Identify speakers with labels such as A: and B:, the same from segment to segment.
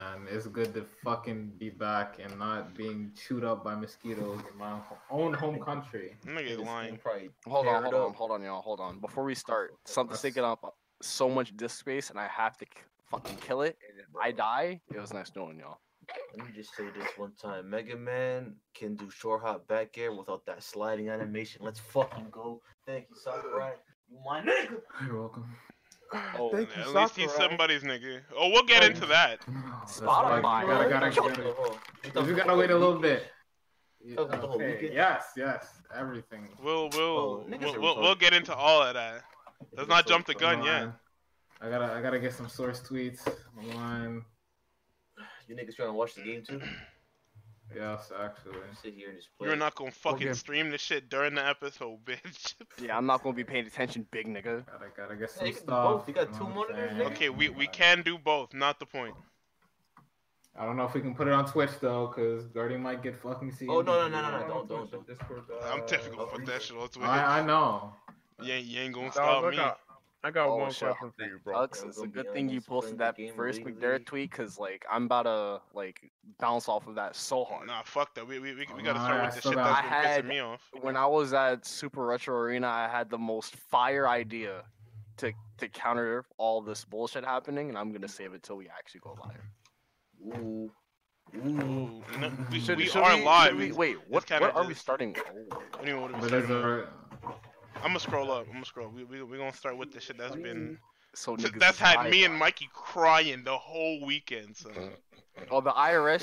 A: And it's good to fucking be back and not being chewed up by mosquitoes in my own home country.
B: Nigga lying.
C: Probably
D: Hold on,
C: paired
D: hold
C: up.
D: on, hold on, y'all, hold on. Before we start, something's
A: That's-
D: taking up so much disk space, and I have to k- fucking kill it. I die. It was nice knowing y'all.
C: Let me just say this one time: Mega Man can do short hop back air without that sliding animation. Let's fucking go. Thank you, Sakurai. You my nigga.
A: You're welcome.
B: Oh,
E: Thank
B: at
E: you,
B: least he's
E: Sakurai.
B: somebody's nigga. Oh, we'll get into that.
A: That's
D: Spotify.
A: right. Gotta, gotta,
C: Hold on,
A: gotta,
C: hold on.
A: You just gotta wait a little bit. Yeah,
C: Talking about the whole
A: okay.
C: weekend?
A: Yes, yes, everything.
B: We'll we'll
C: Oh, niggas
B: we'll,
C: are
B: we'll, we'll
C: retarded.
B: get into all of that. Let's not jump the gun yet.
A: Online. I gotta, I gotta get some source tweets online.
C: You niggas trying to watch the game too?
A: Yes, actually.
C: Sit here and just play.
B: You're not gonna fucking
D: good.
B: stream this shit during the episode, bitch.
D: Yeah, I'm not gonna be paying attention, big nigga.
A: Gotta, gotta get
C: Yeah,
A: some
C: you can do
A: stuff.
C: both. You got
A: know
C: two
A: what I'm
C: monitors,
A: saying?
C: nigga?
B: Okay, we we can do both. Not the point.
A: I don't know if we can put it on Twitch though, because Guardian might get fucking seen.
C: Oh, no, no, no, no, no, don't, don't, don't.
B: I'm typical. Fuck that shit on Twitter.
A: I, I know.
B: You ain't, you ain't gonna
E: Dog,
B: stop
E: I
B: me.
E: got, I got
D: Oh,
E: one
D: shit.
E: question for you, bro.
D: Alex,
C: I'm
D: it's a
C: gonna be
D: good thing you
C: honest, playing
D: posted that
C: the game
D: first
C: legally-
D: McDerrett tweet, cause like I'm about to like bounce off of that so hard.
B: Nah, fuck that. We we, we, we
A: Oh,
B: gotta
A: no,
B: start
A: I
B: with the
A: still
B: shit
A: got-
B: that's
D: I
B: been
D: had-
B: pissing me off.
D: when I was at Super Retro Arena, I had the most fire idea to to counter all this bullshit happening, and
E: Mm.
D: I'm gonna save it till we actually go live.
C: Ooh. Ooh.
B: Ooh, no, we,
A: Should-
B: we
A: should
B: are
D: should
B: live.
D: we-
B: We,
D: wait, what,
B: kinda
D: what are we
B: just-
D: starting? with?
B: anyway, what are we
A: But there's
B: starting with?
A: a.
B: I'm gonna scroll up. I'm gonna scroll. We we we gonna start with the shit that's been
D: So niggas
B: that's
D: is
B: had
D: live
B: me and
D: live.
B: Mikey crying the whole weekend. Son.
D: Oh, the IRS.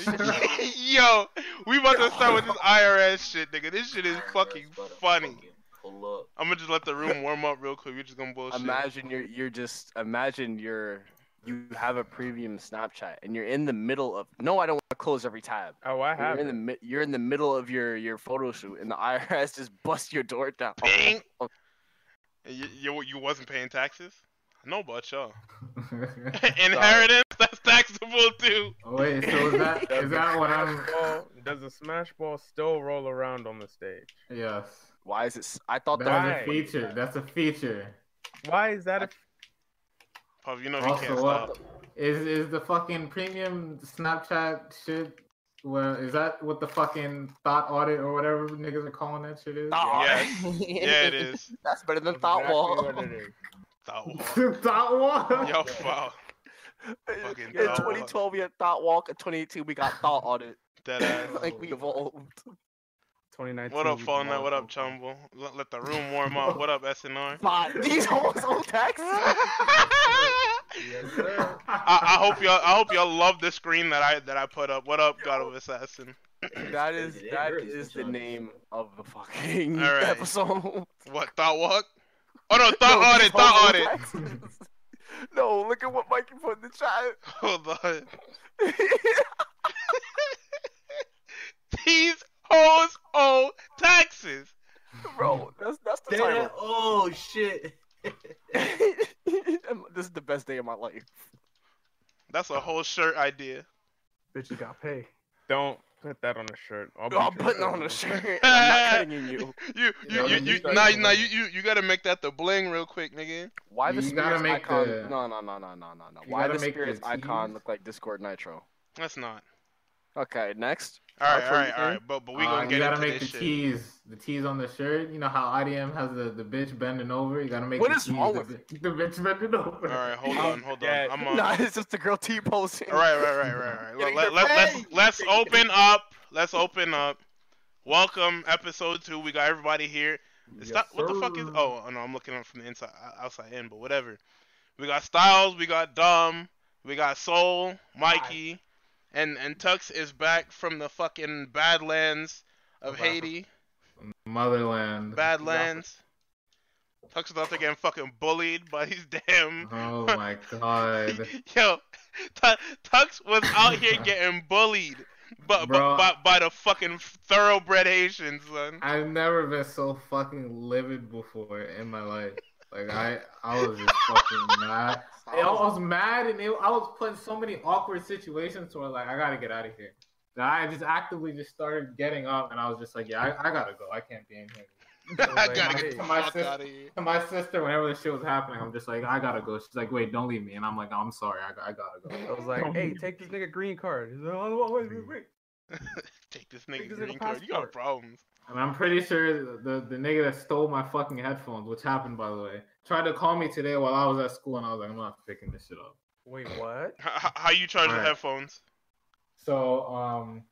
D: shit?
B: Yo, we about to start with this IRS shit, nigga. This shit is fucking
C: That's about to
B: funny.
C: fucking Pull up.
B: I'm gonna just let the room warm up real quick. We're just gonna bullshit.
D: imagine you're you're just imagine you're you have a premium Snapchat and you're in the middle of no, I don't want to close every tab.
E: Oh, I
D: You're
E: have.
D: in the
E: it.
D: mi- you're in the middle of your your photo shoot and the IRS just busts your door down.
B: Bing. And You, you you wasn't paying taxes? I know about y'all. Inheritance that's taxable too.
A: oh, wait, so is that is that what I'm?
E: Ball, does the smash ball still roll around on the stage?
A: Yes.
D: Why is it? s- I thought that.
A: That's
E: Why?
A: a feature. That's a feature.
E: Why is that? A...
B: Puff, you know he can't
A: Also,
B: stop.
A: what is is the fucking premium Snapchat shit? Well, is that what the fucking thought audit or whatever niggas are calling that shit is?
D: Aw.
B: Yes. Yeah, it is.
D: That's better than thought wall.
E: what it is.
B: Thought wall.
A: thought one.
B: Yo, foul. Fucking
D: In
B: thought walk.
D: 2012 we had thought walk. In 2018 we got thought audit.
B: Dead ass.
D: like we evolved.
E: 2019.
B: What up,
E: we
B: Fall Night?
E: demolished
B: What up,
E: them.
B: Chumble? Let, let the room warm up. What up, SNR?
D: But these hoes owe taxes.
E: Yes, sir.
B: I, I hope y'all I hope y'all love the screen that I that I put up. What up, God of Assassin?
D: that is
C: It
D: that
C: really
D: is the
C: sometimes.
D: name of the fucking
B: All right.
D: episode.
B: What thought walk? Oh no, thought
D: No,
B: audit,
D: these
B: thought
D: hoes
B: audit.
D: owe taxes. no, look at what Mikey put in the chat.
B: Hold on. These hoes owe taxes.
D: Bro, that's that's the
C: Damn.
D: title.
C: Oh shit.
D: this is the best day of my life.
B: That's a whole shirt idea.
D: Bitch, you got paid.
E: Don't put that on a shirt. I'll
D: No, I'm
E: beat your
D: putting
E: ass.
D: on a shirt. I'm not cutting in you.
B: You
A: Yeah,
B: you you,
A: when you
B: you,
A: start
B: nah,
A: doing
B: nah,
A: it.
B: you, you you gotta make that the bling real quick, nigga.
D: Why the
A: You gotta
D: spirits
A: make
D: icon?
A: the-
D: No, no, no, no, no, no, no.
A: You
D: Why
A: gotta
D: the
A: make the
D: spirits icon
A: teas.
D: look like Discord Nitro?
B: That's not.
D: Okay, next.
B: All right,
D: That's
B: all
D: what you
B: right, all right.
D: think?
B: But but we
A: Uh,
B: gonna
A: you
B: get
A: gotta
B: into
A: make
B: this
A: the
B: shit.
A: tees, the tees on the shirt. You know how IDM has the, the bitch bending over. You gotta make
D: What
A: the
D: is
A: tees,
D: wrong
A: the,
D: with
A: bi- the bitch bending over.
B: All right, hold on, hold on.
E: Yeah.
B: I'm
D: No,
B: on.
D: nah, it's just the girl T posing.
B: All right, right, right, right, right. Let,
D: Getting
B: let,
D: your
B: let,
D: pay.
B: let's let's open up. Let's open up. Welcome, episode two. We got everybody here. It's not- what the fuck is? Oh no, I'm looking up from the inside, o- outside in, but whatever. We got Styles, we got Dumb, we got Soul, Mikey, and and Tux is back from the fucking Badlands of
A: Wow.
B: Haiti.
A: Motherland.
B: Badlands. Tux is out there getting fucking bullied by these damn.
A: Oh my god.
B: Yo, Tu Tux was out here getting bullied, but
A: Bro.
B: by, by the fucking thoroughbred Haitians, son.
A: I've never been so fucking livid before in my life. Like I, I was just fucking mad. I was mad, and it, I was put in so many awkward situations where like I gotta get out of here. That I just actively just started getting up, and I was just like, yeah, I, I gotta go. I can't be in here.
B: I
E: Like,
B: gotta
A: my-
B: get the
A: my
B: fuck
A: sis-
B: out of here.
A: To my sister, whenever this shit was happening, I'm just like, I gotta go. She's like, wait, don't leave me. And I'm like, I'm sorry, I, I gotta go.
E: I was like,
A: Don't
E: hey,
A: leave.
E: take this nigga green card. He's like, oh, wait, wait, wait.
B: Take this nigga
E: this nigga
B: green card. You got
E: passport.
B: problems.
A: And I'm pretty sure the, the nigga that stole my fucking headphones, which happened by the way, tried to call me today while I was at school, and I was like, I'm not picking this shit up.
E: Wait, what?
B: H- h- how you charge the
A: Alright.
B: headphones?
A: So um,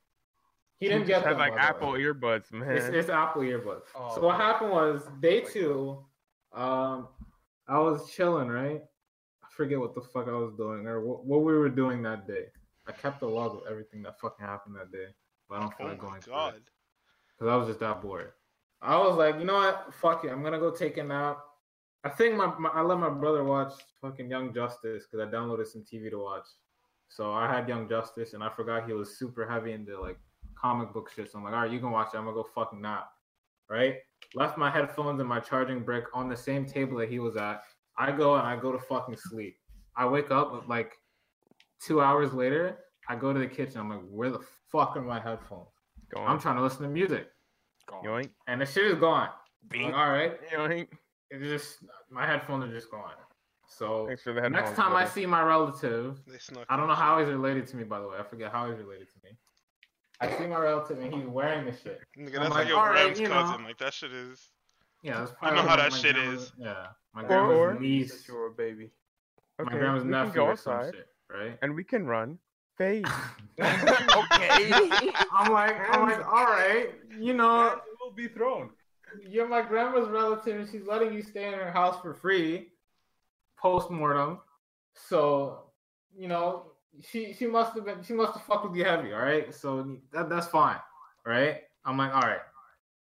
A: he didn't
E: just
A: get
E: had
A: them,
E: like
A: by the way.
E: Apple earbuds, man.
A: It's, it's Apple earbuds.
E: Oh,
A: so what
E: okay.
A: happened was day
E: Like-
A: two, um, I was chilling, right? I forget what the fuck I was doing or what, what we were doing that day. I kept a log of everything that fucking happened that day, but I don't feel
B: Oh
A: like
B: my
A: going through it.
B: god.
A: because I was just that bored. I was like, you know what? Fuck it. I'm gonna go take a nap. I think my, my I let my brother watch fucking Young Justice because I downloaded some TV to watch. So I had Young Justice, and I forgot he was super heavy into like comic book shit. So I'm like, all right, you can watch it. I'm gonna go fucking nap. Right? Left my headphones and my charging brick on the same table that he was at. I go and I go to fucking sleep. I wake up like two hours later. I go to the kitchen. I'm like, where the fuck are my headphones?
E: Go
A: I'm
E: on.
A: trying to listen to music
D: Gone.
E: Yoink,
A: and the shit is gone. I'm
D: Bing.
A: Like, all right,
E: yoink.
A: it's just my headphones are just gone. So
E: Thanks for the headphones.
A: next time I
E: brother.
A: see my relative,
B: They snuck
A: I don't know
B: that
A: how he's related to me. By the way, I forget how he's related to me. I see my relative and he's wearing the shit.
B: shit. Nigga,
A: I'm
B: that's like,
A: like,
B: your
A: alright,
B: Rams
A: you know.
B: cousin. Like that shit is.
A: Yeah, that's probably
B: know
A: like
B: how
A: my-
B: that
A: my
B: shit
A: grandma's-
B: is.
A: Yeah, my
E: Or-
A: grandma's
E: or-
A: niece,
C: you were a baby.
A: my
E: Okay,
A: grandma's
E: we can
A: nephew,
E: go
A: or some
E: outside
A: shit, right?
E: and we can run. Uh, Fade.
D: okay.
A: I'm like, I'm like, all right, you know,
E: will be thrown.
A: you're my grandma's relative and she's letting you stay in her house for free post mortem. So, you know, she she must have been she must have fucked with you heavy, all right? So that that's fine. All right? I'm like, all right.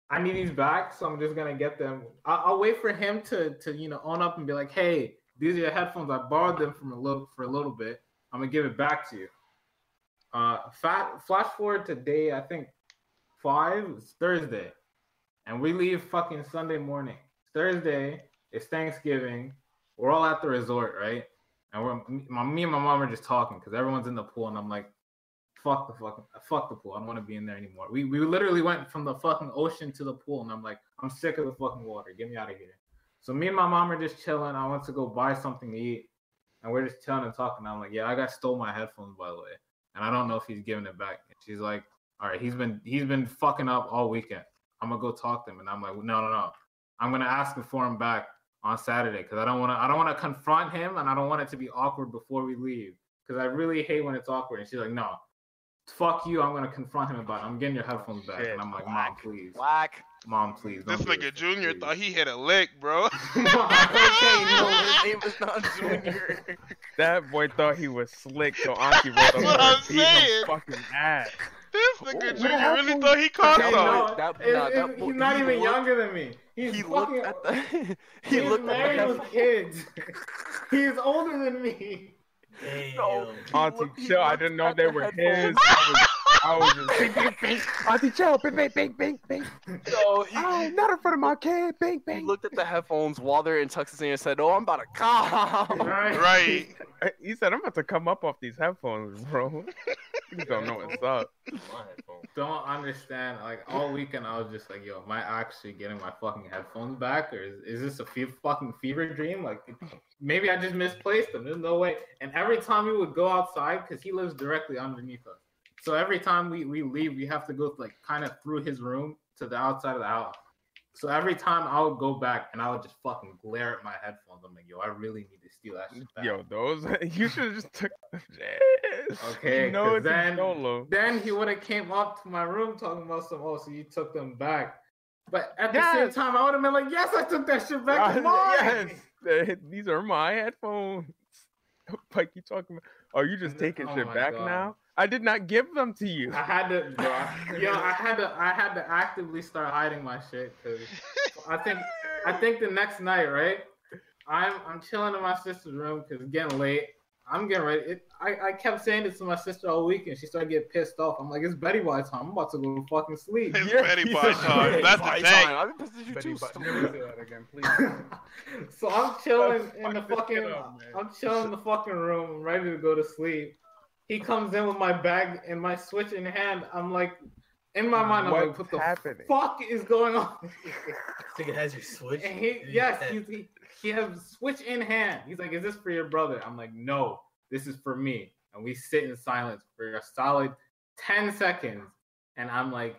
A: I need these back, so I'm just gonna get them. I, I'll wait for him to to you know own up and be like, hey, these are your headphones. I borrowed them from a little for a little bit. I'm gonna give it back to you. Uh, fat, flash forward to day I think five. It's Thursday and we leave fucking Sunday morning. Thursday it's Thanksgiving. We're all at the resort, right? And we're my, me and my mom are just talking because everyone's in the pool, and I'm like, "Fuck the fucking fuck the pool. I don't want to be in there anymore." We we literally went from the fucking ocean to the pool, and I'm like, "I'm sick of the fucking water. Get me out of here." So me and my mom are just chilling. I went to go buy something to eat, and we're just chilling and talking. I'm like, "Yeah, I got stole my headphones by the way, and I don't know if he's giving it back." And she's like, "All right, he's been he's been fucking up all weekend." I'm gonna go talk to him. And I'm like, no, no, no. I'm gonna ask him for him back on Saturday because I don't wanna I don't wanna confront him and I don't want it to be awkward before we leave. Cause I really hate when it's awkward. And she's like, No, fuck you, I'm gonna confront him about it. I'm getting your headphones back.
E: Shit.
A: And I'm like, Mom,
D: Whack.
A: please.
D: Whack.
A: Mom, please.
B: This nigga Junior thought he hit a lick, bro.
D: Okay, no,
A: thought
D: his name is not Junior.
E: That boy thought he was slick, so Auntie was
B: That's what I'm
E: up there beating
B: saying.
E: him fucking ass.
B: This nigga
D: Ooh.
B: Junior
E: What
B: really
E: happened?
B: thought he caught
D: Okay,
B: something.
D: no. that- nah, that boy-
A: he's not
D: he
A: even
D: looked-
A: younger than me. He's
D: He
A: fucking
D: looked at the. He
A: he's
D: looked
A: married
D: at the.
A: with kids. he's older than me.
C: Damn.
D: No. He
E: Auntie
D: looked- he
E: Chill, I
D: looked
E: didn't know
D: at
E: they
D: the
E: were his.
D: headphones.
E: I was, I was just bing, bing, bing. Auntie Chill, bing, bing, bing, bing, bing.
D: No, he,
E: Oh, not in front of my kid, bing,
D: he
E: bing.
D: looked at the headphones while they're in Texas and said, "Oh, I'm about to come."
A: Right.
B: Right.
E: He said, I'm about to come up off these headphones, bro. You don't know what's up.
C: My headphones.
A: don't understand. Like all weekend, I was just like, "Yo, am I actually getting my fucking headphones back, or is, is this a fe- fucking fever dream? Like, maybe I just misplaced them. There's no way." And every time we would go outside, because he lives directly underneath us, so every time we we leave, we have to go like kind of through his room to the outside of the house. So every time I would go back and I would just fucking glare at my headphones. I'm like, "Yo, I really need to steal that shit back."
E: Yo, those you should have just took them.
A: Okay,
E: you know
A: 'cause
E: it's a
A: then-
E: solo.
A: Then he would have came up to my room talking about some. Oh, so you took them back. But at the same
E: Yes.
A: time, I would have been like, "Yes, I took that shit back."
E: Uh,
A: Come on.
E: yes, these are my headphones. Like you talking about? Are you just
A: And then-
E: taking
A: oh
E: shit
A: my
E: back
A: God.
E: now? I did not give them to you.
A: I had to, bro, I- yo, I had to, I had to actively start hiding my shit because I think, I think the next night, right? I'm, I'm chilling in my sister's room because it's getting late. I'm getting ready. It, I, I kept saying this to my sister all weekend. She started getting pissed off. I'm like, it's Betty White time. I'm about to go fucking sleep.
B: It's
E: Yeah,
B: Betty
E: he's
B: White
E: a
B: time. That's
D: By
B: the
D: time,
B: thing.
D: I've been pissed at you too.
F: never say that again, please.
A: so I'm chilling
E: Fuck
A: in the
E: this
A: fucking
E: shit up, man.
A: I'm chilling in the fucking room, ready to go to sleep. He comes in with my bag and my switch in hand. I'm like, In my mind, I'm like,
E: What's
A: what the
E: happening?
A: fuck is going on?
C: This nigga has your switch.
A: And he,
C: in his
A: yes,
C: hand.
A: he's, he, he has switch in hand. He's like, "Is this for your brother?" I'm like, "No, this is for me." And we sit in silence for a solid ten seconds, and I'm like,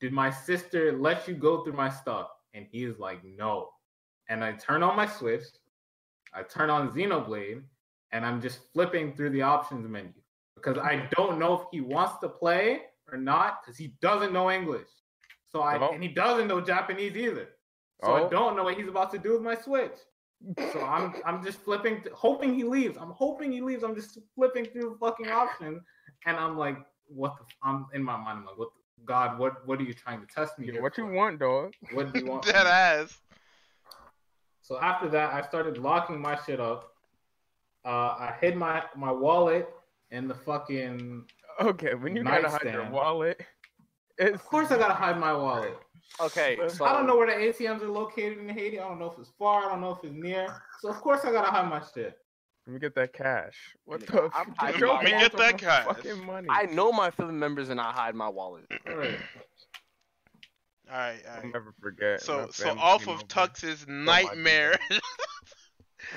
A: "Did my sister let you go through my stuff?" And he is like, "No." And I turn on my switch, I turn on Xenoblade, and I'm just flipping through the options menu because I don't know if he wants to play or not because he doesn't know English. So I
E: Oh.
A: and he doesn't know Japanese either. So
E: Oh.
A: I don't know what he's about to do with my Switch. So I'm I'm just flipping, th- hoping he leaves. I'm hoping he leaves. I'm just flipping through fucking options, and I'm like, what? The, f- I'm in my mind. I'm like, what? The, God, what? What are you trying to test me?
E: Yeah,
A: here
E: What you
A: for?
E: want, dog?
A: What do you want?
B: Dead ass.
A: So after that, I started locking my shit up. Uh, I hid my my wallet in the fucking.
E: Okay, when you gotta hide your
A: Nightstand.
E: wallet, it's
A: Of course, I gotta hide my wallet.
D: Okay, so
A: I don't know where the ATMs are located in Haiti. I don't know if it's far. I don't know if it's near. So of course, I gotta hide my shit.
E: Let me get that cash. What
D: Yeah,
E: the?
D: I'm
E: fuck?
D: hiding
E: Your
D: my- Let me
E: hands
B: get that
E: on my
B: cash.
E: Fucking money.
D: I know my family members and I hide my wallet.
A: All right.
B: All right, all
E: I'll
B: right.
E: never forget.
B: So,
E: my
B: so
E: family
B: off
E: came
B: of
E: over.
B: Tux's nightmare.
C: So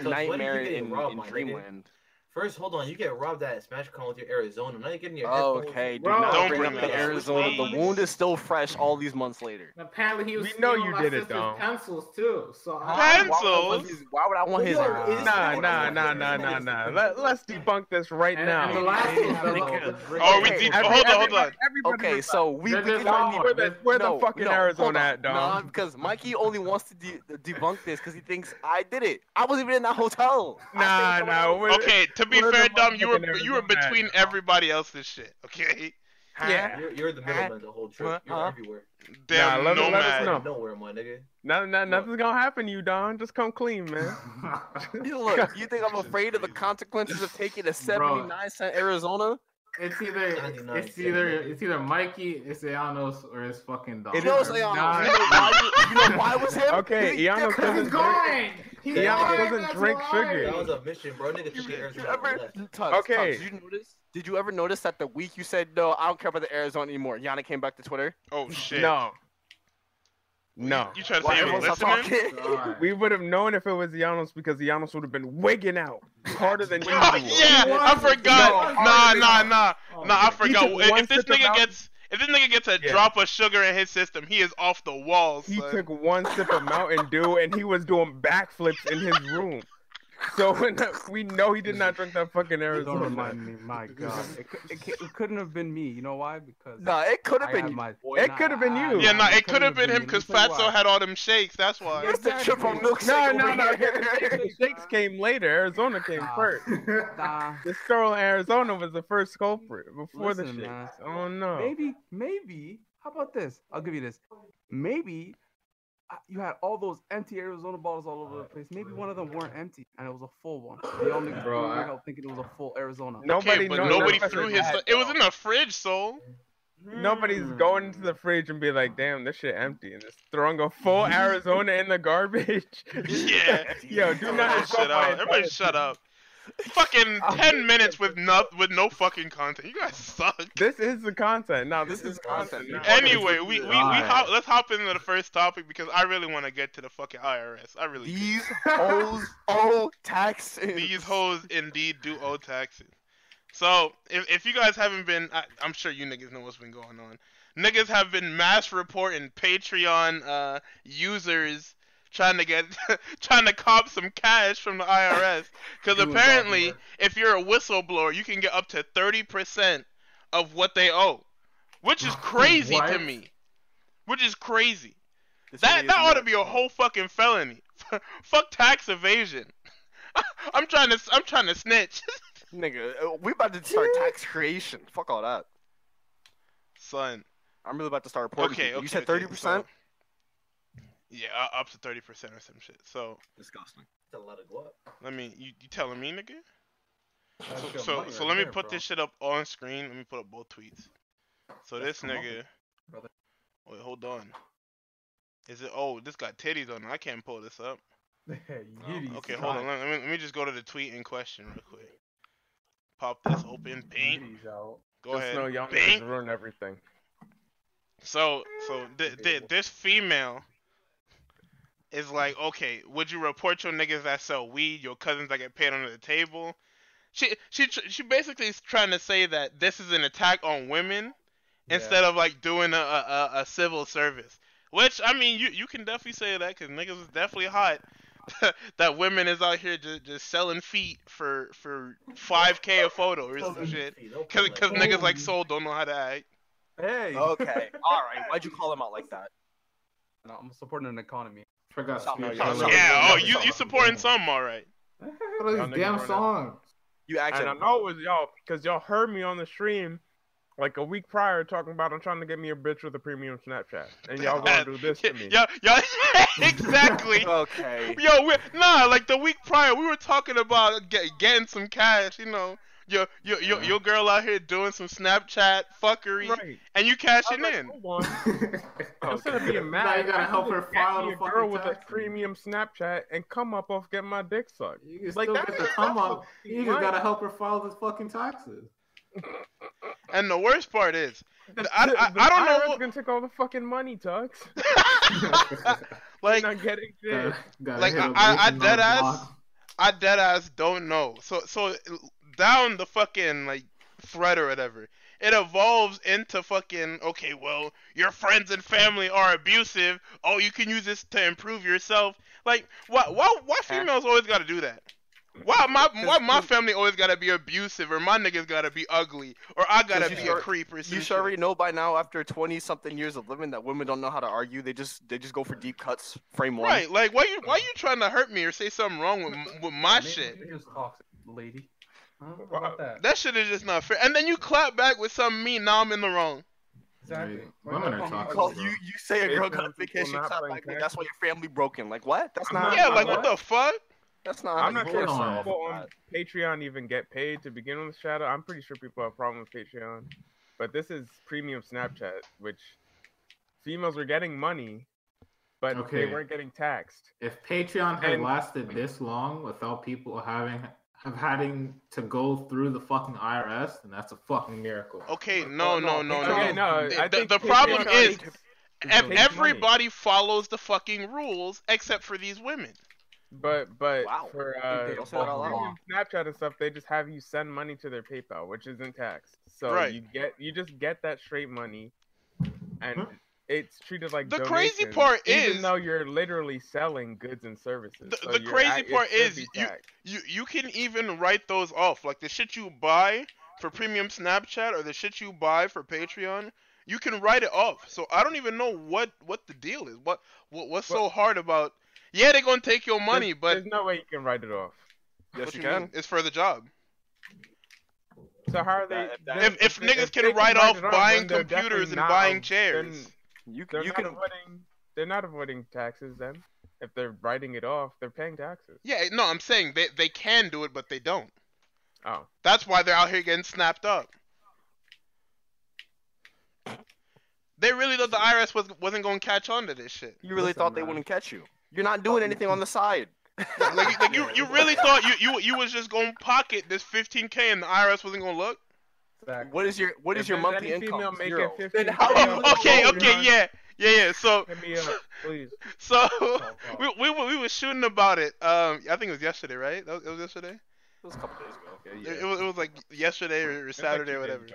C: when are you
D: Nightmare
C: getting
D: in,
C: robbed,
D: in
C: my nigga?
D: Dreamland.
C: First, hold on. You get robbed at SmashCon with your Arizona. Now you're getting your
D: Oh,
C: headphones.
D: okay, do
A: Bro,
D: not
B: Don't
D: bring
B: bring
D: up
B: that
D: the
B: up.
D: Arizona.
B: Please.
D: The wound is still fresh all these months later.
A: And apparently, he was
E: We know
A: stealing
E: you
A: my
E: did it,
A: sister's
E: Dom.
A: pencils too. So
D: Why
A: I,
D: would I want
B: Pencils?
D: his- Why would I want his?
C: Yo, is this
E: Nah,
C: Wait,
E: nah,
C: wait,
E: nah,
C: wait,
E: nah,
C: wait,
E: nah,
C: wait,
E: nah.
C: wait.
E: Let, let's debunk this right
A: and,
E: now.
A: and the last thing,
C: Nigga.
A: the,
B: Oh, we
E: Okay,
B: deep-
E: every-
B: hold on,
E: every-
B: hold on.
E: everybody-
D: Okay, so we.
A: There's
D: we
A: just
D: kinda
A: one
D: need-
A: more.
E: where the, where the fucking
D: hold
E: Arizona
D: on.
E: at, dog?
D: Nah, because Mikey only wants to de- debunk this because he thinks I did it. I wasn't even in that hotel.
E: Nah, nah. we're-
B: okay, to be
E: where the
B: fair, Dom, you
E: motherfucking
B: were you were
E: Arizona at?
B: between everybody else's shit. Okay,
E: Yeah.
C: You're, you're the middleman the whole trip. You're
D: Huh?
C: everywhere.
B: damn
E: let- let us
B: nomad.
E: know.
C: Nowhere, my nigga.
E: Nah, nah, nothing's gonna happen to you, Don. Just come clean, man.
D: Look, you think I'm afraid of the consequences of taking a 79 cent Arizona?
A: it's either
C: 99,
A: it's either it's either Mikey, it's Anos, or it's fucking Dom.
E: It
D: You know,
E: is
D: it's like, oh,
E: not-
D: you know why- you know why it was him?
E: Okay,
D: He-
E: Iano
D: because
A: He's
E: doesn't
A: going. He's
C: Yeah,
A: going,
E: he doesn't
A: that's
E: drink
A: why.
E: sugar.
C: That was a mission, bro. Nigga
D: You,
C: took your
D: you
C: Arizona. and
D: ever,
C: left.
D: Tux,
E: Okay.
D: Tux, did you notice? Did you ever notice that the week you said no, I don't care about the Arizona anymore? Yana came back to Twitter.
B: Oh shit.
E: No. No.
B: You trying to
D: Why
B: say you're
D: everyone stopped
B: listening?
D: talking?
A: Alright.
E: We would have known if it was Giannis because Giannis would have been wigging out harder than usual.
B: Oh, yeah, I forgot.
A: No,
B: nah,
A: hardly
B: nah,
A: not.
B: nah,
A: Oh,
B: nah. I
A: my
B: forgot.
E: took
B: If-
E: one
B: If this
E: sip of
B: nigga
E: Mountain-
B: gets, if this nigga gets a
E: Yeah.
B: drop of sugar in his system, he is off the wall,
E: He
B: son.
E: took one sip of Mountain Dew and he was doing backflips in his room. So when, we know he did not drink that fucking
F: Don't
E: Arizona.
F: remind me, my God. It, cou- it, cou- it couldn't have been me. You know why? Because
D: Nah, it could
F: I
D: have been
F: had
D: you.
F: my.
E: It could have been you.
B: yeah,
E: nah,
B: nah. It could have been him because Fatso
F: had.
B: had all them shakes. That's why.
D: It's the triple milkshake.
E: No, no,
D: over
E: no.
D: here.
E: The shakes came later. Arizona came
F: Nah.
E: first.
F: Nah,
E: The sterile Arizona was the first culprit before the
F: Listen,
E: shakes.
F: man.
E: Oh no.
F: maybe, maybe. How about this? I'll give you this. Maybe uh, you had all those empty Arizona bottles all over the place. Maybe one of them weren't empty and it was a full one. They all niggas
A: Bro,
F: threw it
A: I-
F: out thinking it was a full Arizona.
E: Nobody
B: okay, but
E: knows
B: nobody
E: that's
B: threw
E: what
B: his.
E: had.
B: It was in the fridge, soul.
E: Nobody's going to the fridge and be like, "Damn, this shit empty," and just throwing a full Arizona in the garbage.
B: Yeah.
E: Yo, do not
B: Everybody
E: insult
B: shut
E: my
B: up. Everybody shut up. Fucking ten minutes with no with no fucking content. You guys suck.
E: This is the content. Now this,
D: This
E: is
D: is
E: content.
D: content.
E: Now,
B: Anyway, we we, we
A: Alright.
B: hop, let's hop into the first topic because I really want to get to the fucking IRS. I really do.
D: These hoes owe taxes.
B: these hoes indeed do owe taxes. So if if you guys haven't been, I, I'm sure you niggas know what's been going on. Niggas have been mass reporting Patreon uh, users trying to get trying to cop some cash from the IRS because
A: Doing
B: apparently
A: Baltimore.
B: if you're a whistleblower you can get up to 30% of what they owe, which is crazy to
A: What?
B: me. Which is crazy.
D: This
B: That
D: really
B: that
D: is
B: ought to
D: nuts.
B: be a whole fucking felony. Fuck tax evasion. I'm trying to I'm trying to snitch,
D: Nigga, uh, we about to start tax creation. Fuck all that.
B: son.
D: I'm really about to start reporting.
B: Okay,
D: people.
B: okay,
D: you said
B: okay,
D: thirty percent.
B: Yeah, uh, up to thirty percent or some shit. So
D: Disgusting.
C: That's a lot of guap.
B: let me you, you telling me, nigga?
C: That's
B: So
C: your
B: so,
C: money
B: so
C: right
B: let me
C: there,
B: put
C: bro.
B: this shit up on screen. Let me put up both tweets. So
C: That's
B: this
C: the money,
B: nigga.
C: brother.
B: Wait, hold on. Is it? Oh, this got titties on. it. I can't pull this up.
F: Yiddies,
B: okay, hold
F: God.
B: on. Let me, let me just go to the tweet in question real quick. Pop this open. Bing.
F: Yiddies out.
B: Go
E: just
B: ahead.
E: know y'all
B: Bing.
E: niggas ruin everything.
B: So so th- th- this female is like, okay, would you report your niggas that sell weed, your cousins that get paid under the table? She she tr- she basically is trying to say that this is an attack on women instead of like doing a, a, a- a civil service. Which I mean, you you can definitely say that because niggas is definitely hot. that women is out here just, just selling feet for for five k a photo or some shit. Cause, cause niggas like Soul don't know how to act.
F: Hey,
B: Oh,
D: Okay. All right. Why'd you call him out like that?
F: No, I'm supporting an economy.
A: Forgot.
D: Stop.
A: Spears.
D: No,
A: I
D: y'all
A: don't
D: know.
A: know.
B: yeah, oh, you you supporting some, all right.
A: I don't know
E: Y'all
A: these
E: niggas
A: damn
E: right now.
A: songs.
D: You
E: And
D: actually
E: I know it was y'all because y'all heard me on the stream like a week prior talking about I'm trying to get me a bitch with a premium Snapchat, and y'all gonna do this to me.
B: Yo, yo, exactly.
D: Okay.
B: Yo, we nah, like the week prior, we were talking about get, getting some cash, you know. Your your, your your girl out here doing some Snapchat fuckery,
E: Right.
B: and you
E: I
B: cashing
E: was like,
B: in.
E: Hold on. Instead
D: Okay.
E: of being mad,
A: Now you gotta help her
E: get
A: file
E: me
A: the
E: a girl
A: fucking
E: with a
A: taxes.
E: premium Snapchat and come up off getting my dick sucked.
A: You can
E: Like,
A: still
E: that
A: get the
E: nigga-
A: come
E: that's
A: up.
E: what he
A: You just
E: right.
A: gotta help her file the fucking taxes.
B: And the worst part is, I- I-
E: The
B: I don't know
E: IRS
B: what-
E: gonna take all the fucking money, Tux.
B: like,
E: not getting shit.
A: Gotta- gotta
B: Like,
A: hit
B: I-
A: a
B: I- I
A: bitch in
B: dead
A: the
B: ass-
A: block.
B: I dead ass don't know. So so down the fucking like thread or whatever, it evolves into fucking okay. Well, your friends and family are abusive. Oh, you can use this to improve yourself. Like why why why females always gotta do that? Why my why my family always gotta be abusive or my niggas gotta be ugly or I gotta
D: 'Cause you
B: be a
D: sure-
B: creep or some
D: You
B: shit.
D: should already know by now, after twenty something years of living, that women don't know how to argue. They just they just go for deep cuts. Frame one.
B: Right, like why you why you trying to hurt me or say something wrong with with my
F: Maybe
B: shit?
F: It was toxic, lady. Huh? How about that?
B: That shit is just not fair. And then you clap back with something mean. Now I'm in the wrong.
F: Exactly.
A: Right. Women are toxic,
D: Well,
A: bro.
D: you you say a girl got a
E: People
D: vacation
E: not
D: clap
E: playing
D: back. like, That's why your family broken. Like what? That's
E: I'm
D: not.
E: not-
B: Yeah,
E: I'm
B: like
E: not-
B: what the fuck?
D: That's not.
E: I'm not
A: hold
E: sure if
A: on.
E: people on Patreon even get paid to begin with. Shadow, I'm pretty sure people have problems with Patreon, but this is premium Snapchat, which females were getting money, but
A: Okay.
E: they weren't getting taxed.
A: If Patreon had
E: And-
A: lasted this long without people having have having to go through the fucking IRS, then that's a fucking miracle.
B: Okay, no, no, no, Oh, no.
E: Okay, no, I
B: the, the,
E: think
B: the
E: Patreon
B: problem is
E: is-
B: if
E: money.
B: everybody follows the fucking rules except for these women.
E: But but
D: Wow.
E: for uh,
D: They don't say that out
E: premium
D: loud.
E: Snapchat and stuff, they just have you send money to their PayPal, which isn't taxed. So
B: Right.
E: you get you just get that straight money, and
A: Huh?
E: it's treated like
B: The crazy
E: donations,
B: part
E: even
B: is-
E: though you're literally selling goods and services.
B: The-
E: so
B: the
E: you're
B: crazy
E: at- it
B: part
E: should
B: is
E: be
B: you-
E: taxed.
B: You you can even write those off. Like the shit you buy for premium Snapchat or the shit you buy for Patreon, you can write it off. So I don't even know what what the deal is. What what what's so hard about? Yeah, they're gonna take your money,
E: There's-
B: but
E: there's no way you can write it off.
D: Yes,
B: what
D: you
B: you mean?
D: can.
B: It's for the job.
E: So how are
C: If that-
E: they?
C: if that-
E: then-
B: If if niggas
E: they
B: can write off
E: it off,
B: buying
E: then they're definitely
B: computers and
E: not
B: buying
E: av-
B: chairs.
E: then
D: You
E: They're
D: you
E: not
D: can.
E: avoiding. They're not avoiding taxes then. If they're writing it off, they're paying taxes.
B: Yeah, no, I'm saying they they can do it, but they don't.
E: Oh,
B: That's why they're out here getting snapped up. They really thought the IRS was wasn't gonna catch on to this shit.
D: You really
F: Listen,
D: thought they
F: man.
D: wouldn't catch you. You're not doing anything on the side.
B: Like, like you, you really thought you, you you was just gonna pocket this 15k and the IRS wasn't gonna look.
F: Exactly.
D: What is your what is
E: If
D: your
E: there's
D: monthly
E: any female
D: income?
E: making
D: Zero.
E: 15
D: Then how
E: Yeah,
D: do
B: Oh,
D: you
E: but-
B: okay,
E: Oh,
B: okay,
E: behind-
B: yeah, yeah, yeah. So
E: Hit me up, please.
B: so
F: fuck.
B: we, we were- we were shooting about it. Um, I think it was yesterday, right? That was, it was yesterday.
D: It was a couple days ago. Okay,
B: It, it was it was like yesterday or, or Saturday or whatever.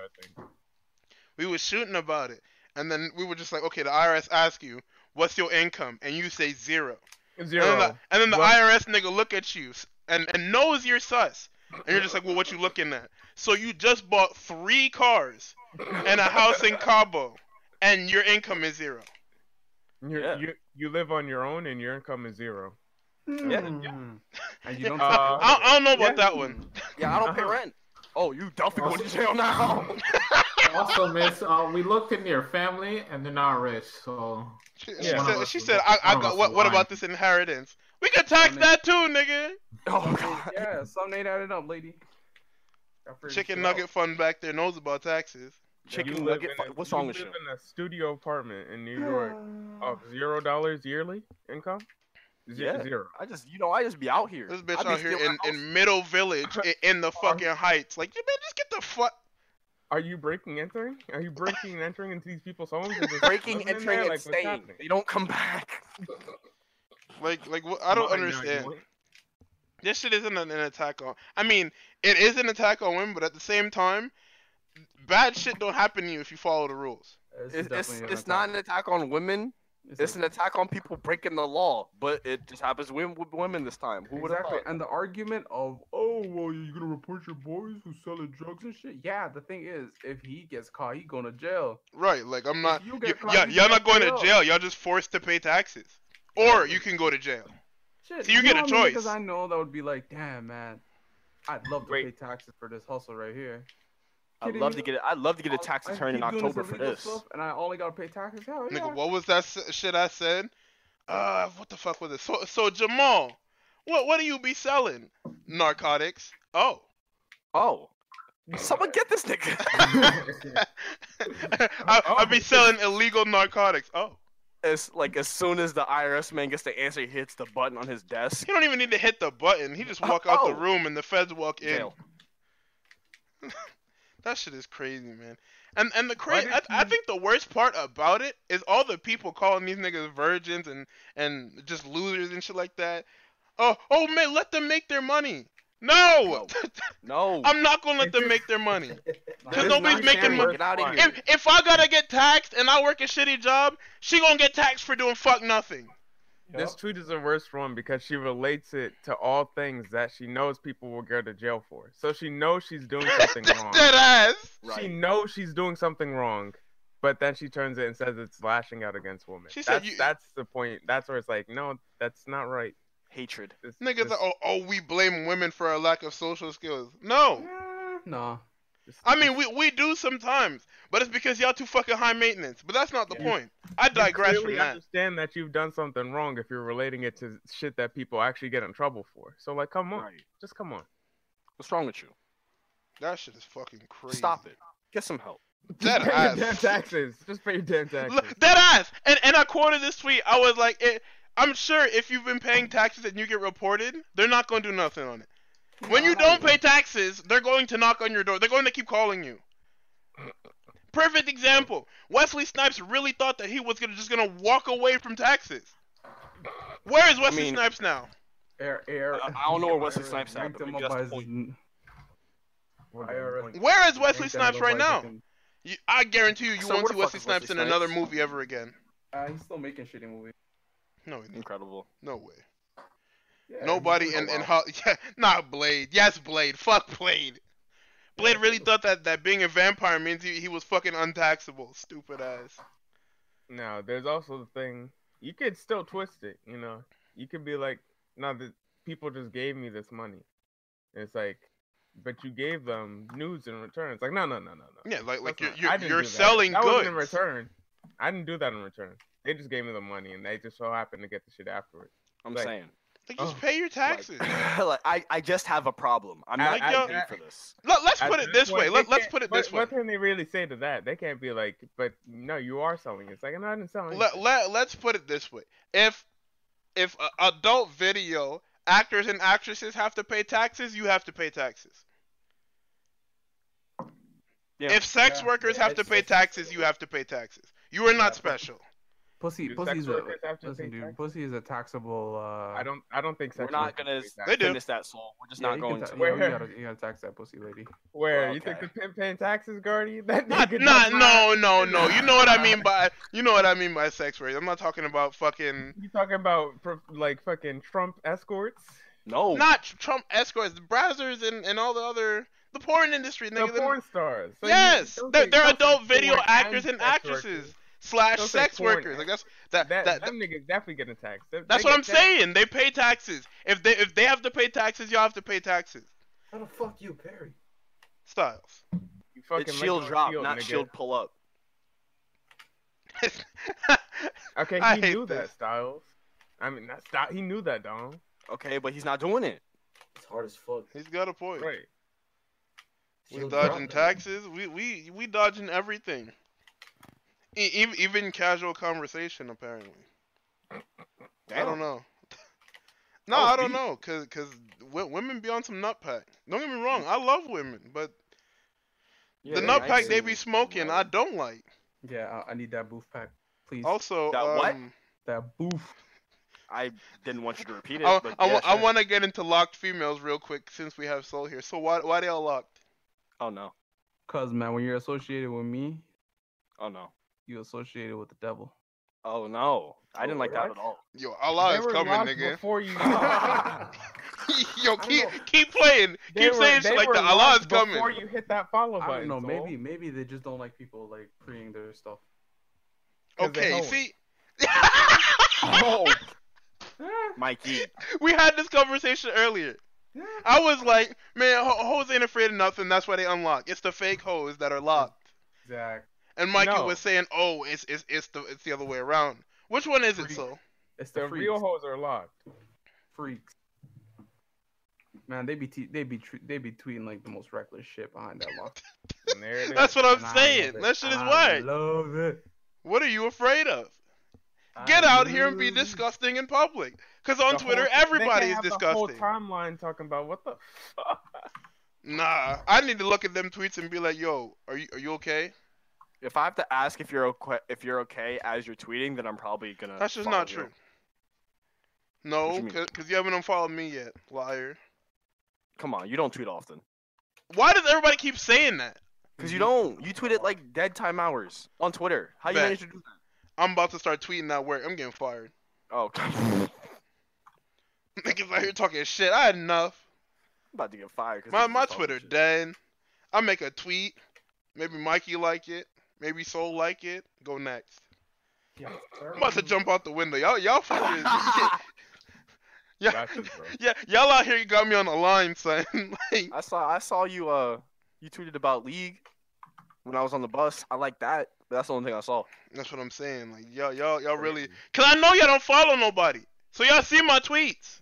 B: we were shooting about it, and then we were just like, okay, the IRS asks you, what's your income, and you say zero.
E: Zero.
B: And then the, and then the
E: What?
B: IRS nigga look at you s- and and knows you're sus, and you're just like, well, what you looking at? So you just bought three cars and a house in Cabo, and your income is zero.
E: You're-
D: Yeah.
E: You you live on your own and your income is zero.
F: Mm. And you don't.
E: Uh,
B: I, I don't know about that one.
D: Yeah, I don't
E: Uh-huh.
D: pay rent. Oh, you definitely going to jail now.
A: also, miss, uh, we looked into your family and they're not rich, so
B: She, she
E: Yeah.
B: said, she said I, I
A: One of us
B: got what,
A: is
B: what about
A: lying.
B: this inheritance? We could tax that too, nigga.
D: Oh god.
F: yeah, something ain't added up, lady. Gotta figure
B: Chicken
F: this shit out.
B: nugget fund back there knows about taxes.
E: You
D: Chicken
E: live
D: nugget.
E: in
D: fuck-
E: a-
D: What's wrong
E: you
D: with you?
E: live in a studio apartment in New York of zero dollars yearly income. Ze-
D: Yeah.
E: Zero.
D: I just, you know, I just be out here.
B: This bitch
D: I be
B: out here
D: stealing
B: in, in Middle Village, in, in the fucking heights. Like, you man, just get the fuck.
E: Are you breaking entering? Are you breaking and entering into these people's homes? Is there
D: Breaking,
E: nothing in
D: entering,
E: there?
D: and
E: Like, what's
D: staying.
E: happening?
D: They don't come back.
B: Like, like what, I don't
E: Mine, uh,
B: understand.
E: what-
B: This shit isn't an, an attack on. I mean, it is an attack on women, but at the same time, bad shit don't happen to you if you follow the rules.
D: It's, it's, it's not an attack on women. It's an attack on people breaking the law. But it just happens with with women this time. Who would have
F: Exactly.
D: thought?
F: And the argument of, oh, well, you're gonna report your boys who's selling drugs and shit. Yeah, the thing is, if he gets caught, he going to jail.
B: Right? Like, I'm not.
F: you
B: You
F: get caught,
B: yeah,
F: you
B: y'all not
F: get
B: going to
F: jailed.
B: jail. Y'all just forced to pay taxes, or you can go to jail.
F: Shit,
B: So you get a choice.
F: Because I know that would be like, damn, man, I'd love to
E: Wait.
F: pay taxes for this hustle right here.
D: I'd
F: Kidding
D: love
F: me?
D: to get. I'd love to get a
F: I-
D: tax
F: I
D: return in
F: keep doing
D: October for
F: illegal
D: this.
F: stuff, and I only gotta pay taxes. Hell Oh, yeah.
B: Nigga, what was that s- shit I said? Uh, what the fuck was it? So, so Jamal, what what do you be selling? Narcotics. Oh.
D: Oh, someone get this nigga.
B: I, I be selling illegal narcotics. Oh,
D: as like as soon as the IRS man gets the answer, he hits the button on his desk.
B: he don't even need to hit the button. He just walk out the
D: Oh.
B: room and the feds walk in.
D: Jail.
B: That shit is crazy, man. And and the
E: Why
B: crazy, I,
E: did
B: I
E: you-
B: think the worst part about it is all the people calling these niggas virgins and and just losers and shit like that. Oh oh man, let them make their money. No,
D: No,
B: Oh, I'm not gonna let them make their money.
F: This
B: nobody's
F: is
B: making
F: family.
B: money.
D: get out of here.
B: If if I gotta get taxed and I work a shitty job, she gonna get taxed for doing fuck nothing.
E: This tweet is the worst one because she relates it to all things that she knows people will go to jail for. So she knows she's doing something wrong.
B: Dead ass.
E: She
D: Right.
E: knows she's doing something wrong, but then she turns it and says it's lashing out against women.
B: She said
E: that's,
B: you-
E: that's the point. That's where it's like, no, that's not right.
D: Hatred.
E: This,
B: Niggas,
E: this-
B: are, oh, oh, we blame women for our lack of social skills. No,
F: Nah, nah.
E: this-
B: I mean we we do sometimes, but it's because y'all too fucking high maintenance. But that's not the
E: Yeah.
B: point. I
E: You
B: digress
E: clearly
B: from that.
E: understand that you've done something wrong if you're relating it to shit that people actually get in trouble for. So like, come on,
D: Right.
E: just come on.
D: What's wrong with you?
B: That shit is fucking crazy.
D: Stop it. Get some help.
B: Dead
E: Just pay
B: ass.
E: your damn taxes. Just pay your damn taxes.
B: Look, dead ass. And and I quoted this tweet. I was like, it, I'm sure if you've been paying taxes and you get reported, they're not gonna do nothing on it. When you don't pay taxes, they're going to knock on your door. They're going to keep calling you. Perfect example. Wesley Snipes really thought that he was gonna, just going to walk away from taxes. Where is Wesley
D: mean-
B: Snipes now?
F: Air, air.
D: I- I don't know where Wesley
F: IRS
D: Snipes at,
F: ranked
D: but
F: him
D: we
F: up
D: got
F: by
D: the
F: his-
D: point.
F: IRS
B: Where is Wesley
F: ranked him
B: Snipes
F: up
B: right
F: by
B: now?
F: fucking-
B: You, I guarantee you, you
D: So
B: won't see
D: where the fuck
B: Wesley
D: is Wesley
B: Snipes in another
D: Snipes?
B: movie ever again.
F: Uh, he's still making shitty movies.
B: No, he-
D: Incredible.
B: no way.
F: Yeah, he's
B: Nobody
F: doing
B: in in
F: well.
B: Hol- yeah, not Blade. Yes, Blade. Fuck Blade. Blade really thought that, that being a vampire means he, he was fucking untaxable. Stupid ass.
E: No, there's also the thing. You could still twist it. You know, you could be like, no, the people just gave me this money. And it's like, but you gave them news in return. It's like, no, no, no, no, no.
B: Yeah, like like
E: That's
B: you're
E: not- I
B: you're,
E: didn't
B: you're
E: do that.
B: selling
E: that
B: goods.
E: wasn't in return. I didn't do that in return. They just gave me the money, and they just so happened to get the shit afterwards.
D: I'm
E: Like,
D: saying.
B: Like, just
E: Oh.
B: pay your taxes.
D: Like, like, I, I just have a problem. I'm
E: I-
D: not
B: I-
D: paying
E: I-
D: for this.
B: Let, let's
E: At
B: put it this
E: point,
B: way.
E: they
B: Let, let's
E: can't-
B: put it
E: what-
B: this way.
E: What can they really say to that? They can't be like, but no, you are selling. It's like, no, I didn't sell anything.
B: Let, let, let's put it this way. If if uh, adult video actors and actresses have to pay taxes, you have to pay taxes.
D: Yeah.
B: If sex
C: Yeah.
B: workers
C: Yeah,
B: have to
C: it's-
B: pay
C: it's-
B: taxes, you have to pay taxes. You are not special.
F: Pussy,
E: Do
F: pussy's
E: sex
F: a
E: workers have to
F: listen,
E: pay
F: dude.
E: taxes?
F: Pussy is a taxable. Uh,
E: I don't. I don't think
D: We're
E: such
D: not
E: thing
D: gonna
E: is that.
B: They do.
D: finish that soul. We're just
F: Yeah,
D: not
F: you
D: going
F: can
D: to.
F: ta-
E: Where-
F: yeah, you, gotta, you gotta tax that pussy lady.
E: Where
D: Well,
E: you think
D: okay.
E: the pimp paying taxes, Guardy? That
B: Not,
E: nigga
B: not,
E: does
B: no, no, no. You know what I mean by you know what I mean by sex workers. I'm not talking about fucking
E: You talking about pro- like fucking Trump escorts?
D: No.
B: not Trump escorts, the Brazzers and and all the other the porn industry,
E: The
B: nigga. them-
E: porn stars. So you-
B: yes,
E: those
B: they're,
E: are-
B: they're
E: those are
B: adult
E: porn
B: video
E: and
B: actors and
E: sex workers.
B: actresses slash
E: Those are
B: sex
E: porn
B: workers.
E: act-
B: Like that's that
E: That,
B: that,
E: them niggas definitely getting taxed. They-
B: that's
E: they
B: what
E: get
B: I'm
E: taxed.
B: saying. They pay taxes. If they if they have to pay taxes, y'all have to pay taxes.
C: How the fuck you, Perry?
B: Styles.
E: You fucking
D: it's
E: let
D: shield
E: go of
D: drop,
E: Shield,
D: not
E: nigga.
D: shield pull up.
E: Okay,
B: I
E: he
B: hate
E: knew that
B: this.
E: Styles. I mean, not Styles. He knew that, Dom.
D: Okay, but he's not doing it.
C: It's hard as fuck.
B: He's got a point.
E: Right.
B: We
C: She'll
B: dodging
C: drop it.
B: taxes. We we we dodging everything. E- ev- even casual conversation apparently. I don't know. no,
D: That was
B: I don't
D: deep.
B: know, cause cause wo- women be on some nut pack. Don't get me wrong, I love women, but
D: Yeah,
B: the
D: they
B: nut
D: nice.
B: pack they be smoking, I don't like.
F: Yeah, I, I need that booth pack, please.
B: Also,
D: That what?
B: um,
F: That booth.
D: I didn't want you to repeat it.
B: I,
D: but
B: Oh, I,
D: yeah, sure.
B: want to get into locked females real quick since we have Soul here. So why why they all locked?
D: Oh no.
F: Cause man, when you're associated with me,
D: Oh no.
F: you associated with the devil.
D: Oh no. I didn't like that
E: What?
D: at all.
B: Yo, Allah
E: They
B: is
E: were
B: coming,
E: locked
B: nigga.
E: Before you,
B: Yo,
E: don't
B: keep
E: know.
B: keep playing,
E: They
B: keep
E: were-
B: saying
E: they
B: shit like
E: were
B: that. Allah
E: locked
B: is coming.
E: Before you hit that follow
F: I
E: button,
F: don't know.
E: Zol.
F: Maybe maybe they just don't like people like freeing their stuff.
E: 'Cause they
B: Okay,
E: hoeing.
B: see,
D: Oh, Mikey.
B: we had this conversation earlier. I was like, man, ho- hoes ain't afraid of nothing. That's why they unlock. It's the fake hoes that are locked.
F: Exact.
B: And Mikey
E: No.
B: was saying, oh, it's it's it's the it's the other way around. Which one is it, so?
F: It's the,
E: the
F: freaks.
E: real hoes are locked.
F: freaks. Man, they be te- they be tre- they be tweeting like the most reckless shit behind that lock.
E: And there it is.
B: That's what I'm
F: And I
B: saying.
F: love it.
B: That shit is
F: I
B: wild.
F: Love it.
B: What are you afraid of?
F: I
B: Get out here and be
F: love it.
B: disgusting in public. Cause on
E: The
B: Twitter,
E: whole-
B: everybody
E: they
B: is
E: can have The whole
B: disgusting.
E: timeline talking about what the fuck.
B: Nah, I need to look at them tweets and be like, yo, are you are you okay?
D: If I have to ask if you're okay, if you're okay as you're tweeting, then I'm probably gonna.
B: That's just
D: follow
B: not
D: you.
B: true. No,
D: Uh, What you mean?
B: cause, 'cause you haven't unfollowed me yet, liar.
D: Come on, you don't tweet often.
B: Why does everybody keep saying that?
D: Cause you don't. You tweet at like dead time hours on Twitter. How you
B: Mm-hmm. Bet.
D: manage to do that?
B: I'm about to start tweeting at work. I'm getting fired.
D: Oh, I'm
B: Niggas out here talking shit. I had enough.
D: about to get fired. 'cause
B: My
D: of
B: my
D: this fucking
B: Twitter
D: shit.
B: done. I make a tweet. Maybe Mikey like it. Maybe Soul like it. Go next. I'm about to jump out the window. Y'all y'all fuckers. yeah,
E: Got you, bro.
B: yeah, y'all out here got me on the line, son. like,
D: I saw I saw you uh you tweeted about league when I was on the bus. I like that. But that's the only thing I saw.
B: that's what I'm saying. Like y'all y'all y'all really. Cause I know y'all don't follow nobody. So y'all see my tweets.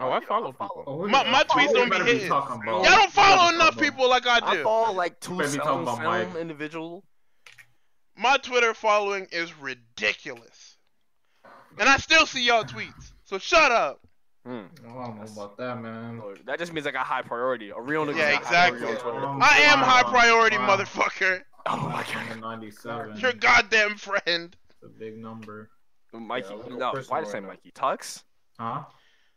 E: Oh, I follow people.
A: Oh, we-
B: My- my
A: oh,
B: tweets
A: we
B: don't be
A: better be
B: his.
A: talking about-
B: Y'all don't follow
A: we better be
B: enough
A: talking about-
B: people like I
D: I
B: do.
D: follow like two
A: Better be
D: sound
A: talking about
D: sound
A: Mike.
D: individual.
B: my Twitter following is ridiculous. And I still see y'all tweets. So shut up.
A: I don't know about that, man.
D: That just means I got high priority. A real nigga.
B: Yeah,
D: got high priority
B: exactly.
D: on Twitter.
A: Um,
B: I am
A: Wow.
B: high priority,
A: Wow.
B: motherfucker.
D: Oh my god.
A: That's 97.
B: Your goddamn friend.
A: It's a big number.
D: Mikey,
C: a little
D: no,
C: personal
D: why did
C: right
D: I say
C: now.
D: Mikey? Tux?
A: Huh?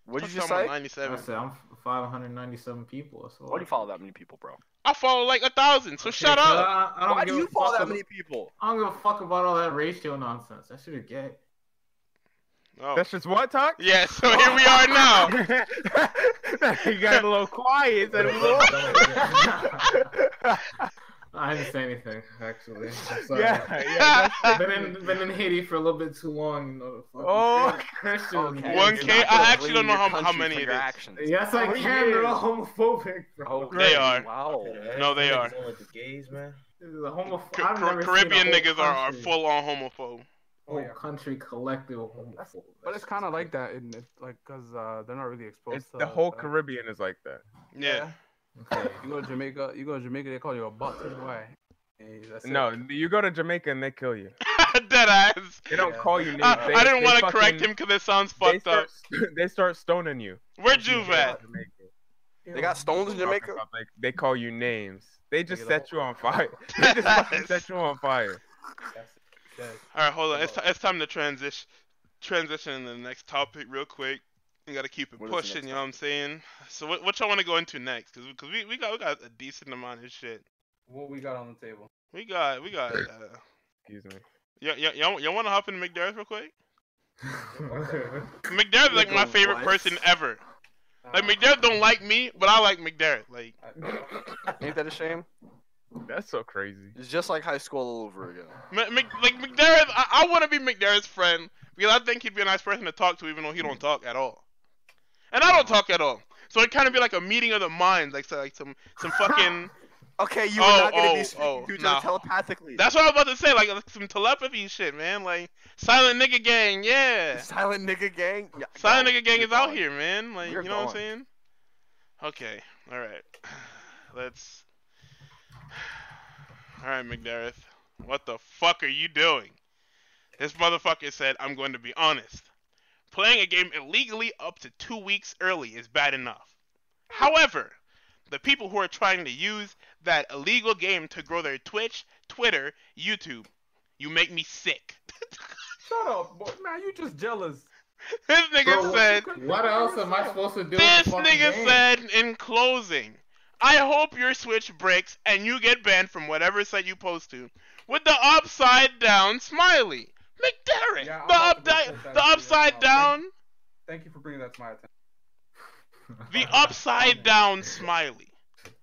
D: What did
B: Touchdown
D: you just
B: on
D: say?
B: 97.
A: I said I'm 597 people. So
D: Why do you follow that many people, bro?
B: I follow like a thousand. So shut up.
A: I, I don't
D: Why
A: give
D: do
A: a
D: you follow
A: fuck
D: that
A: ab-
D: many people?
A: I don't give a fuck about all that ratio nonsense. That shit is gay.
B: Oh.
E: That's just what talk.
B: Yeah, so here we are now.
E: you got a little quiet. said,
A: I didn't say anything, actually. I'm sorry.
E: yeah,
B: One
E: yeah.
A: Been in, been in Haiti for a little bit too long, you know. The fucking
E: Oh.
A: Christian.
D: Okay,
B: One
D: you're
B: K-
D: not
B: I
D: gonna
B: actually don't
D: blame
B: know
D: your
B: how- how
D: country
B: many
D: for
B: it
D: your
B: is.
D: Actions.
A: Yes, I
E: Oh,
A: can.
E: yeah.
A: They're all homophobic, bro.
D: Okay,
B: They are.
D: Wow.
B: No, they are.
C: Going with the gays, man.
A: This is a homoph-
B: Ca-
A: I've never seen
B: Ca-
A: a
B: Caribbean
A: whole
B: niggas are, are
A: country-
B: full on homophobe.
A: Whole country collective homophobic.
F: Oh, But it's kind of like that, in it? like, cause uh, they're not really exposed.
E: It's
F: to
E: the whole
F: that.
E: Caribbean is like that.
B: Yeah.
A: Okay.
F: You go to Jamaica, you go to Jamaica, they call you a butt. Why? Hey, that's it.
E: No, you go to Jamaica and they kill you.
B: Dead ass.
E: They don't
F: Yeah.
E: call you names.
B: I,
E: They-
B: Uh, I didn't
E: they
B: want to
E: fucking-
B: correct him uh, because it sounds
E: They
B: fucked up.
E: start, they start stoning you.
B: Where Juve at?
D: They got stones in Jamaica?
E: Talking about, like, they call you names. They just
F: Nigga,
E: set you on fire. They
B: Dead
E: just fucking
B: ass.
E: set you on fire.
B: All right, hold on. It's, t- it's time to transition transition to the next topic real quick. We gotta keep it
D: What is the
B: pushing.
D: next
B: You know what I'm saying? So what, what y'all want to go into next? Cause, 'cause we, we got we got a decent amount of shit.
F: What we got on the table?
B: We got we got. Uh,
E: Excuse me.
B: y- y- y'all y'all want to hop into McDerrett real quick? McDerrett is like my
D: Nigga,
B: favorite
D: what?
B: person ever. Like
F: Uh,
B: McDerrett don't like me, but I like McDerrett. Like
D: Ain't that a shame?
E: That's so crazy.
D: It's just like high school all over again.
B: Mc, Mc- like McDerrett, I, I want to be McDerritt's friend because I think he'd be a nice person to talk to, even though he don't talk at all. And I don't talk at all, so it kind of be like a meeting of the minds, like so, like some some fucking.
D: Okay, you
B: Oh,
D: are not gonna
B: oh,
D: be speaking
B: oh,
D: to each
B: nah.
D: other telepathically.
B: That's what I was about to say, like, like some telepathy shit, man. Like silent nigga gang, yeah.
D: Silent nigga gang. Yeah,
B: Silent
D: God,
B: nigga gang
D: you're
B: is out
D: gone.
B: here, man. Like
D: You're
B: you know what I'm
D: gone.
B: saying? Okay, all right, let's. All right, McDerrith, what the fuck are you doing? This motherfucker said, "I'm going to be honest. Playing a game illegally up to two weeks early is bad enough. However, the people who are trying to use that illegal game to grow their Twitch, Twitter, YouTube. You make me sick.
F: Shut up, boy. man. You just jealous.
B: this nigga
A: Bro,
B: said.
A: What else am I supposed to do? with
B: This
A: the fucking
B: nigga
A: game?
B: said in closing, I hope your Switch breaks and you get banned from whatever site you post to with the upside down smiley. McDerrett,
F: Yeah, I'm
B: the,
F: about
B: up-
F: to go
B: the,
F: send that to you.
B: upside down,
F: That's Thank you for bringing that to my attention.
B: the upside down smiley.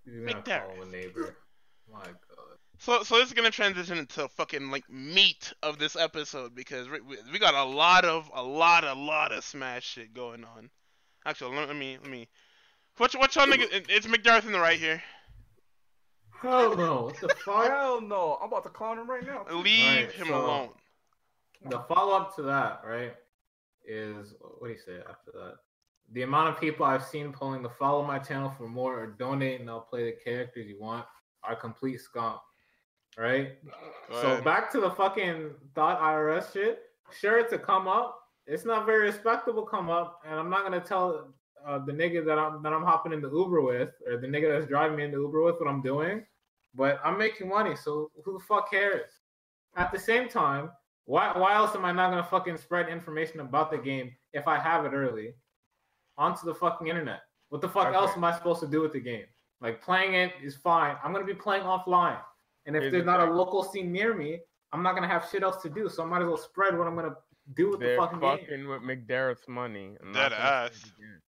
A: You're not
B: McDerrott.
A: calling a neighbor. My God.
B: So, so this is gonna transition into fucking like meat of this episode because we, we we got a lot of a lot a lot of smash shit going on. Actually, let me let me. What what y'all nigga? it- It's McDerrett in the right here.
A: Hell no. What the fuck?
F: Oh, Hell no. I'm about to clown him right now.
B: Leave
A: Alright,
B: him
A: so-
B: alone.
A: the follow up to that, right, is what do you say after that? The amount of people I've seen pulling the follow my channel for more or donate and I'll play the characters you want are complete scum, right?
B: Go
A: so
B: ahead.
A: back to the fucking dot IRS shit. Sure, it's a come up. It's not very respectable come up, and I'm not gonna tell uh, the nigga that I'm that I'm hopping in the Uber with or the nigga that's driving me in the Uber with what I'm doing. But I'm making money, so who the fuck cares? At the same time, why why else am I not gonna fucking spread information about the game if I have it early onto the fucking internet? What the fuck
E: Okay.
A: else am I supposed to do with the game? Like playing it is fine. I'm gonna be playing offline. And if
E: Here's
A: there's
E: the
A: not a
E: thing.
A: local scene near me, I'm not gonna have shit else to do. So I might as well spread what I'm gonna do with
E: They're
A: the fucking,
E: fucking,
A: game.
E: with McDerritt's money. I'm
B: Dead
E: not gonna say
B: ass.
E: it again.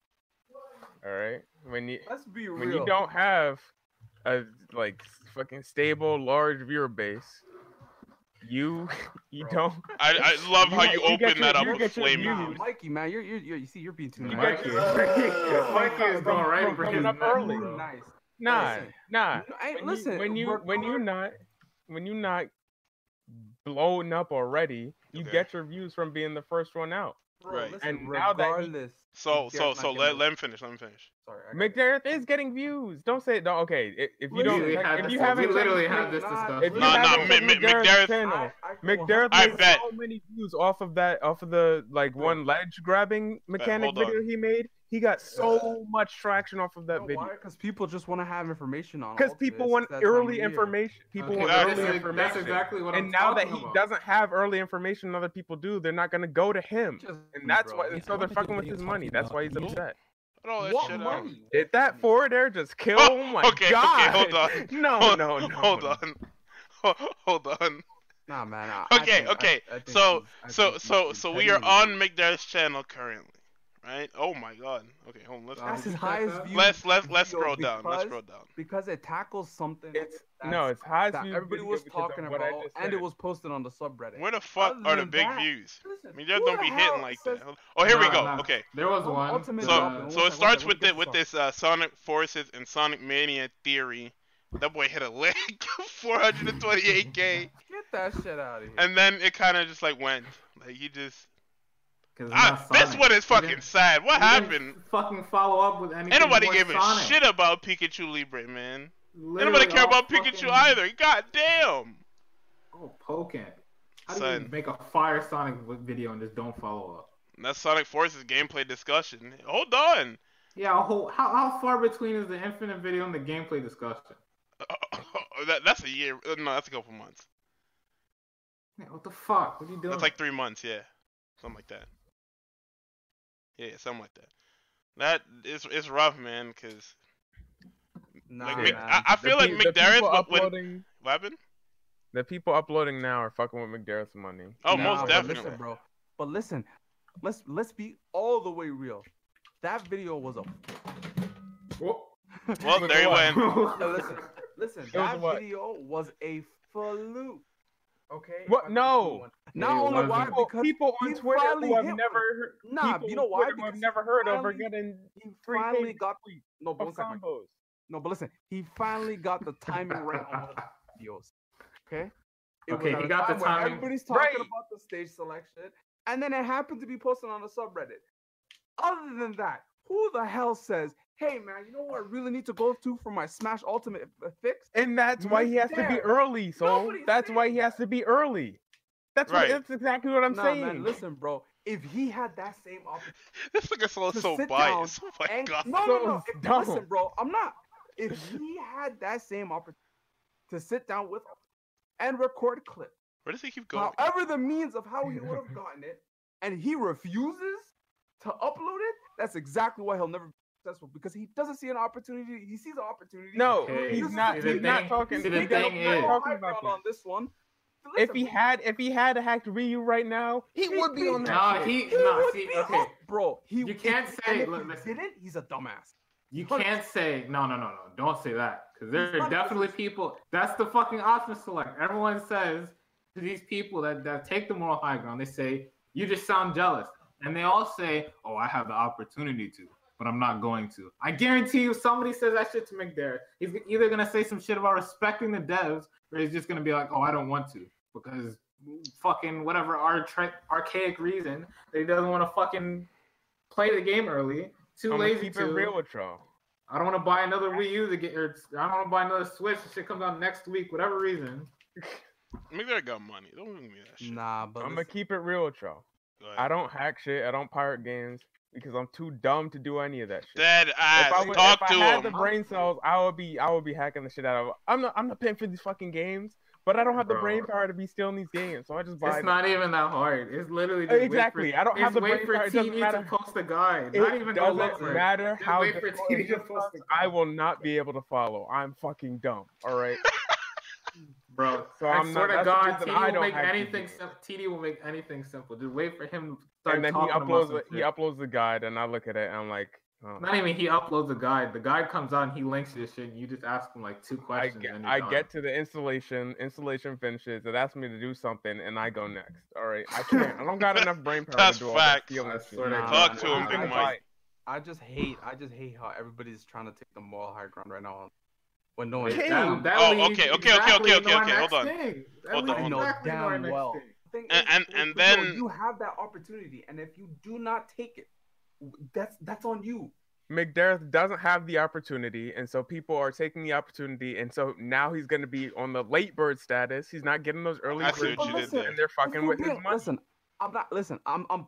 E: All right. When you
F: Let's be real.
E: when you don't have a like fucking stable large viewer base, you you don't
B: I, I love
E: You
B: how you
E: got- you got
B: open
E: your-
B: that up
E: you
B: with
E: got your
B: flame.
E: views.
F: Nah,
B: mode.
F: Mikey, man, you're, you're, you're, you see, you're being too
E: you
F: nice.
E: got
A: Mikey.
E: your
A: Mikey is going right
E: From
A: for
E: coming
A: his
E: up
A: neck,
E: early.
A: bro.
F: Nice.
E: nah
F: Listen.
E: nah.
F: No, hey,
E: When
F: listen.
E: you, when you
F: we're-
E: when you not when you not blowing up already, you
B: Okay.
E: get your views from being the first one out.
F: bro,
B: Right.
F: listen,
E: And now that he-
F: regardless.
B: So,
F: Yeah,
B: so,
F: it's
B: so
F: not
B: let,
F: gonna-
B: let him finish. Let him finish.
F: Sorry. I got it.
E: McDerrott is getting views. Don't say don't okay. i- If you
A: We
E: don't,
A: literally
E: check-
A: had
E: if
A: this-
E: you
A: we
E: haven't,
A: literally
E: checked-
A: had this
E: if
A: discussion.
E: you
B: Nah, nah,
E: haven't checked
B: Mi- Mi-
E: McDerritt's
B: McDerrott-
E: channel,
F: I will
E: McDerrott
B: I
E: made
B: bet.
E: so many views off of that, off of the like one ledge grabbing mechanic
B: hold on.
E: video he made. He got so much traction off of that video
F: Because people just want to have information on.
E: because
F: all
E: people
F: this
E: want
F: that time of
E: early
F: year.
E: information. People
A: Okay,
E: want
B: that's
E: early
A: that's,
E: information.
A: that's exactly what
E: and
A: I'm
E: now that
A: talking
E: he
A: about.
E: doesn't have early information, and other people do. They're not gonna go to him,
F: Just-
E: and that's
F: bro.
E: why. And so they're fucking with his money. That's why he's
B: You-
E: upset.
B: Put all that
F: What
B: shit out.
F: money?
E: Did that forward air just kill?
B: Oh,
E: Oh my
B: okay, okay,
E: god!
B: hold on.
E: No,
B: Hold-
E: no, no.
B: Hold
E: no.
B: on. Hold on.
F: Nah, man. I, I
B: Okay,
F: think- I-
B: okay,
F: I think
B: so-
F: he's- I
B: So,
F: think
B: so,
F: he's
B: so we are
F: petty.
B: on McDerritt's channel currently, right? Oh my god. Okay, hold on. Let's
A: Uh,
F: That's his highest view.
B: let's let's let's
F: video
B: scroll down. Let's
F: because-
B: scroll down.
F: because it tackles something.
E: It's
F: that's-
E: no, it's high.
F: that
E: view
F: everybody
E: video
F: was
E: because of
F: talking
E: what I
F: about,
E: just
F: and it
E: said.
F: was posted on the subreddit.
B: Where the fuck
F: Other
B: are the
F: than
B: big
F: that,
B: views?
F: Listen,
B: McDerrott
F: who
B: don't
F: the
B: be
F: hell
B: hitting like
F: says-
B: that. Oh, here we
A: Nah,
B: go.
A: nah.
B: Okay.
A: There was
F: Well,
A: one.
F: ultimately,
B: So, so
F: Nah. One
B: it
F: sec, one
B: starts
F: sec,
B: with
F: we'll
B: the,
F: get
B: with
F: this
B: this uh, Sonic Forces and Sonic Mania theory. That boy hit a lick, 428k,
F: Get that shit out of here.
B: and then it kind of just like went. Like he just
A: 'Cause it's
B: I,
A: not
B: ah, this
A: Sonic.
B: one is
A: He
B: fucking
A: didn't-
B: sad. What
A: he didn't
B: happened?
A: Fucking follow up with anything.
B: Ain't nobody
A: more
B: gave a
A: Sonic.
B: shit about Pikachu Libre, man. Ain't
A: Literally
B: nobody care
A: all
B: about Pikachu
A: fucking-
B: either. God damn.
A: Oh, poking. How do you
B: Son.
A: make a fire Sonic video and just don't follow up?
B: That's Sonic Forces gameplay discussion. Hold on.
A: Yeah, a whole, how how far between is the infinite video and the gameplay discussion?
B: That, that's a year. uh, No, that's a couple months.
A: Man, what the fuck? What are you doing?
B: That's like three months, yeah. Something like that. Yeah, something like that. That is it's rough, man. Cause
F: Nah,
B: like,
E: Yeah.
B: Mc-
F: man.
B: I, I feel
E: The
B: like
E: pe- the
B: McDerrett.
E: people
B: What, what,
E: uploading-
B: what happened?
E: The people uploading now are fucking with McDerritt's money.
B: Oh,
F: Nah,
B: most
F: but
B: definitely.
F: listen, bro. But listen, let's let's be all the way real. That video was a.
A: Whoa.
B: Well, there he went.
F: No, listen, listen.
E: was
F: That
E: what?
F: video was a fluke. Okay.
E: What?
F: I'm
E: No.
F: Not
A: It
F: only
A: wasn't.
F: why
E: People,
F: because
E: people on
F: he
E: Twitter
F: finally
E: who have
F: hit
E: never heard,
F: one. Nah,
E: people
F: you know
E: on
F: why?
E: Twitter who have
F: Because
E: never heard of are
F: finally-
E: getting
F: he
E: free K
F: finally got
E: free
F: no. But
E: of
F: one second.
E: combos.
F: No, but listen, he finally got the timing right on all the videos. Okay.
A: Okay,
F: at
A: he
F: a
A: got the
F: where
A: timing
F: Everybody's talking
E: right.
F: about the stage selection, and then it happened to be posted on the subreddit. Other than that, who the hell says, "Hey, man, you know what I really need to go to for my Smash Ultimate f- fix"?
E: And that's why he has to be
F: McDerrott.
E: early. So
F: Nobody's
E: that's
F: saying
E: why he has to be early. That's what,
B: Right.
E: that's exactly what I'm
F: nah,
E: saying.
F: man, listen, bro. If he had that same opportunity,
B: This nigga so
F: To
B: so
F: sit down
B: biased. Oh my
F: and-
B: god.
F: no, no, no.
E: So
F: if- listen,
E: dumb.
F: bro, I'm not. if he had that same opportunity to sit down with us and record clips,
B: Where does he keep going?
F: however the means of how he would have gotten it, and he refuses to upload it, that's exactly why he'll never be successful because he doesn't see an opportunity. He sees an opportunity.
E: No,
A: Okay.
E: he's not.
A: See,
E: He's
A: the
E: not
A: thing-
E: talking.
A: see, the
E: he's
A: thing
E: not
A: is-
E: talking about
F: on
E: this.
F: this one.
E: If
F: Listen,
E: he had, if he had hacked Ryu right now, he
F: He-
E: would be
F: he-
E: on that.
A: No,
E: shit.
A: he,
F: he
A: no,
F: would
A: see,
F: be
A: okay.
F: up, bro. He
A: You can't
F: if-
A: say-
F: and if
A: look,
F: he
A: listen.
F: didn't. He's a dumbass.
A: You
F: Hundred-
A: can't say no, no, no, no. Don't say that because there
F: He's
A: are
F: not-
A: definitely people. That's the fucking option select. Everyone says to these people that that take the moral high ground. They say you just sound jealous, and they all say, "Oh, I have the opportunity to, but I'm not going to." I guarantee you, somebody says that shit to McDare. He's either gonna say some shit about respecting the devs, or he's just gonna be like, "Oh, I don't want to," because fucking whatever artra- archaic reason that he doesn't want to fucking play the game early. Too
E: I'm gonna
A: lazy
E: keep
A: to.
E: it real with y'all.
A: I don't want to buy another Wii U to get, or I don't want to buy another Switch. This shit comes out next week, whatever reason.
B: Maybe I got money. Don't give me that shit.
F: Nah, but
E: I'm gonna
F: listen,
E: keep it real with y'all.
B: Go
E: I
B: ahead.
E: don't hack shit. I don't pirate games because I'm too dumb to do any of that shit.
B: Dead ass.
E: if I, would-
B: Talk
E: if
B: to
E: I had
B: him.
E: the brain cells, I would be I would be hacking the shit out of. I'm not I'm not paying for these fucking games, but I don't have the
A: Bro.
E: brain power to be stealing these games, so I just buy.
A: It's
E: them. Uh,
A: not even that hard. It's literally just
E: exactly.
A: Wait for,
E: I don't
A: just
E: have the
A: wait
E: brain
A: for
E: power. It doesn't
A: TV to
E: matter.
A: post the guide.
E: It
A: Not even go look
E: doesn't
A: for it.
E: matter
A: Just
E: how.
A: wait for
E: difficult-
A: TV to post the
E: I will not be able to follow. I'm fucking dumb. All right.
A: Bro,
E: So
A: I
E: I'm
A: swear to
E: not- that's the
A: God,
E: reason
A: TD
E: I
A: will
E: don't
A: make
E: have
A: anything.
E: TV.
A: Sim- TD will make anything simple. Just wait for him. To start
E: And then he
A: talking about
E: uploads
A: some
E: it. He
A: shit.
E: uploads the guide, and I look at it, and I'm like, oh.
A: Not even he uploads a guide. The guide comes out and he links this shit. You just ask him like two
E: I
A: questions.
E: get,
A: and you're
E: I
A: done.
E: get to the installation. Installation finishes. It asks me to do something, and I go next. All right, I can't. I don't got enough brain power
B: That's
E: to do all that
B: facts.
E: stealing
A: I
E: shit.
A: swear to
F: Nah.
A: God.
B: Talk to
E: I'm
B: him,
E: gonna
B: Big
E: buy
B: Mike.
E: it.
F: I just hate. I just hate how everybody's trying to take the moral high ground right now. When no one.
E: King.
A: That- that
B: Oh,
A: leads
B: okay, okay, okay,
A: exactly
B: okay,
A: to our
B: okay,
A: next
B: hold on.
A: thing. That
B: Hold
A: leads
B: on, hold
F: on.
A: exactly to
F: Damn
A: our next
F: well.
A: thing.
F: thing
B: And-
F: is,
B: and-
F: is,
B: and
F: yo,
B: then-
F: you have that opportunity, and if you do not take it, that's that's on you.
E: McDerrith doesn't have the opportunity, and so people are taking the opportunity, and so now he's going to be on the late bird status. He's not getting those early
B: I see
E: bird
B: what you
E: deals,
B: did there.
E: and they're fucking
F: If
E: with
F: we're
E: his
F: being-
E: money.
F: Listen, I'm not. Listen, I'm. I'm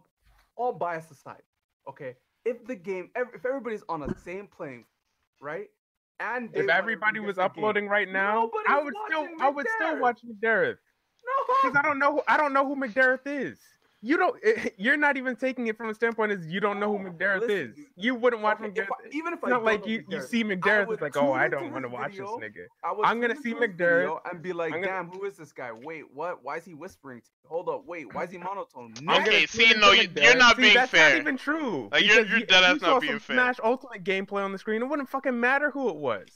F: all bias aside. Okay, if the game, ev- if everybody's on the same plane, right? And they
E: If
F: want
E: everybody
F: to
E: was
F: get the game-
E: uploading right now,
F: Nobody's
E: I would still,
F: watching
E: I would still
F: McDerrith.
E: watch McDerrith
F: no,
E: because I don't know, who, I don't know who McDerrith is. You don't, eh, you're not even taking it from the standpoint is you don't know who
F: No,
E: McDerrith
F: listen,
E: is.
F: dude.
E: You wouldn't watch
F: Okay, if
E: McDerrith.
F: I- even if
E: It's
F: I
E: not
F: don't
E: like
F: know
E: you, you
F: McDerrith,
E: see McDerrith,
F: would
E: it's like, oh,
F: tune
E: I
F: into
E: don't want to
F: his
E: watch
F: video.
E: this nigga.
F: I would
E: I'm gonna
F: tune
E: see
F: into his
E: McDerrith.
F: video and be like,
E: I'm gonna-
F: damn, who is this guy? Wait, what? Why is he whispering? To me? Hold up, wait, why is he monotone?
E: I'm gonna
B: Okay,
E: tune
B: see,
E: into
B: no, you-
E: McDerrith.
B: you're not
E: See,
B: being
E: that's
B: fair.
E: not even true.
B: Like, you're-
E: because
B: you're
E: you-
B: dead
E: if
B: ass not
E: you saw
B: being
E: some
B: fair.
E: Smash Ultimate gameplay on the screen. It wouldn't fucking matter who it was.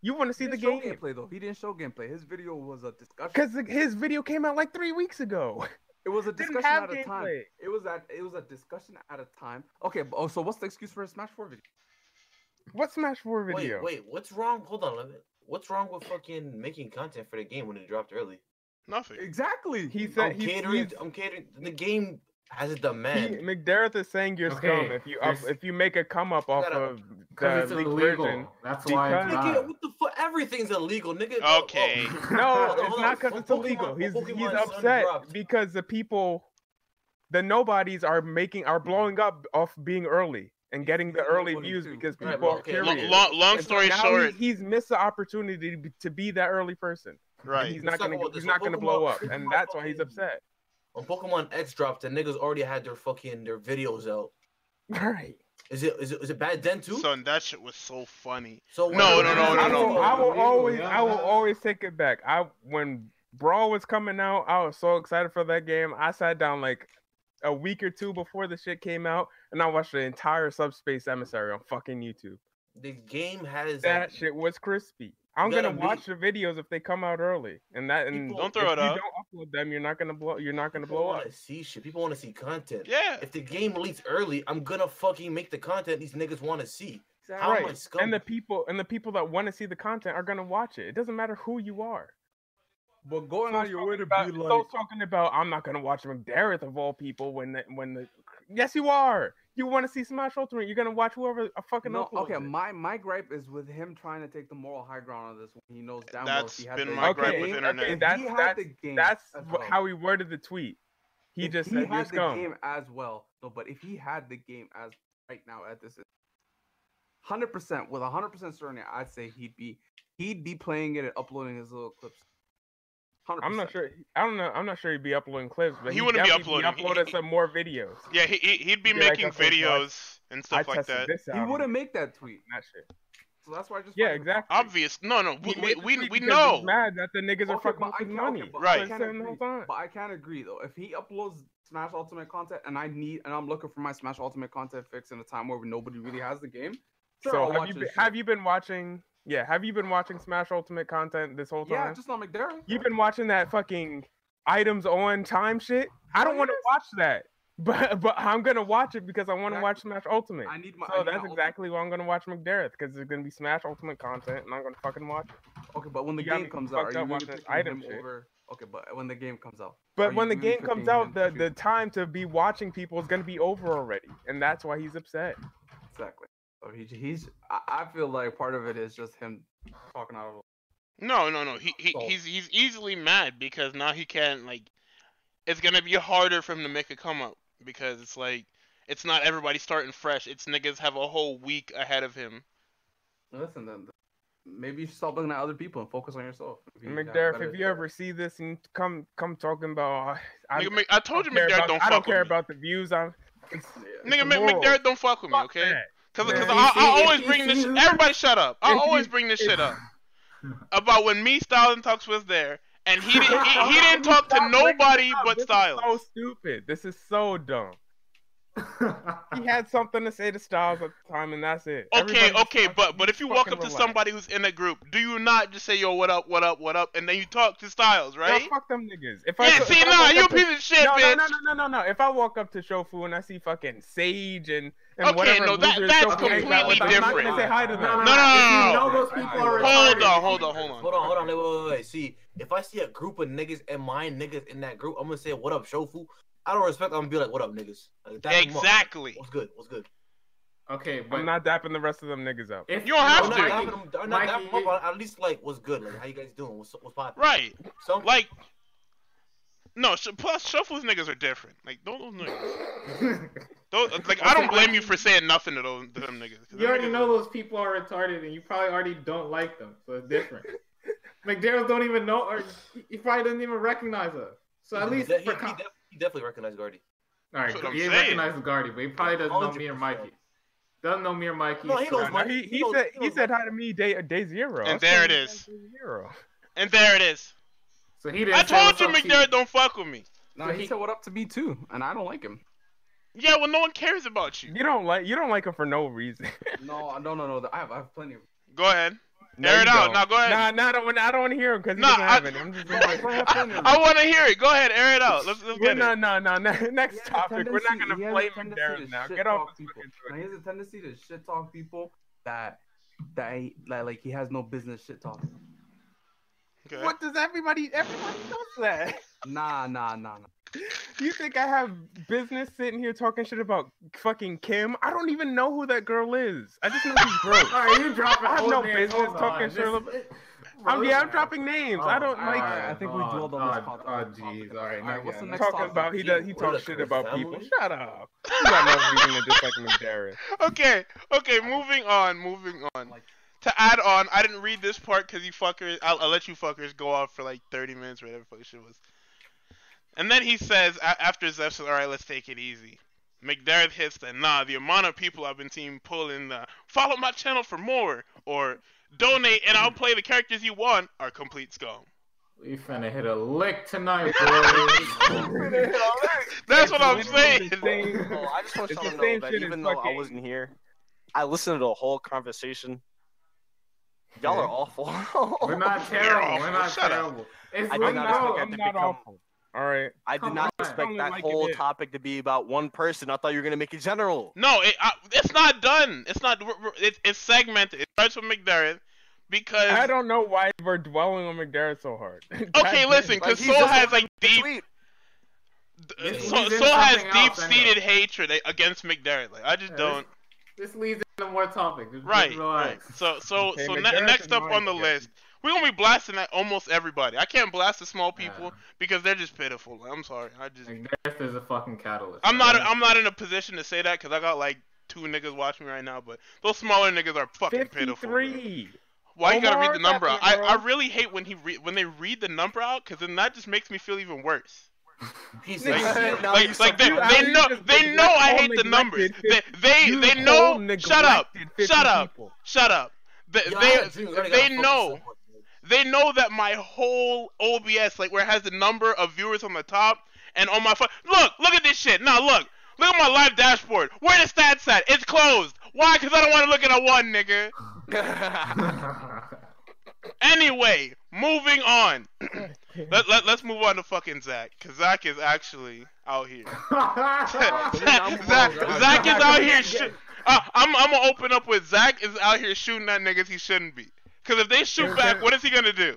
E: You want to see
F: He
E: the
F: didn't show
E: game
F: gameplay though. He didn't show gameplay. His video was a discussion.
E: because his video came out like three weeks ago.
F: It was a
E: Didn't
F: discussion
E: have
F: at a time.
E: gameplay.
F: It was at it was a discussion at a time. Okay, but- oh, so what's the excuse for a Smash Four video?
E: What Smash Four video?
C: Wait, wait, what's wrong? Hold on, let me- what's wrong with fucking making content for the game when it dropped early?
B: Nothing.
F: Exactly.
E: He
C: I'm
E: said he's,
C: catering.
E: he's-
C: I'm catering. The game has a
E: he,
C: demand.
E: McDerrith is saying you're
A: Okay,
E: scum if you up,
A: there's-
E: if you make a come up off
C: Shut up.
E: of
A: Because
E: the
A: it's
E: leaked
A: illegal.
E: version.
A: That's why it's
E: Because-
C: Nigga,
A: not.
C: what the fuck? Everything's illegal, nigga. Oh, oh.
B: Okay.
E: No,
C: Hold on,
E: it's
C: hold
E: not
C: on.
E: because
C: Well,
E: it's
C: Pokemon-
E: illegal. He's
C: well,
E: he's
C: Pokemon Sun
E: upset
C: dropped.
E: because the people, the nobodies, are making are blowing up off being early and getting the early
F: Nobody
E: views
F: too.
E: because
F: Right,
E: people
C: okay.
E: are
B: Lo-
E: curious.
B: Long, long
E: And so
B: story
E: now
B: short,
E: he, he's missed the opportunity to be- to be that early person. And
B: right.
E: he's
C: Let's
E: not
C: talk
E: gonna
C: about
E: he's
C: this.
E: not
C: Well,
E: gonna blow
C: Pokemon-
E: up, and that's why he's
C: Pokemon-
E: upset.
C: When Pokemon X dropped, the niggas already had their fucking their videos out.
F: Oh,
E: Right.
C: Is it is it is it bad then too?
B: Son, that shit was so funny.
C: so
B: No,
C: when-
B: no, no, no,
E: I
B: no.
E: will, I will
A: Illegal,
E: always
A: yeah.
E: I will always take it back. I when Brawl was coming out, I was so excited for that game. I sat down like a week or two before the shit came out, and I watched the entire Subspace Emissary on fucking YouTube.
C: The game has
E: That shit was crispy. I'm
C: Yeah,
E: gonna
C: me-
E: watch the videos if they come out early, and that and
C: People-
B: Don't throw
E: if
B: it
E: you
B: up.
E: Don't upload them. You're not gonna blow. You're not gonna
C: People
E: blow up.
C: want to see shit. People want to see content.
B: Yeah.
C: If the game releases early, I'm gonna fucking make the content these niggas want to see. How am I
E: Right.
C: scum?
E: And the people and the people that want to see the content are gonna watch it. It doesn't matter who you are.
F: But going out of your way to
E: about,
F: be like,
E: so talking about I'm not gonna watch McDerrith of all people when the, when the yes you are you want to see Smash Ultimate you're gonna watch whoever a fucking
F: no,
E: uploads
F: okay.
E: it.
F: My my gripe is with him trying to take the moral high ground on this when he knows damn well if
B: That's
F: he had
B: been
F: the
B: my
E: Okay,
B: gripe with
E: okay,
B: internet.
F: if
E: That's-
F: he had
E: that's-
F: the game
E: that's
F: as
E: wh-
F: well.
E: how he worded the tweet he
F: If
E: just
F: he
E: said you're
F: had the
E: scum
F: game as well. No, but if he had the game as right now at this, hundred percent with hundred percent certainty, I'd say he'd be he'd be playing it and uploading his little clips. 100%.
E: I'm not sure. I don't know. I'm not sure he'd be uploading clips, but
B: He
E: he'd
B: wouldn't be
E: definitely
B: uploading. He-
E: uploading
B: he-
E: some more videos.
B: Yeah, he, he- he'd be
E: Be like,
B: making
E: okay, so I-
B: videos and stuff like
E: tested
B: that.
E: This
F: He
E: out.
F: wouldn't make that tweet,
E: That shit.
F: so that's why I just
E: Yeah,
F: fucking-
E: exactly.
B: Obvious. No, no, we
E: He
B: we,
E: made the
B: we,
E: tweet
B: we
E: because
B: know.
E: He's mad that the niggas are
F: Okay,
E: fucking
F: but I
E: with his
F: can't-
E: money.
F: okay, but
B: Right.
F: I
E: Said
F: can't
E: him the whole
F: agree.
E: time.
F: But I can agree though. If he uploads Smash Ultimate content and I need and I'm looking for my Smash Ultimate content fix in a time where nobody really has the game, sure, I'll
E: So have
F: watch
E: you
F: his
E: been,
F: shit.
E: have you been watching? Yeah, have you been watching Smash Ultimate content this whole
F: Yeah,
E: time?
F: just not McDerry.
E: You've been watching that fucking items on time shit. I don't
F: Oh,
E: want to
F: yes.
E: watch that, but but I'm gonna watch it because I want to watch
F: Exactly.
E: Smash Ultimate.
F: I need my. I
E: So
F: need my
E: that's
F: Ultimate-
E: exactly why I'm gonna watch McDerrith because there's gonna be Smash Ultimate content, and I'm gonna fucking watch it.
F: Okay, but when the
E: You got
F: game
E: me
F: comes out, are
E: fucked
F: you
E: up
F: really
E: watching this
F: picking
E: item
F: him
E: shit.
F: over? Okay, but when the game comes out, Are
E: But
F: you
E: when the
F: really
E: game comes
F: picking
E: out,
F: him
E: the,
F: to-
E: the time to be watching people is gonna be over already, and that's why he's upset.
F: exactly. So he, he's. I, I feel like part of it is just him talking out of.
B: No, no, no. He, he
E: Oh.
F: So-
B: he's he's easily mad because now he can't like. It's gonna be harder for him to make a come up because it's like it's not everybody starting fresh. It's niggas have a whole week ahead of him.
F: Listen, then maybe you should stop looking at other people and focus on yourself. Maybe you have
E: McDerrith,
F: better-
E: if you ever see this and come come talking about, "Oh, I,
B: Nigga, Mc- I told you
E: care
B: McDerrott
E: about-
B: don't
E: I
B: fuck
E: don't care
B: with me.
E: about the views. I'm it's,
F: Yeah.
B: Nigga,
E: the
B: Mc-
E: moral.
B: McDerrott don't fuck with me,
E: fuck
B: okay?
E: that.
B: Cause,
A: Yeah.
B: cause I, I
A: If
B: always
A: you
B: bring this.
A: see-
B: Everybody, shut up. I
E: if
B: always
E: you-
B: bring this
E: if-
B: shit up about when me Styles and Tux was there, and he didn't he, he didn't talk to
E: Stop bringing
B: nobody
E: it up.
B: but
E: This is
B: Styles.
E: So stupid. This is so dumb. He had something to say to Styles at the time, and that's it.
B: Okay,
E: Everybody just
B: okay,
E: fucking-
B: but but if you walk
E: fucking
B: up to
E: relax.
B: somebody who's in a group, do you not just say yo, what up, what up, what up, and then you talk to Styles,
E: Yeah,
B: right?
E: fuck them niggas. If
B: Yeah,
E: I,
B: see,
E: if I
B: nah,
E: walk
B: you a
E: up to-
B: piece of shit,
E: no,
B: bitch.
E: No, no, no, no, no, no. If I walk up to Shofu and I see fucking Sage and, and
B: Okay,
E: whatever,
B: no, that-
E: losers
B: that's
E: Shofu hangs out with,
B: completely
E: I'm not gonna
B: different.
E: say hi to them.
A: No, no, no.
B: No, no,
A: if
B: no,
A: you
B: no.
A: know those people are
B: Hold
A: retarded,
B: on, hold on, hold on.
C: Hold on, hold on, wait, wait, wait, wait. See, if I see a group of niggas and my niggas in that group, I'm gonna say, "What up, Shofu?" I don't respect. I'm gonna be like, "What up, niggas?" Like, that much.
B: Exactly.
C: What's good? What's good?
A: Okay, but
E: I'm not dapping the rest of them niggas up.
A: if
B: You don't have
C: I'm not
B: to.
C: dapping them- I'm not
A: Mikey,
C: dapping them up, but At least like, what's good? Like, how you guys doing? What's what's poppin'?
B: Right.
C: Some
B: Like, no. sh- Plus, Shuffle's niggas are different. Like, those those niggas. Those, like, I don't blame you for saying nothing to those to them niggas. 'cause them
A: You already
B: niggas
A: know
B: are-
A: those people are retarded, and you probably already don't like them, so it's different. McDaniels don't even know, or he probably doesn't even recognize us. So at least
C: he,
A: for
C: he,
A: con-
C: def- he definitely recognized Guardy.
A: all right,
B: That's what I'm
A: he
B: saying.
A: recognizes Guardy, but he probably doesn't know me or
C: 100%.
A: Mikey. Doesn't know me or Mikey.
C: No, he knows
A: so-
E: But he, he
C: knows-
E: said
C: he
E: he
C: knows
E: said
C: what-
E: hi to me day day zero.
B: And
E: I said
B: there it
E: hi
B: is.
E: day zero.
B: And there it is.
A: So he didn't.
B: I
A: say
B: told
A: what's
B: you
A: up to
B: McDerrott don't fuck with me.
F: No,
A: So
F: he
A: he-
F: said what up to me too, and I don't like him.
B: Yeah, well, no one cares about you.
E: You don't like you don't like him for no reason.
F: No, no, no, no. I have, I have plenty of.
B: Go ahead.
E: No,
B: Air it
E: you
B: out.
E: don't.
B: Now go ahead.
E: Nah, nah, I don't, I don't want to hear him because he
B: Nah,
E: doesn't have
B: I-
E: any. I'm just
F: I
E: like,
F: have plenty of
B: I want to hear it. Go ahead, air it out. Let's, let's
E: yeah,
B: get
E: no,
B: it.
E: no, no, no.
F: He
E: Next
F: has a
E: topic. We're not
F: tendency- he
E: gonna
F: has a
E: blame
F: tendency
E: McDerrith
F: to
E: now.
F: shit
E: Get off
F: talk
E: his
F: people.
E: fucking
F: Now,
E: Twitter.
F: he has a tendency to shit talk people that that he, that like he has no business shit talking.
B: Okay.
E: What does everybody? Everybody knows that.
F: Nah, nah, nah, nah.
E: You think I have business sitting here talking shit about fucking Kim? I don't even know who that girl is. I just know she's
A: you.
E: gross.
A: All right, you dropping.
E: I have
A: whole
E: no
A: names.
E: business
A: Hold on,
E: talking
A: this-
E: Sherlock- I'm, Oh, yeah, I'm dropping names. I don't
A: Oh,
E: like
A: all right,
F: I think we dwelled on this
A: oh,
F: topic.
A: Oh, jeez. All right.
F: All right,
A: now
F: what's the
A: yeah,
F: next
E: talking
F: topic.
E: about. He does. He talks shit about people. Shut up. You got no reason to dislike McDerrith.
B: Okay, okay, moving on, moving on. To add on, I didn't read this part because you fuckers, I'll, I'll let you fuckers go off for like 30 minutes, whatever the fuck shit was. And then he says, a- after Zeph says, alright, let's take it easy. McDerrith hits the, nah, the amount of people I've been seeing pulling the, follow my channel for more, or donate and I'll play the characters you want, are complete scum.
A: We finna hit a lick tonight, boys.
B: That's what I'm
E: It's
B: saying.
E: literally the same-
D: Well, I just want
E: It's
D: y'all to know
E: the same
D: that
E: shit as
D: even though I
E: fucking-
D: wasn't here, I listened to the whole conversation. Y'all are awful.
A: We're not
B: awful.
A: terrible. We're not
B: Shut up.
A: terrible. It's
D: I
E: I'm
D: did
A: like,
D: not
E: not-
A: no,
D: expect
E: I'm
D: that to
E: not
D: become.
E: awful. All right.
D: I did
A: Come
D: not
A: on.
D: expect
E: Only
D: that
E: like it
D: whole
E: is.
D: topic to be about one person. I thought you were gonna make it general.
B: No, it, I, it's not done. It's not. we're- we're- It, it's segmented. It starts with McDerrith because
E: I don't know why we're dwelling on McDerrith so hard.
B: okay,
E: God
B: listen,
D: Like,
B: because
D: he's
B: Soul
D: just
B: has
D: looking
B: like deep,
D: Tweet.
B: d-
A: He's
B: Soul,
A: in
B: Soul has
A: something
B: deep
A: else anyway.
B: seated hatred eh, against McDerrott. Like I just
A: Yeah,
B: don't.
A: this leads into more topic. Just
B: Right, right.
A: Relax.
B: So so
E: Okay,
B: so ne-
E: McDerrott
B: next
E: is
B: up
E: not
B: on the
E: McDerrott.
B: list, we're gonna be blasting at almost everybody. I can't blast the small people
A: Yeah.
B: because they're just pitiful. I'm sorry. I just
A: Like, Gareth is a fucking catalyst.
B: I'm not
A: right?
B: I'm not in a position to say that because I got like. two niggas watching me right now, but those smaller niggas are fucking pitiful. bro.
E: Fifty-three.
B: Why you gotta
E: Omar,
B: read the number out?
E: that's
B: I,
E: it,
B: I
E: bro.
B: really hate when he re- when they read the number out because then that just makes me feel even worse.
C: Piece of
B: Like,
C: shit.
D: Now you
B: like, like they,
E: You
B: they
E: actually
B: know
E: just
B: they
E: neglect
B: know I
E: all
B: hate the numbers. They
E: neglected
B: they,
E: You
B: they
E: whole
B: know. Shut up!
E: neglected 50
B: Shut up.
E: people.
B: Shut up! They
C: Y'all gotta do- y'all
B: they,
C: gotta
B: they
C: focus
B: know
C: on what-
B: they know that my whole OBS like where it has the number of viewers on the top and on my phone. Look look at this shit. Now look look at my live dashboard. Where the stats at? It's closed. Why? Cause I don't want to look at a one, nigga. Anyway, moving on. Let, let, let's move on to fucking Zach, because Zach is actually out here. Zach, Zach, Zach is out here. Sh- uh, I'm, I'm gonna open up with Zach is out here shooting at niggas he shouldn't be. Because if they shoot back, what is he gonna do?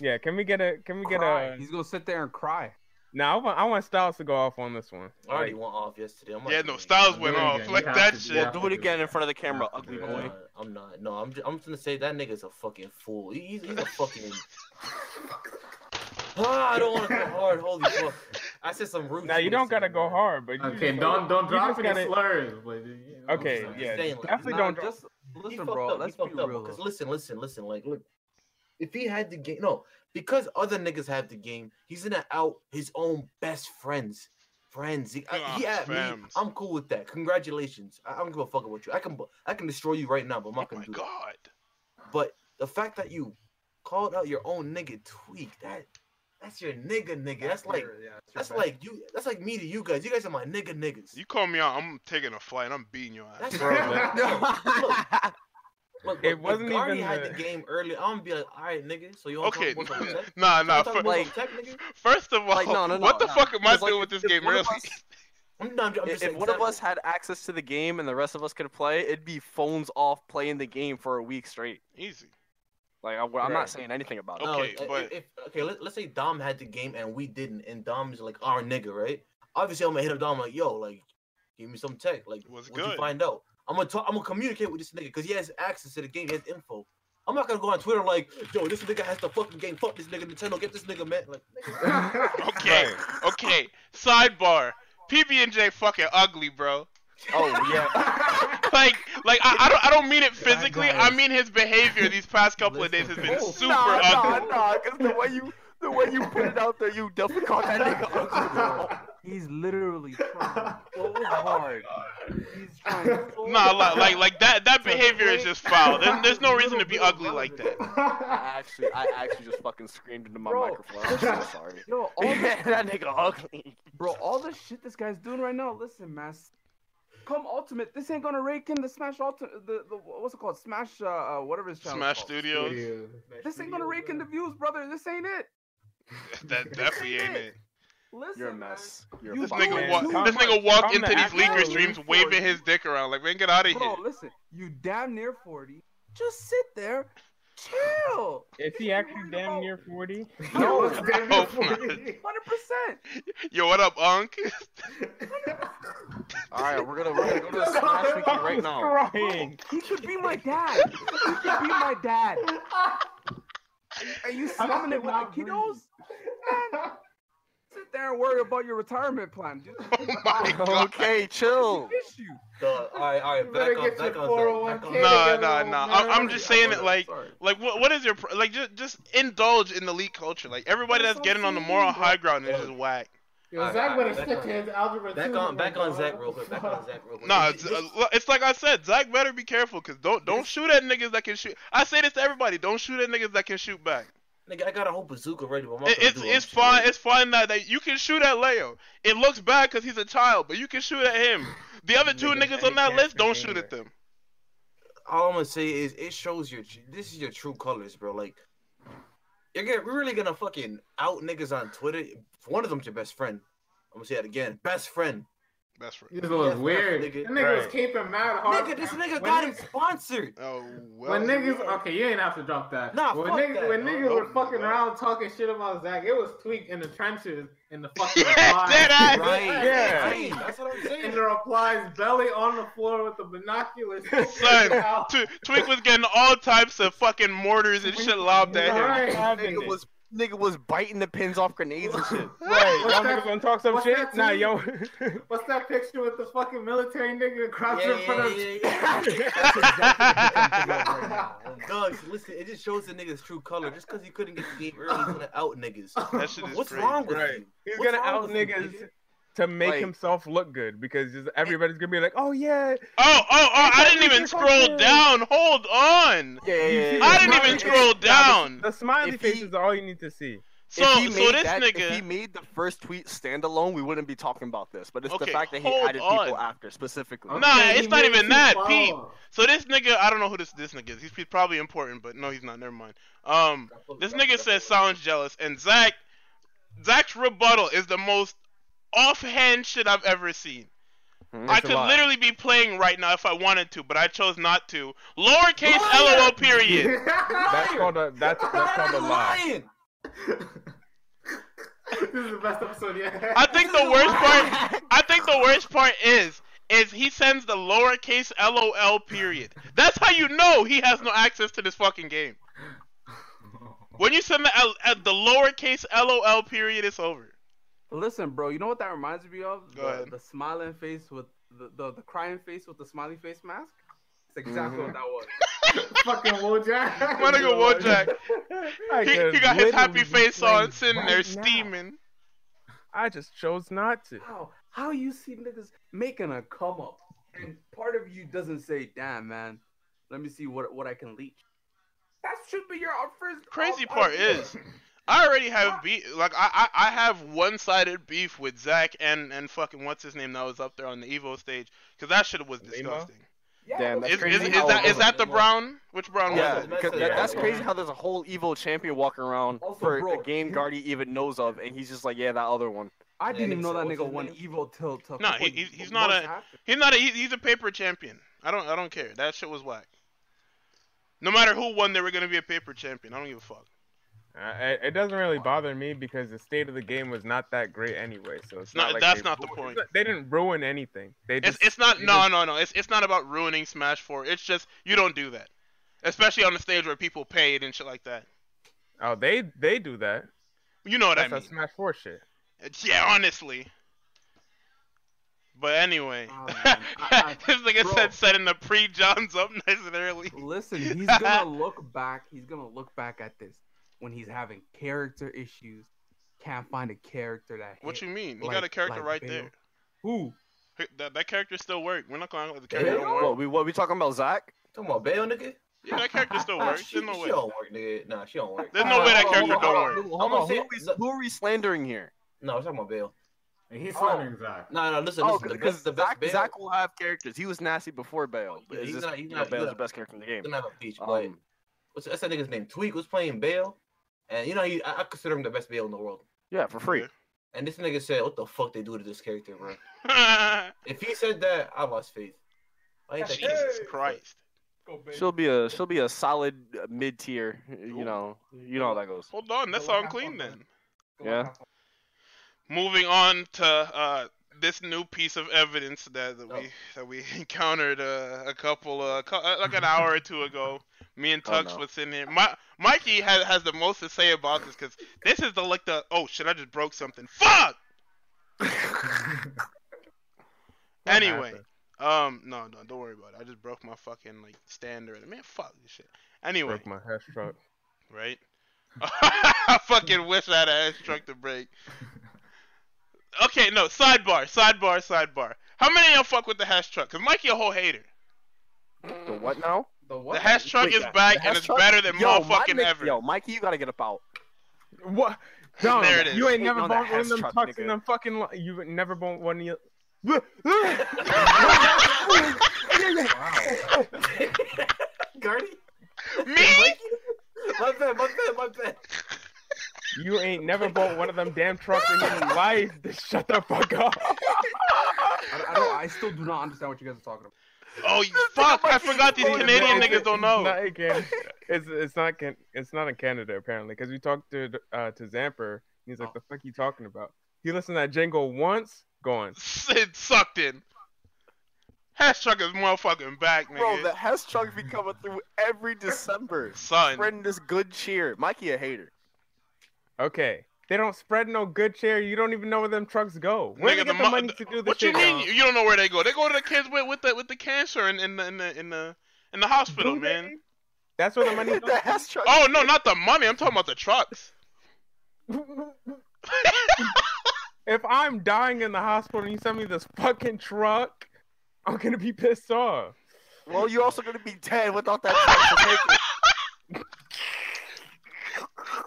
E: Yeah, can we get a can we get
F: Cry.
E: a
F: He's gonna sit there and cry.
E: now I want I want Styles to go off on this one.
C: I already
E: Like,
C: went off yesterday. I'm not
B: Yeah,
C: doing
B: no,
C: it.
B: Styles
A: Yeah,
B: went
A: yeah,
B: off.
A: you
B: Like
A: have
B: that
A: to do
B: shit.
A: that.
D: Do it again in front of the camera, ugly
C: I'm
D: boy.
C: not- I'm not. No, I'm. ju- I'm just gonna say that nigga's a fucking fool. He- He's, he's a fucking. ah, I don't want to go hard. Holy fuck! I said some rude.
E: now you
C: shit
E: don't gotta
C: yesterday,
E: go
C: man.
E: hard, but you
A: okay,
E: just-
A: don't don't
E: you
A: drop
E: just
A: any
E: gotta-
A: slurs. But, you know,
E: Okay,
A: it's
E: yeah,
C: Saying, like,
E: definitely
C: nah,
E: don't
F: Nah,
E: drop-
F: just
C: He
F: listen,
C: fucked
F: bro.
C: up, he
F: Let's be
C: fucked up,
F: real.
C: Because listen, listen, listen. Like, look, if he had the game, no, because other niggas have the game, he's gonna out his own best friends. Friends, he, I-
B: Ah,
C: he at me.
B: friends.
C: I'm cool with that. Congratulations. I, I don't give a fuck about you. I can, bu- I can destroy you right now, but I'm
B: Oh
C: not gonna
B: my
C: do that.
B: god.
C: But the fact that you called out your own nigga tweak, that that's your nigga nigga. That's like that's like you that's like me to you guys. You guys are my nigga niggas.
B: You call me out, I'm taking a flight. I'm beating your ass.
C: That's bro, look, look,
E: It
C: look,
E: wasn't
C: if Gary
E: even
C: had
E: the-
C: the... game early. I'm gonna be like, all right, nigga. So you don't
B: Okay,
C: talk about tech?
B: nah, nah.
C: Nah,
B: fir-
D: like-
C: tech, nigga?
B: First of all,
D: Like, no, no, no,
B: what the
D: nah.
B: fuck am I
D: Because, like,
B: doing with this
D: if
B: game?
D: one of
B: Really?
D: us-
C: I'm not. I'm
D: If
C: just
D: if one of us had access to the game and the rest of us could play, it'd be phones off playing the game for a week straight.
B: Easy.
D: Like I, am
E: Right.
D: not saying anything about
B: Okay.
D: it.
C: no,
B: but-
C: if, if okay, let, let's say Dom had the game and we didn't, and Dom's like our nigga, right? Obviously, I'm gonna hit up Dom like, yo, like, give me some tech, like,
B: What's
C: what'd you
B: good?
C: find out? I'm gonna talk. I'm gonna communicate with this nigga because he has access to the game, he has info. I'm not gonna go on Twitter like, yo, this nigga has the fucking game. Fuck this nigga, Nintendo, get this nigga, man. Like, nigga,
B: Okay. Okay. Sidebar. PB and J fucking ugly, bro.
D: Oh yeah.
B: like like I, I don't I don't mean it physically.
A: guys.
B: I mean his behavior these past couple of days has been
A: Oh,
B: super
D: nah,
B: ugly.
D: nah, nah. Because the way you the way you put it out there, you definitely caught that nigga ugly. bro.
F: He's literally trying so hard. He's trying so
B: Nah, like like, like that that
F: It's a
B: behavior is
F: great-
B: just foul. There's, there's no reason to be ugly like that.
D: I actually, I actually just fucking screamed into my
F: Bro.
D: microphone. I'm so sorry.
F: Yo, all the,
D: Yeah, that nigga ugly.
F: bro, all the shit this guy's doing right now. Listen, man. s- Come Ultimate, this ain't gonna rake in the Smash Ultimate. The, the what's it called? Smash, uh, uh whatever his channel.
B: Smash
F: called.
B: Studios.
F: This ain't gonna rake in the views, brother. This ain't it.
B: That definitely ain't it.
F: Listen,
D: You're a
F: man.
D: mess. You're a
F: You
B: This
D: fucking
B: nigga
E: Man,
F: wa-
B: walk
E: come
B: this nigga
E: on-
B: walked
E: come
B: into
E: to
B: these
E: actual
B: leaker
E: news
B: streams
E: for
B: waving
E: you.
B: his dick around like man get out of here.
F: Bro, listen, you damn near 40. Just sit there, chill.
E: Is he actually damn near forty?
A: No, it's damn near
B: Oh,
A: 40.
F: 100%.
B: Yo, what up, Unc?
D: All right, we're gonna we're gonna go to the Smash Weekend right now.
E: Crying.
F: He could be my dad. He could be my dad. Are you slumming it with
A: cannot
F: the
A: breathe.
F: kiddos? Man, sit there and worry about your retirement plan. Dude.
B: Oh my god.
D: Okay,
B: Oh.
D: chill.
F: That's the issue.
C: all right, all
A: You
C: right,
A: better
C: back on,
A: get
C: back
A: your
C: on, back
A: 401k
C: on.
B: Nah,
A: together,
B: nah,
A: old
B: nah.
A: man.
B: I- I'm just saying it like
C: Sorry.
B: like what what is your pr- like just just indulge in the leak culture. Like everybody that's getting on the moral high ground is just whack.
A: Yo, Zach would have
C: Back
A: stuck
C: on-
A: to his algebra
C: Back
A: too,
C: on,
A: my
C: back on
A: dog.
C: Zach real quick. Back on Zach real quick.
B: No,
C: Is
B: it's,
C: it-
B: uh, look, it's like I said, Zach better be careful, cause don't don't shoot at niggas that can shoot. I say this to everybody: don't shoot at niggas that can shoot back.
C: Nigga, I got a whole bazooka ready, but I'm not
B: It,
C: gonna
B: it's
C: do it.
B: it's fine. It's fine that, that you can shoot at Leo. It looks bad cause he's a child, but you can shoot at him. The other two
E: Niggas,
B: niggas
E: they
B: on that
E: can't
B: list
E: shoot
B: don't shoot
E: anywhere.
B: at them.
C: all I'm gonna say is it shows your tr- this is your true colors, bro. Like you're gonna, we're really gonna fucking out niggas on Twitter. One of them's your best friend. I'm gonna say that again, best friend.
B: That's right.
A: This was weird.
C: Nigga.
A: That nigga was
E: Right.
A: keeping mad hard.
C: Nigga, this nigga
A: When
C: got him
A: niggas-
C: sponsored.
B: Oh well.
A: When niggas, okay, you ain't have to drop that.
C: Nah,
A: when
C: fuck
A: niggas,
C: that,
A: when
C: bro.
A: niggas
B: Don't
A: were
B: do
A: fucking
B: that.
A: around talking shit about Zach, it was tweaked in the trenches in the fucking
B: Yeah,
A: replies.
B: dead ass.
C: Right?
E: Yeah.
C: Right, That's what I'm
A: In
C: saying.
A: the replies, belly on the floor with the binoculars.
B: Son, Tw- Twink was getting all types of fucking mortars and shit lobbed at him.
A: Right.
E: Having
C: Nigga
E: it.
C: was
D: nigga was biting the pins off grenades and shit.
E: Right,
A: What's
E: y'all
A: that-
E: niggas gonna talk some
A: what's
E: shit?
A: that
E: Nah,
A: tweet?
E: yo.
A: What's that picture with the fucking military nigga crouching
C: Yeah,
A: in front of?
C: yeah, yeah, yeah. That's exactly what I'm thinking about right now. Doug, listen, it just shows the nigga's true color. Just because he couldn't get the game early, he's gonna out niggas.
B: That shit is
C: What's
B: crazy.
C: wrong with
E: Right.
C: you?
E: He's
C: What's
E: gonna
C: wrong
E: out
C: with you,
E: niggas
C: nigga?
E: to make
D: Like-
E: himself look good because just everybody's gonna be like, oh yeah,
B: Oh, oh, oh! I didn't even
E: Fucking-
B: scroll down. Hold on.
D: Yeah, yeah, yeah, yeah.
B: I didn't
E: Nah,
B: even
E: it-
B: scroll down.
E: the smiley
D: If he-
E: faces are all you need to see.
B: So,
D: if he
B: so
D: made
B: this
D: that- If he
B: nigga.
D: made the first tweet standalone, we wouldn't be talking about this. But it's
B: Okay,
D: the fact that he
B: hold
D: added
B: on.
D: people after specifically.
B: Nah,
A: Okay,
B: it's
A: he
B: not
A: made
B: even
A: two
B: that,
A: follow-ups.
B: Pete. So this nigga, I don't know who this this nigga is. He's he's probably important, but no, he's not. Never mind. Um, this nigga says sounds jealous, and Zach, Zach's rebuttal is the most offhand shit I've ever seen.
D: Mhm.
B: I
D: It's a
B: could
D: lot.
B: literally be playing right now if I wanted to, but I chose not to. Lowercase lol period.
E: That's
C: Liar!
E: called a that's that's
C: That's
E: called a lie.
C: lying.
A: this is the best episode yet.
B: I think the worst part. I think the worst part is is he sends the lowercase lol period. That's how you know he has no access to this fucking game. When you send the L- uh, the lowercase lol period, it's over.
F: Listen, bro, you know what that reminds me of?
B: Go
F: the,
B: ahead.
F: the smiling face with the, the, the crying face with the smiley face mask. That's exactly
B: Mm-hmm.
F: what that was.
A: fucking Wojak.
B: My nigga Wojak,
E: I
B: he,
E: could
B: he got his happy
E: literally be
B: face on,
E: playing
B: sitting
E: right
B: there
E: now.
B: steaming.
E: I just chose not to.
F: How how you see niggas making a come up, and part of you doesn't say, "Damn, man, let me see what what I can leech." That should be your first.
B: Crazy
F: uh,
B: part
F: idea.
B: is, I already have beef. Like I, I, I have one-sided beef with Zach and and fucking what's his name that was up there on the Evo stage because that shit was
E: Limo?
B: disgusting.
F: Yeah,
D: Damn,
F: but-
D: that's
B: Is,
D: crazy
B: is, is
D: how-
B: that is that the
C: Limo.
B: brown? Which brown
D: Yeah,
B: was it?
C: that's-
D: because that,
E: yeah.
D: that's crazy how there's a whole Evo champion walking around
F: Also,
D: for
F: bro,
D: a game
F: he-
D: Guardy even knows of, and he's just like, yeah, that other one.
F: I
C: Yeah,
F: didn't even
C: nigga
F: know that
C: said,
F: nigga
C: what's
F: won
C: his
F: Evil till till.
B: Nah,
F: couple
B: he- he's- he's not
F: months
B: a-
F: after.
B: He's not. A, he, he's a paper champion. I don't. I don't care. That shit was whack. No matter who won, they were gonna be a paper champion. I don't give a fuck.
E: Uh, it, it doesn't really bother me because the state of the game was not that great anyway. So it's
B: It's not-
E: not. like
B: that's
E: they
B: not the
E: ruined-
B: point.
E: it's not- They didn't ruin anything. They
B: It's
E: just
B: it's not.
E: they
B: No,
E: just-
B: no, no. It's it's not about ruining Smash Four. It's just you don't do that, especially on the stage where people paid and shit like that.
E: oh they they do that.
B: You know what
E: That's
B: I
E: that
B: mean?
E: Smash Four shit.
B: It's- yeah, honestly. But anyway,
F: Oh, man. I- I-
B: this nigga
F: bro.
B: said setting the pre Johns up nice and early.
F: Listen, he's gonna look back. He's gonna look back at this when he's having character issues. Can't find a character that.
B: What you
F: hit.
B: mean? You
F: Like-
B: got a character
F: like
B: right
F: Bale.
B: there.
F: Who?
B: That, that character still worked. We're not gonna act like the
C: Bale?
B: character don't
D: What
B: work.
D: we what we talking about, Zach?
C: Talking about Bale, nigga.
B: Yeah, that character still
C: Nah,
B: works.
C: she,
B: There's no
C: she
B: way.
C: don't work, nigga. Nah, she don't work.
B: There's no way that
C: Hold on,
B: character
C: hold
B: don't
C: on, hold
B: work.
C: on. I'm gonna say- no-
D: Who are we slandering here?
C: No, I'm talking about Bale.
A: He's slandering Zach.
C: No, no, listen,
D: Oh,
C: listen. The best,
D: because
C: the best
D: Zach,
C: Bale.
D: Zach will have characters. He was nasty before Bale, but
C: Yeah,
D: is
C: he's
D: this
C: not- he's
D: you know,
C: not- he's
D: Bale's
C: not-
D: the best character in the game?
C: Didn't have a peach, but
D: Um,
C: what's, that's that nigga's name. Tweak was playing Bale, and you know he, I, I consider him the best Bale in the world.
D: yeah, for free.
C: And this nigga said, "What the fuck they do to this character, bro?"
B: Jesus
C: If he said that, I lost faith. I ain't that kid.
B: Christ.
D: She'll be a she'll be a solid mid tier. You know, you know how that goes.
B: Hold on, that's
F: Go
B: all
F: back
B: clean
F: on
B: then.
D: Yeah.
B: Moving on to uh, this new piece of evidence that, that we that we encountered uh, a couple uh, cou- uh, like an hour or two ago. Me and
D: Oh,
B: Tux
D: no.
B: was sitting here. My, Mikey has, has the most to say about this because this is the like the oh shit I just broke something. Fuck.
E: What
B: anyway,
E: happened?
B: um no no don't worry about it. I just broke my fucking like stand or man fuck this shit. Anyway,
E: broke my hash truck.
B: right? I fucking wish I had a ass truck to break. Okay, no, sidebar, sidebar, sidebar. How many of y'all fuck with the hash truck? Cause Mikey a whole hater.
D: The what now?
F: The what?
B: The hash truck
D: Wait,
B: is
D: the
B: back
D: hash
B: and it's
D: truck?
B: better than
D: Yo, my
B: motherfucking
D: nigga-
B: ever.
D: Yo, Mikey, you gotta get up out.
E: What? Dumb.
B: There it is.
E: You ain't
D: Hating
E: never
D: on that
E: bought one
D: hash
E: of them
D: truck,
E: tucks
D: nigga.
E: in them fucking. Li- you never bought one of your.
C: Guardy?
B: Me?
C: My bad, my bad, my bad.
E: You ain't never bought one of them damn trucks in your life. Just shut the fuck up.
F: I, I, don't, I still do not understand what you guys are talking about.
B: Oh you fuck! I forgot these
E: It's-
B: Canadian
E: it's-
B: niggas don't
E: It's
B: know.
E: not in Can- It's it's not can, it's not in Canada apparently because we talked to uh, to Zamper. He's
B: Oh.
E: like, the fuck you talking about? He listened to that Django once, gone.
B: Sid sucked in. Hash truck is motherfucking back,
D: Bro, the
B: nigga.
D: Hess truck be coming through every December.
B: Son,
D: Spreading this good cheer. Mikey a hater.
E: Okay. They don't spread no good share. You don't even know where them trucks go. Where
B: Nigga,
E: they get
B: the
E: the,
B: mo-
E: money to do the
B: What you
E: shit?
B: mean?
D: uh,
B: You you don't know where they go? They go to the kids with with the with the cancer in, in the in the in the in the hospital,
E: Do
B: man.
E: they? That's where the money
D: the ass truck.
B: Oh no, not the money. I'm talking about the trucks.
E: goes. if I'm dying in the hospital and you send me this fucking truck, I'm gonna be pissed off.
D: Well, you're also gonna be dead without that truck to take it.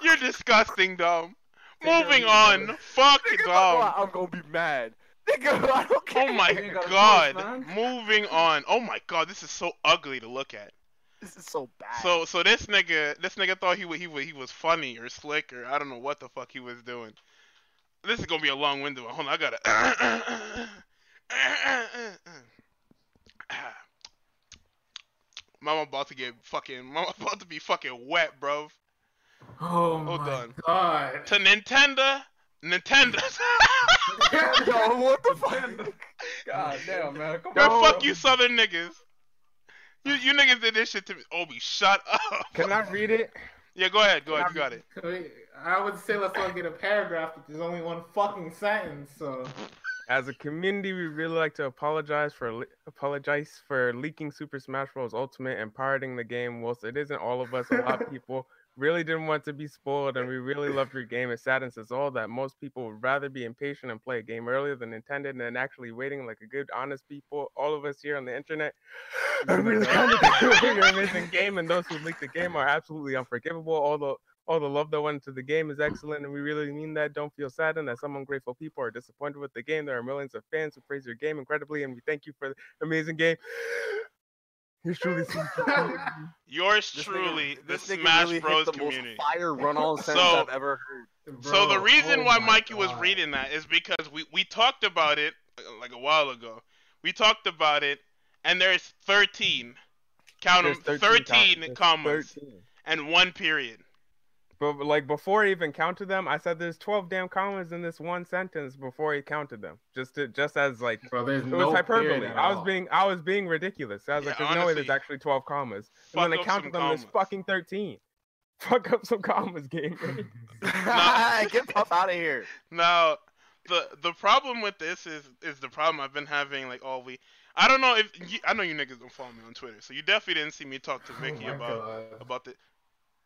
B: You're disgusting, dumb.
C: care
B: Moving
C: of you,
B: on. Fuck
D: Nigga,
B: dumb.
D: I'm gonna be mad. Nigga, I don't care.
B: um, Oh my
F: You ain't got a
B: god.
F: choice,
B: Moving on. Oh my god, this is so ugly to look at.
D: This is so bad.
B: So so this nigga this nigga thought he was he was he was funny or slick or I don't know what the fuck he was doing. This is gonna be a long window. Hold on, I gotta. Mama about to get fucking. Mama about to be fucking wet, bruv.
A: Oh
B: Hold
A: my
B: on.
A: god.
B: To Nintendo, Nintendo.
D: Yo, what the fuck?
A: God damn, man. Come
B: Bro,
A: on.
B: fuck you, southern niggas. You you niggas did this shit to me. Obi, shut up.
E: Can I read it?
B: Yeah, go ahead, go ahead. You got it.
A: I would say let's all get a paragraph, but there's only one fucking sentence, so.
E: As a community, we really like to apologize for le- apologize for leaking Super Smash Bros. Ultimate and pirating the game. Whilst it isn't all of us, a lot of people really didn't want to be spoiled, and we really love your game. It saddens us all that most people would rather be impatient and play a game earlier than intended, than actually waiting like a good, honest people. All of us here on the internet are really kind of your amazing game, and those who leaked the game are absolutely unforgivable. Although all the love that went into the game is excellent, and we really mean that. Don't feel saddened that some ungrateful people are disappointed with the game. There are millions of fans who praise your game incredibly, and we thank you for the amazing game. Here's truly Super Smash Bros.
B: Yours
D: This nigga-
B: truly, the
D: this nigga
B: Smash
D: really hit
B: Bros.
D: the
B: community.
D: Most fire run-on sentence
B: So-
D: I've ever heard.
B: So the
A: Bro,
B: reason
A: oh
B: why
A: my
B: Mikey was
A: God.
B: reading that is because we, we talked about it uh, like a while ago. We talked about it, and there's 13, count 'em,
E: There's 13 count-
B: 13,
E: there's
B: commas
E: 13.
B: and one period.
E: But but, like before I even counted them, I said there's 12 damn commas in this one sentence before he counted them. Just to, just as like
A: Bro, there's
E: it
A: no
E: was hyperbole.
A: period at
E: I was
A: all.
E: being I was being ridiculous. I was
B: Yeah,
E: like, there's no way there's
B: honestly,
E: actually 12 commas.
B: fuck
E: And when I
B: up some
E: counted them, there's
B: commas.
E: fucking 13. Fuck up some commas, game.
D: Get Puff out of here.
B: Now, the the problem with this is is the problem I've been having like all week. I don't know if you, I know you niggas don't follow me on Twitter, so you definitely didn't see me talk to
A: Oh
B: Vicky
A: my
B: about
A: God.
B: about the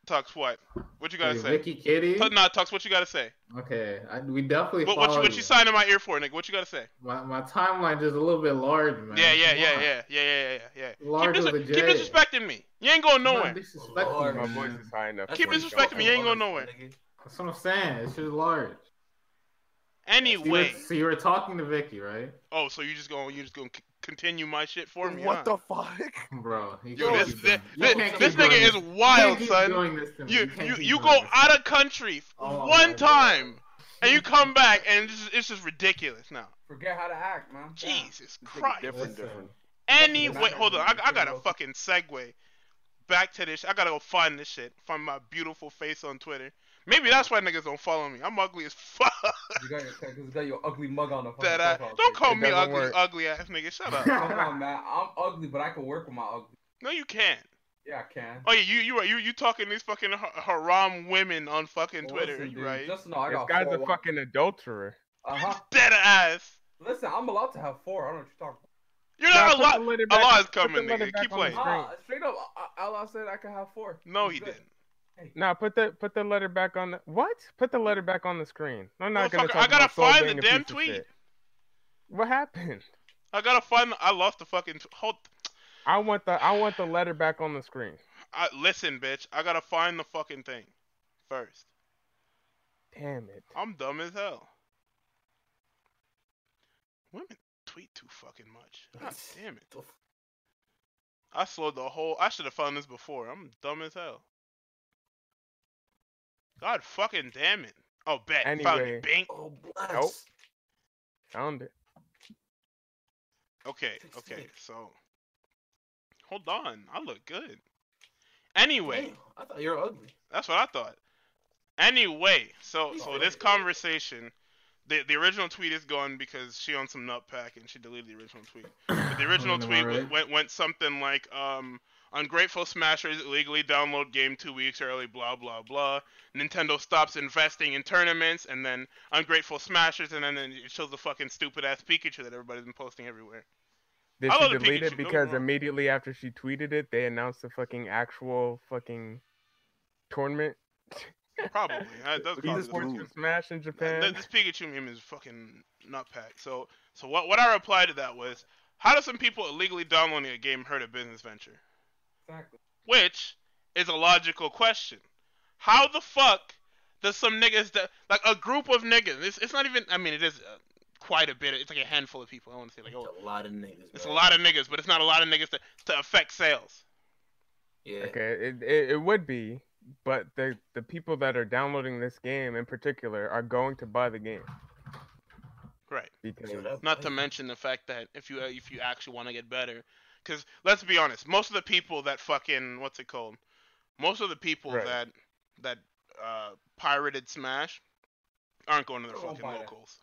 B: talks. What? What you gotta
A: Hey,
B: say?
A: Vicky Kitty?
B: Talk- nah, talks. What you gotta say?
A: Okay, I, we definitely
B: What what you,
A: follow
B: what you signing my ear for, nigga? What you gotta say?
A: My, my timeline just a little bit large, man.
B: Yeah, yeah,
A: Come
B: yeah,
A: on.
B: yeah, yeah, yeah, yeah, yeah. Keep,
A: Large
B: dis-
A: with a
B: keep
A: J.
B: disrespecting me. You ain't going
A: Not
B: nowhere.
A: disrespectful,
C: Large.
E: My
A: man.
E: voice is high enough.
C: That's
B: Keep
C: what
B: disrespecting me, you ain't
C: got
B: going nowhere.
C: nigga.
A: That's what I'm saying. It's just large. So you, were,
B: Anyway,
A: so you were talking to Vicky, right?
B: oh, so you just going you just going to continue my shit for me?
D: what
B: huh?
D: the fuck?
A: Bro, you
B: Yo,
A: can't
B: this
A: keep
B: this,
A: doing- you
B: this,
A: can't
B: this
A: keep doing
B: nigga is
A: this.
B: wild,
A: you can't keep
B: son.
A: Doing this to me.
B: You
A: can't
B: you,
A: keep
B: you
A: doing
B: go
A: this.
B: out of country
A: Oh,
B: one
A: my God.
B: time and you come back and it's just, it's just ridiculous now.
F: Forget how to act, man.
B: Jesus
D: nigga
B: Christ.
D: different.
A: Listen,
D: different.
B: Anyway, hold on. I, I got to
F: Different.
B: fucking segue back to this. I got to go find this shit. Find my beautiful face on Twitter. Maybe that's why niggas don't follow me. I'm ugly as fuck.
E: Oh,
F: You got your, you got your ugly mug on the fucking
B: That I,
F: profile
B: don't
F: picture.
B: call
E: It
B: me
E: doesn't
B: ugly,
E: work.
B: ugly ass nigga. Shut up.
F: Come on, man. I'm ugly, but I can work with my ugly.
B: No, you can't.
F: Yeah, I can.
B: Oh yeah, you you are you you talking these fucking ha- haram women on fucking
E: Oh,
F: Well,
B: Twitter,
F: listen,
B: you
F: dude,
B: right?
F: Just know I
E: This
F: got
E: guy's
F: four
E: a fucking adulterer.
F: Uh-huh.
B: Dead ass.
F: Listen, I'm allowed to have four. I don't know what you're talking
B: You're
E: Nah,
B: not
E: put
B: allowed.
E: the letter
B: A
E: back-
B: lot is
E: put the
B: coming,
E: letter
B: nigga.
E: back
B: Keep
E: on the
B: playing.
E: screen.
F: about. Nah, straight up, uh, I- I- Allah said I could have four.
B: No,
F: It's
B: he
F: good.
B: didn't.
E: Nah, put the put the letter back on the what? Put the letter back on the screen. I'm not gonna
B: Motherfucker,
E: talk
B: I gotta
E: about Saul
B: find
E: being
B: the
E: a
B: damn
E: piece of
B: tweet.
E: shit. What happened?
B: I gotta find. I lost the fucking. T- hold.
E: I want the I want the letter back on the screen.
B: I, listen, bitch. I gotta find the fucking thing first.
E: Damn it.
B: I'm dumb as hell. Women tweet too fucking much. God damn it.
C: The f-
B: I slowed the whole. I should have found this before. I'm dumb as hell. God fucking damn it. Oh, bet. Found
E: Anyway.
B: it. Bink.
C: Oh, bless.
E: Nope. Found it.
B: Okay,
C: Fix the
B: okay,
C: link.
B: so. Hold on, I look good. Anyway,
C: Damn, I thought you were ugly.
B: that's what I thought. Anyway, so
C: He's
B: so this
C: right.
B: conversation, the the original tweet is gone because she
A: Oh,
B: on some nut pack and she deleted the original tweet. But the original
A: Am I
B: tweet wa-
A: right?
B: went went something like um Ungrateful smashers illegally download game two weeks early, blah, blah, blah. Nintendo stops investing in tournaments, and then ungrateful smashers, and then it shows the fucking stupid ass Pikachu that everybody's been posting everywhere.
E: Did
B: I love
E: she
B: the
E: delete
B: Pikachu, don't
E: it
B: get me
E: because
B: wrong.
E: immediately after she tweeted it, they announced the fucking actual fucking tournament?
B: Probably. Uh, that's
E: Wii
B: probably
D: Jesus
B: the
E: Sports
B: first
D: Blue.
E: can Smash in
B: Th-
E: Japan?
B: th- This Pikachu meme is fucking nutpack. So, so what, what I replied to that was, how do some people illegally downloading a game hurt a business venture?
F: Exactly.
B: Which is a logical question. How the fuck does some niggas that like a group of niggas? It's, it's not even. I mean, it is uh, quite a bit. It's like a handful of people. I want to say like, oh,
C: It's a lot of niggas.
B: it's a
C: bro.
B: lot of niggas, but it's not a lot of niggas to, to affect sales.
C: Yeah.
E: Okay, it, it, it would be, but the, the people that are downloading this game in particular are going to buy the game.
B: Right.
E: Because
C: So that-
B: Not to mention the fact that if you uh, if you actually want to get better, because let's be honest, most of the people that fucking what's it called, most of the people
E: Right.
B: that that uh, pirated Smash aren't going to their
F: They won't
B: fucking
F: buy that.
B: locals.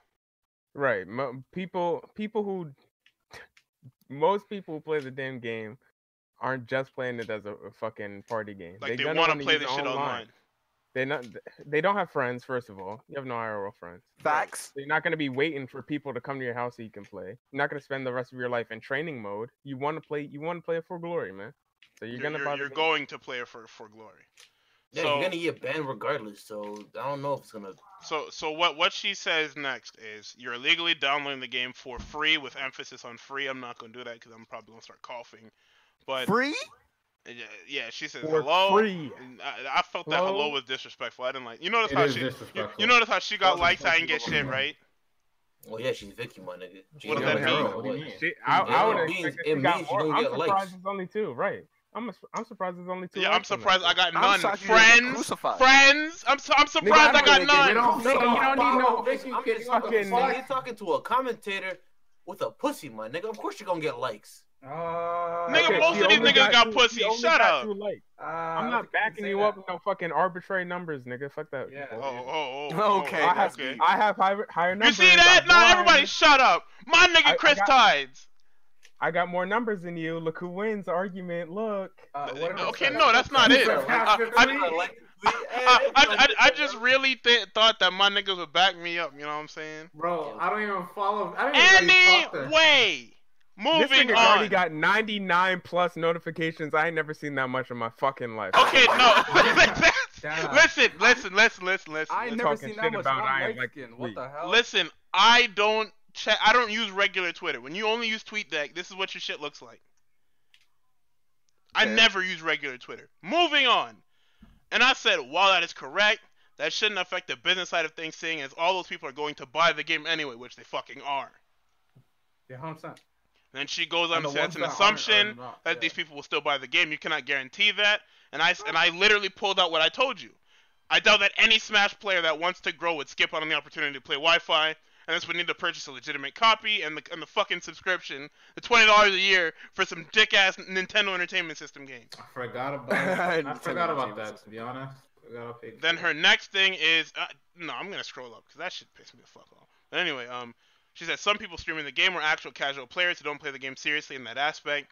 E: Right. Mo- people people who most people who play the damn game aren't just playing it as a, a fucking party game.
B: Like they
E: gonna
B: want to
E: wanna
B: play
E: use
B: this shit online.
E: They not they don't have friends first of all. You have no IRL friends.
D: Facts.
E: So you're not going to be waiting for people to come to your house so you can play. You're not going to spend the rest of your life in training mode. You want to play you want to play it for glory, man. So you're,
B: You're,
E: going to
B: you're,
E: buy
B: you're,
E: the game.
B: going to play it for for glory.
C: Yeah,
B: So-
C: you're gonna get banned regardless. So I don't know if it's gonna.
B: So so what what she says next is you're illegally downloading the game for free with emphasis on free. I'm not gonna do that because I'm probably gonna start coughing. But
D: Free?
B: yeah, uh, yeah, she says
E: for
B: hello.
E: free.
B: And I, I felt that
E: Hello?
B: hello was disrespectful. I didn't like. You notice
A: It
B: how
A: is
B: she. You,
A: disrespectful.
B: you notice how she got
C: That was
B: likes. I didn't get
C: disrespectful.
B: shit right.
C: Well, yeah, she's Vicky, my nigga. She
B: What
C: ain't
B: does
C: got
B: that
C: no
B: mean?
C: girl,
A: What do you
C: but-
A: mean?
E: She, I,
C: Yeah,
E: I would
C: it
E: have
C: means-
E: expected
C: it
E: she got
C: means you
E: more.
C: don't
E: I'm
C: get
E: surprised
C: likes.
E: it's only two, right? I'm a, I'm surprised it's only two.
B: Yeah, I'm
E: likes on that.
B: surprised I got none.
D: shocked you didn't get
B: Friends,
D: crucified.
B: friends. I'm su- I'm
E: I
B: surprised I
E: don't
B: got
E: really get-
A: They
B: none.
A: don't,
C: No,
A: they
C: you
A: don't need no
C: follow-
A: bitch. You
C: I'm
A: kidding
C: just
A: what the
E: fucking-
C: Nigga,
A: fuck?
C: you're talking to a commentator with a pussy, my nigga. Of course you're gonna get likes.
F: Uh,
B: Nigga,
E: Okay,
B: most
E: she
B: of these
E: only
B: niggas got
E: two-
B: pussy.
E: she only
B: Shut
E: got
B: up.
E: two likes.
F: Uh,
E: I'm not backing you up with no fucking arbitrary numbers, nigga. Fuck that.
F: Yeah.
B: Oh
F: Oh,
B: oh oh. oh,
D: Okay,
E: I have,
D: that's deep.
E: I have higher, higher
B: You
E: numbers.
B: see that?
E: I'm
B: Nah,
E: blind.
B: everybody, shut up. My
E: I-
B: nigga
E: I
B: Chris
E: got-
B: Tides.
E: I got more numbers than you. Look who wins the argument. Look.
F: Uh, what am I
B: Okay,
F: saying?
B: no, that's not it.
F: Bro,
B: I- I-
C: You're gonna like-
B: I, I, I, I just really th- thought that my niggas would back me up. You know what I'm saying?
A: Bro, I don't even follow. I don't even know you talk to-
B: Anyway,
E: This
B: moving
E: nigga
B: on.
E: already got 99 plus notifications. I ain't never seen that much in my fucking life.
B: Okay, no.
F: Damn.
B: listen, listen, listen, listen, listen.
F: I ain't
B: listen.
F: never
E: talking
F: seen that
E: shit
F: much
E: about
F: about
E: Iron
F: light
E: Mike
F: skin.
E: Lee.
F: What the hell?
B: Listen, I don't check. I don't use regular Twitter. When you only use TweetDeck, this is what your shit looks like. I
D: Okay.
B: never use regular Twitter. Moving on, and I said, while that is correct, that shouldn't affect the business side of things, seeing as all those people are going to buy the game anyway, which they fucking are.
F: Yeah, 100%.
B: Then she goes on
F: And
B: to
F: the
B: say that's
F: ones
B: an
F: that aren't
B: assumption
F: are not,
B: that
F: yeah.
B: these people will still buy the game. You cannot guarantee that. And I and I literally pulled out what I told you. I doubt that any Smash player that wants to grow would skip out on the opportunity to play Wi-Fi, and this would need to purchase a legitimate copy and the and the fucking subscription, the twenty dollars a year for some dick ass Nintendo Entertainment System game.
A: I forgot about. I forgot about that. To be honest, I gotta pick-
B: Then her next thing is uh, no, I'm gonna scroll up because that shit pissed me the fuck off. But anyway, um, she said some people streaming the game are actual casual players who don't play the game seriously in that aspect,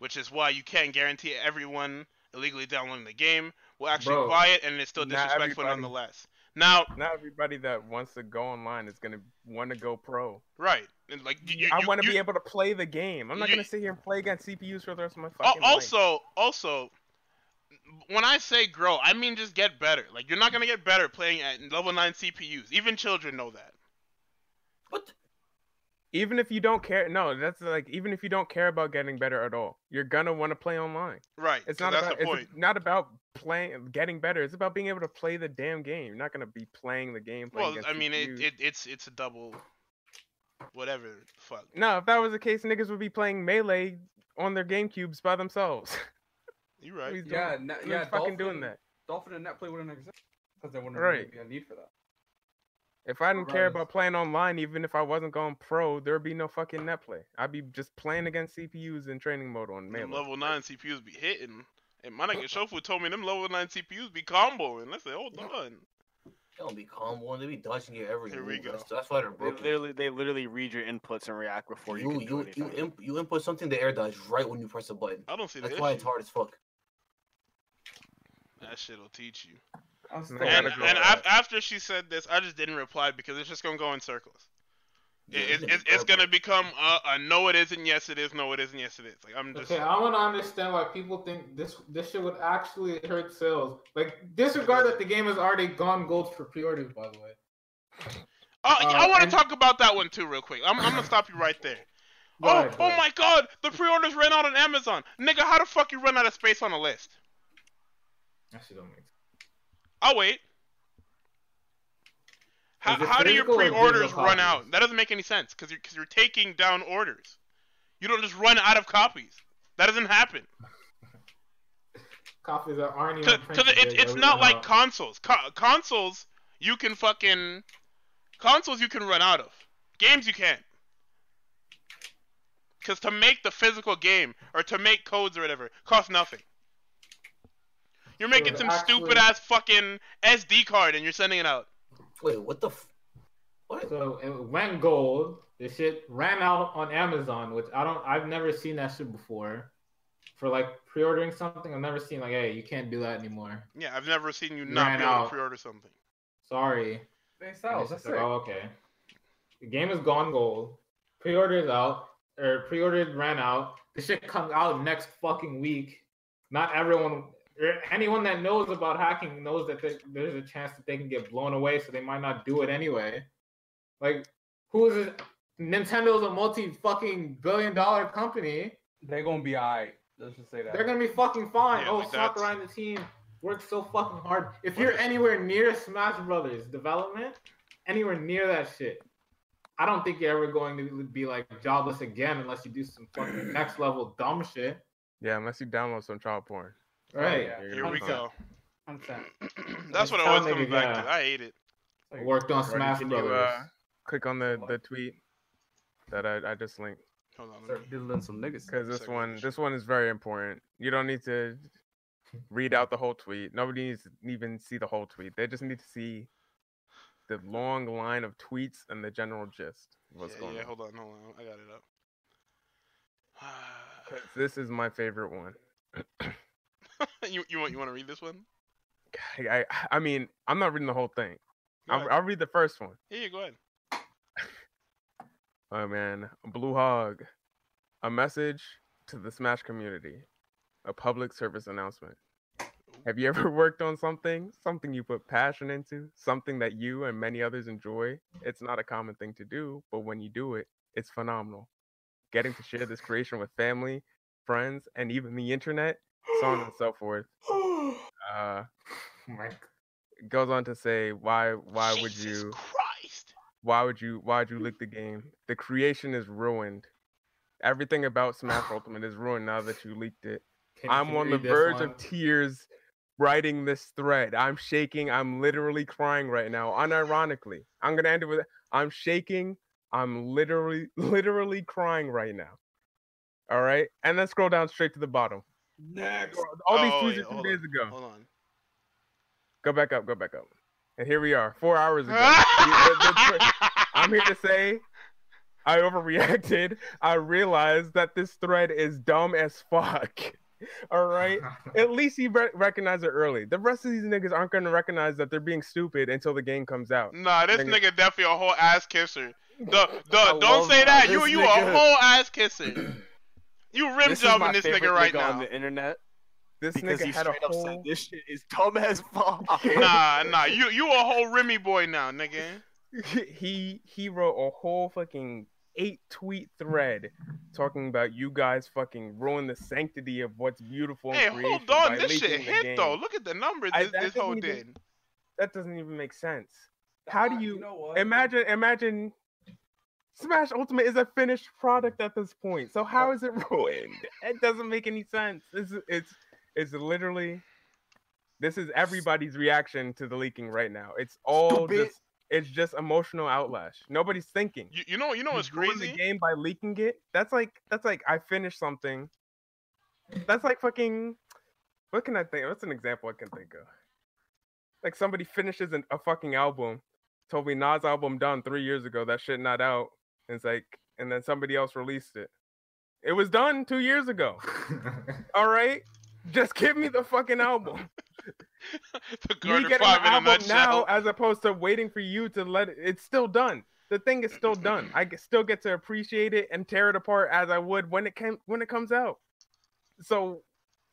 B: which is why you can't guarantee everyone illegally downloading the game will actually
A: Bro.
B: buy it, and it's still
E: Not
B: disrespectful
E: everybody.
B: nonetheless. Now,
E: Not everybody that wants to go online is gonna want to go pro.
B: right? And like, you, you,
E: I
B: you-
E: want to
B: you-
E: be able to play the game. I'm not
B: you-
E: gonna sit here and play against CPUs for the rest of my
B: Al-
E: fucking life.
B: also, also, when I say grow, I mean just get better. Like you're not gonna get better playing at level nine CPUs. Even children know that.
C: What? the-
E: Even if you don't care, no, that's like even if you don't care about getting better at all, you're gonna want to play online.
B: Right.
E: It's
B: so
E: not
B: that's
E: about
B: the point.
E: it's not about playing getting better. It's about being able to play the damn game. You're not gonna be playing the game. playing
B: Well,
E: against
B: I mean, it,
E: CPUs.
B: it it's it's a double, whatever. the Fuck.
E: No, if that was the case, niggas would be playing melee on their GameCubes by themselves.
B: You right.
E: Nobody's doing-
F: Yeah, na-
E: nobody's
F: yeah.
E: fucking
F: Dolphin,
E: doing that.
F: Dolphin and Netplay wouldn't exist because there wouldn't
E: Right.
F: really be a need for that.
E: If I didn't care
F: Regardless.
E: about playing online, even if I wasn't going pro, there'd be no fucking net play. I'd be just playing against CPUs in training mode on
B: Them
E: melee.
B: level nine CPUs be hitting. And my nigga Shofu told me them level nine CPUs be comboing. I said, hold on.
C: They don't be calm, one. They be dodging you every
B: Here
C: move.
B: we go.
C: That's, that's why they're
D: They
C: broken.
D: literally, they literally read your inputs and react before you,
C: you
D: can do
C: you you,
D: anything.
C: imp, you input something, the air dodge right when you press the button.
B: I don't see the
C: That's
B: issue.
C: why it's hard as fuck.
B: That shit'll teach you.
F: I'm
E: Man,
F: still
E: gotta
B: And,
E: go
B: and
E: back.
B: af- after she said this, I just didn't reply because it's just gonna go in circles. It, it, it's- it's gonna become a, a no, it isn't. Yes, it is. No, it isn't. Yes, it is. Like I'm just.
A: Okay, I want to understand why people think this this shit would actually hurt sales. Like disregard that the game has already gone gold for pre-orders, by the way.
B: Oh, yeah, I
A: Uh,
B: want to
A: and-
B: talk about that one too, real quick. I'm, I'm gonna stop you right there.
A: Go
B: oh,
A: ahead, go
B: oh
A: ahead.
B: my God! The pre-orders ran out on Amazon. Nigga, how the fuck you run out of space on a list?
A: That shit don't make sense.
B: I'll wait. How,
A: Is it
B: how do your
A: physical or
B: pre-orders
A: digital
B: run
A: copies?
B: out? That doesn't make any sense because you're, 'cause you're taking down orders. You don't just run out of copies. That doesn't happen.
A: Copies that aren't even
B: Because
A: printed
B: it,
A: yet,
B: it's
A: yo,
B: not
A: we
B: like
A: don't
B: consoles. Co- consoles, you can fucking. Consoles you can run out of. Games you can't. Because to make the physical game, or to make codes or whatever, costs nothing. You're
A: So
B: making
A: it's
B: some
A: actually-
B: stupid ass fucking SD card and you're sending it out.
C: Wait, what the? F- what?
A: know. So it went gold. The shit ran out on Amazon, which I don't. I've never seen that shit before. For like pre-ordering something, I've never seen like, hey, you can't do that anymore.
B: Yeah, I've never seen you
A: Ran
B: not be able
A: out.
B: to pre order something.
A: Sorry.
F: They
A: And
F: sell.
A: it's
F: That's
A: just like,
F: it.
A: oh, okay. The game is gone gold. Pre-orders out or pre-orders ran out. The shit comes out next fucking week. Not everyone or anyone that knows about hacking knows that there- there's a chance that they can get blown away, so they might not do it anyway. Like, who is it? Nintendo's a multi fucking billion dollar company.
F: They're gonna be alright. Let's just say that.
A: They're gonna be fucking fine.
B: Yeah,
A: oh,
B: like that's-
A: soccer on the team works so fucking hard. If you're anywhere near Smash Brothers development, anywhere near that shit, I don't think you're ever going to be like jobless again unless you do some fucking next level dumb shit.
E: Yeah, unless you download some child porn.
A: Right.
F: Yeah.
B: Here we
A: Okay.
B: go.
F: Understand.
B: That's what it
A: Sound
B: always
A: like
B: comes
A: a
B: back to.
A: guy.
B: I hate it.
A: Worked on
E: Rodney,
A: Smash
E: can you,
A: Brothers.
E: uh, Click on the, the tweet that I, I just linked
B: Hold on. let
F: Start
B: me-
F: diddling some niggas.
E: because this
B: Second
E: one
B: picture.
E: this one is very important. You don't need to read out the whole tweet. Nobody needs to even see the whole tweet. They just need to see the long line of tweets and the general gist. of What's
B: yeah,
E: going
B: yeah,
E: on?
B: hold on, hold on. I got it up.
E: 'Cause This is my favorite one.
B: you you want you want to read this one?
E: I, I I mean I'm not reading the whole thing.
B: Go
E: I'll,
B: ahead.
E: I'll read the first one.
B: Yeah, yeah, go ahead.
E: Oh man, Blue Hog, a message to the Smash community, a public service announcement. Have you ever worked on something, something you put passion into, something that you and many others enjoy? It's not a common thing to do, but when you do it, it's phenomenal. Getting to share this creation with family, friends, and even the internet, so on and so forth. Uh,
A: Like,
E: it goes on to say, why, why would
B: Jesus
E: you?
B: Christ!
E: why would you why would you leak the game? The creation is ruined. Everything about Smash Ultimate is ruined now that you leaked it.
A: can- can
E: I'm
A: you
E: on the
A: read this
E: verge
A: one?
E: of tears writing this thread. I'm shaking. I'm literally crying right now. Unironically. I'm gonna end it with I'm shaking. I'm literally literally crying right now. All right, and then scroll down straight to the bottom.
F: Next.
E: All these
B: Oh,
E: tweets
B: yeah,
E: are two
B: hold
E: days ago.
B: Hold on.
E: Go back up. Go back up. And here we are, four hours ago.
B: Ah!
E: The- the- the- I'm here to say I overreacted. I realized that this thread is dumb as fuck. All right. At least he re- recognized it early. The rest of these niggas aren't gonna recognize that they're being stupid until the game comes out.
B: Nah, this
E: Nigga.
B: nigga definitely a whole ass kisser. Duh, duh, don't
D: love
B: say that.
D: this
B: You you a
D: nigga.
B: whole ass kisser. You rim
D: This is my
B: jobbing this nigga
D: favorite
B: right now.
D: on the internet
E: This
D: because
E: nigga
D: he
E: had a
D: straight up said
E: whole.
D: this shit is dumb as fuck.
B: Nah, nah, you you a whole Remy boy now, nigga.
E: he he wrote a whole fucking eight tweet thread talking about you guys fucking ruin the sanctity of what's beautiful. in
B: Hey,
E: creation
B: hold on,
E: by
B: this shit
E: leaking the
B: hit
E: game.
B: though. Look at the numbers
E: I-
B: this,
E: that
B: this whole
E: didn't
B: did.
E: even- That doesn't even make sense. How do you?
F: know what?
E: Imagine, imagine. Smash Ultimate is a finished product at this point, so how is it ruined? It doesn't make any sense. It's it's it's literally. This is everybody's reaction to the leaking right now. It's all
D: Stupid.
E: just it's just emotional outlash. Nobody's thinking.
B: You, you know you know what's
E: You ruined
B: crazy?
E: The game by leaking it. That's like that's like I finished something. That's like fucking. What can I think? What's an example I can think of? Like somebody finishes an, a fucking album, told me Nas album done three years ago. That shit not out. And it's like, and then somebody else released it. It was done two years ago. All right, just give me the fucking album.
B: the
E: you
B: Carter
E: get
B: Five
E: an
B: in a
E: album now
B: nutshell.
E: as opposed to waiting for you to let it. It's still done. The thing is still done. I g- still get to appreciate it and tear it apart as I would when it came when it comes out. So,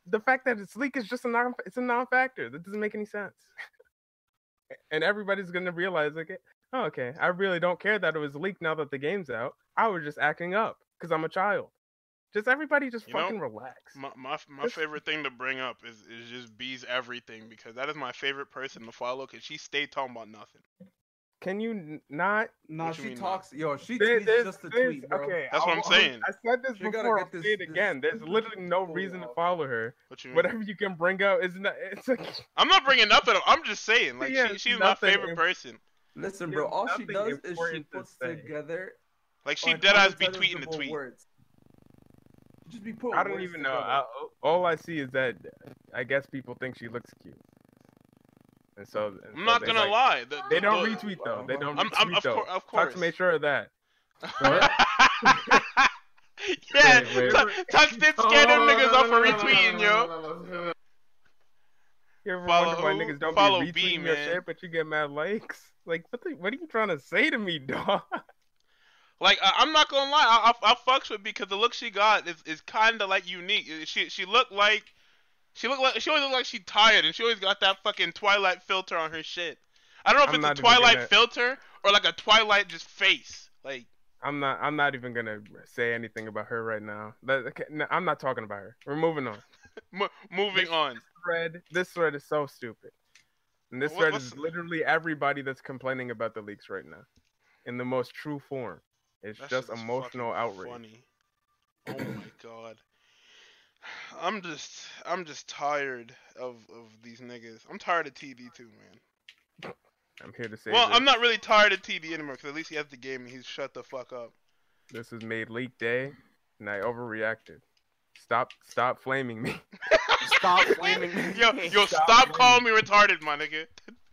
E: the fact that it's leak is just a non it's a non factor. That doesn't make any sense. and everybody's gonna realize like, oh, okay, I really don't care that it was leaked now that the game's out. I was just acting up because I'm a child. Just everybody just
B: You know,
E: fucking relax.
B: My my, my
E: This-
B: favorite thing to bring up is, is just B's everything because that is my favorite person to follow because she stayed talking about nothing.
E: Can you n- not
F: Nah,
B: What you
F: she
B: mean,
F: talks. Yo, she
E: There-
F: tweets
E: there's-
F: just to
E: there's-
F: tweet, bro.
E: Okay,
B: That's what
E: I'll-
B: I'm saying.
E: I said this
F: You gotta
E: before.
F: get
E: I'll
F: this-
E: say it
F: this
E: again. There's literally no
F: story
E: reason to
F: out.
E: follow her.
B: What you mean?
E: Whatever you can bring up is not. It's like
B: I'm not bringing nothing up. I'm just saying like
E: Yeah,
B: she, she's my
E: nothing
B: favorite
E: im-
B: person.
F: Listen,
E: There's
F: bro. All she
E: nothing
F: does is she
E: important to
F: puts
E: say.
F: together.
B: Like she
F: like,
B: dead eyes be tweeting the
F: unintelligible
B: tweet.
F: Words. Just be putting
E: I don't
F: words
E: even know.
F: together.
E: I, all I see is that I guess people think she looks cute, and so and so
B: I'm not
E: they,
B: gonna
E: like-
B: lie. The,
E: They
B: the-
E: don't
B: the-
E: retweet though. They don't
B: I'm,
E: retweet
B: I'm, of,
E: though.
B: cour- of
E: Talk
B: course.
E: to make sure of that.
A: What?
B: yeah,
A: Wait, wait,
B: Tuck-
A: wait.
B: Tuck did scare them niggas off for retweeting, yo.
A: yo.
E: You ever
B: Follow
E: wonder why
B: who?
E: niggas don't
B: Follow
E: be retweeting
B: B,
E: your
B: man.
E: shit, but you get mad likes? Like what? The, what are you trying to say to me, dog?
B: Like I, I'm not gonna lie, I, I, I fucks with because the look she got is, is kind of like unique. Uh, She she looked like she looked like she always looked like she tired, and she always got that fucking twilight filter on her shit. I don't know
E: I'm
B: if
E: not
B: it's a
E: even gonna-
B: twilight filter or like a twilight just face. Like
E: I'm not. I'm not even gonna say anything about her right now. That, okay, no, I'm not talking about her. We're moving on.
B: m- moving on.
E: thread. This thread is so stupid. And this
B: What-
E: thread
B: what's-
E: is literally everybody that's complaining about the leaks right now, in the most true form. It's
B: That
E: just
B: shit's
E: emotional
B: fucking
E: outrage.
B: Funny. Oh my god. I'm just I'm just tired of of these niggas. I'm tired of TD too, man.
E: I'm here to say.
B: well,
E: this.
B: I'm not really tired of TD anymore because at least he has the game and he's shut the fuck up.
E: This is made leak day, and I overreacted. Stop! Stop flaming me.
D: Stop blaming me.
B: Yo, yo, stop, calling me retarded, my nigga.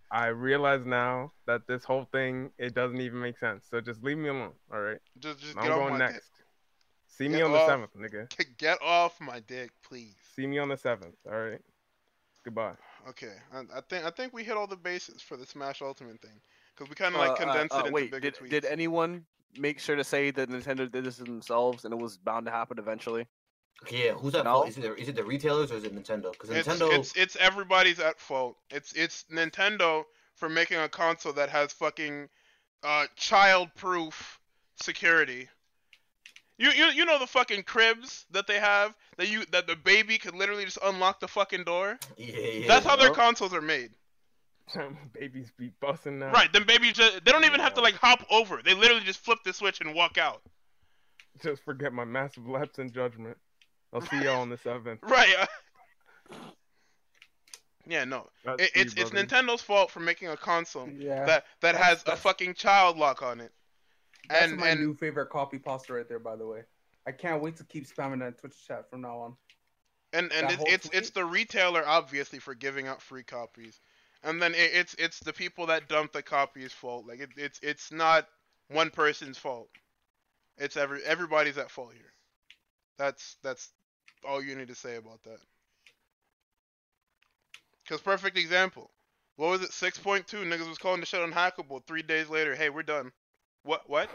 E: I realize now that this whole thing it doesn't even make sense. So just leave me alone. All right.
B: Just, just
E: I'm
B: get off
E: going
B: my
E: next. See me
B: Get
E: on the
B: off.
E: seventh, nigga.
B: dick. Get off my dick, please.
E: See me on the seventh. All right. Goodbye.
B: Okay, I, I think I think we hit all the bases for the Smash Ultimate thing because we kind of
D: Uh,
B: like
D: uh,
B: condensed
D: uh,
B: it into
D: wait,
B: bigger
D: did,
B: tweets.
D: did anyone make sure to say that Nintendo did this to themselves and it was bound to happen eventually?
C: Yeah, who's at
D: No.
C: fault? Is it, the, is it the retailers or is it Nintendo? Because
B: it's,
C: Nintendo,
B: it's it's everybody's at fault. It's it's Nintendo for making a console that has fucking uh child-proof security. You you you know the fucking cribs that they have that you that the baby could literally just unlock the fucking door.
C: yeah, yeah. Oh,
B: That's how their
D: Well.
B: consoles are made.
E: Babies be busting now.
B: Right, then babies just they don't even have to
E: Yeah.
B: like hop over. They literally just flip the switch and walk out.
E: Just forget my massive lapse in judgment. I'll see y'all on the seventh.
B: Right. uh, yeah, no.
E: That's
B: It,
E: you,
B: it's it's
E: brother.
B: Nintendo's fault for making a console that
F: Yeah.
B: that
F: That's-
B: has a
F: that's-
B: fucking child lock on it.
F: That's
B: and-
F: my
B: and-
F: new favorite copy pasta right there, by the way. I can't wait to keep spamming that Twitch chat from now on.
B: And and
F: That
B: it's
F: whole
B: it's, it's
F: tweet?
B: the retailer obviously for giving out free copies. And then it, it's it's the people that dump the copies fault. Like it, it's it's not one person's fault. It's every everybody's at fault here. That's that's all you need to say about that. Cause perfect example. What was it? Six point two niggas was calling the shit unhackable. Three days later, hey, we're done. What what?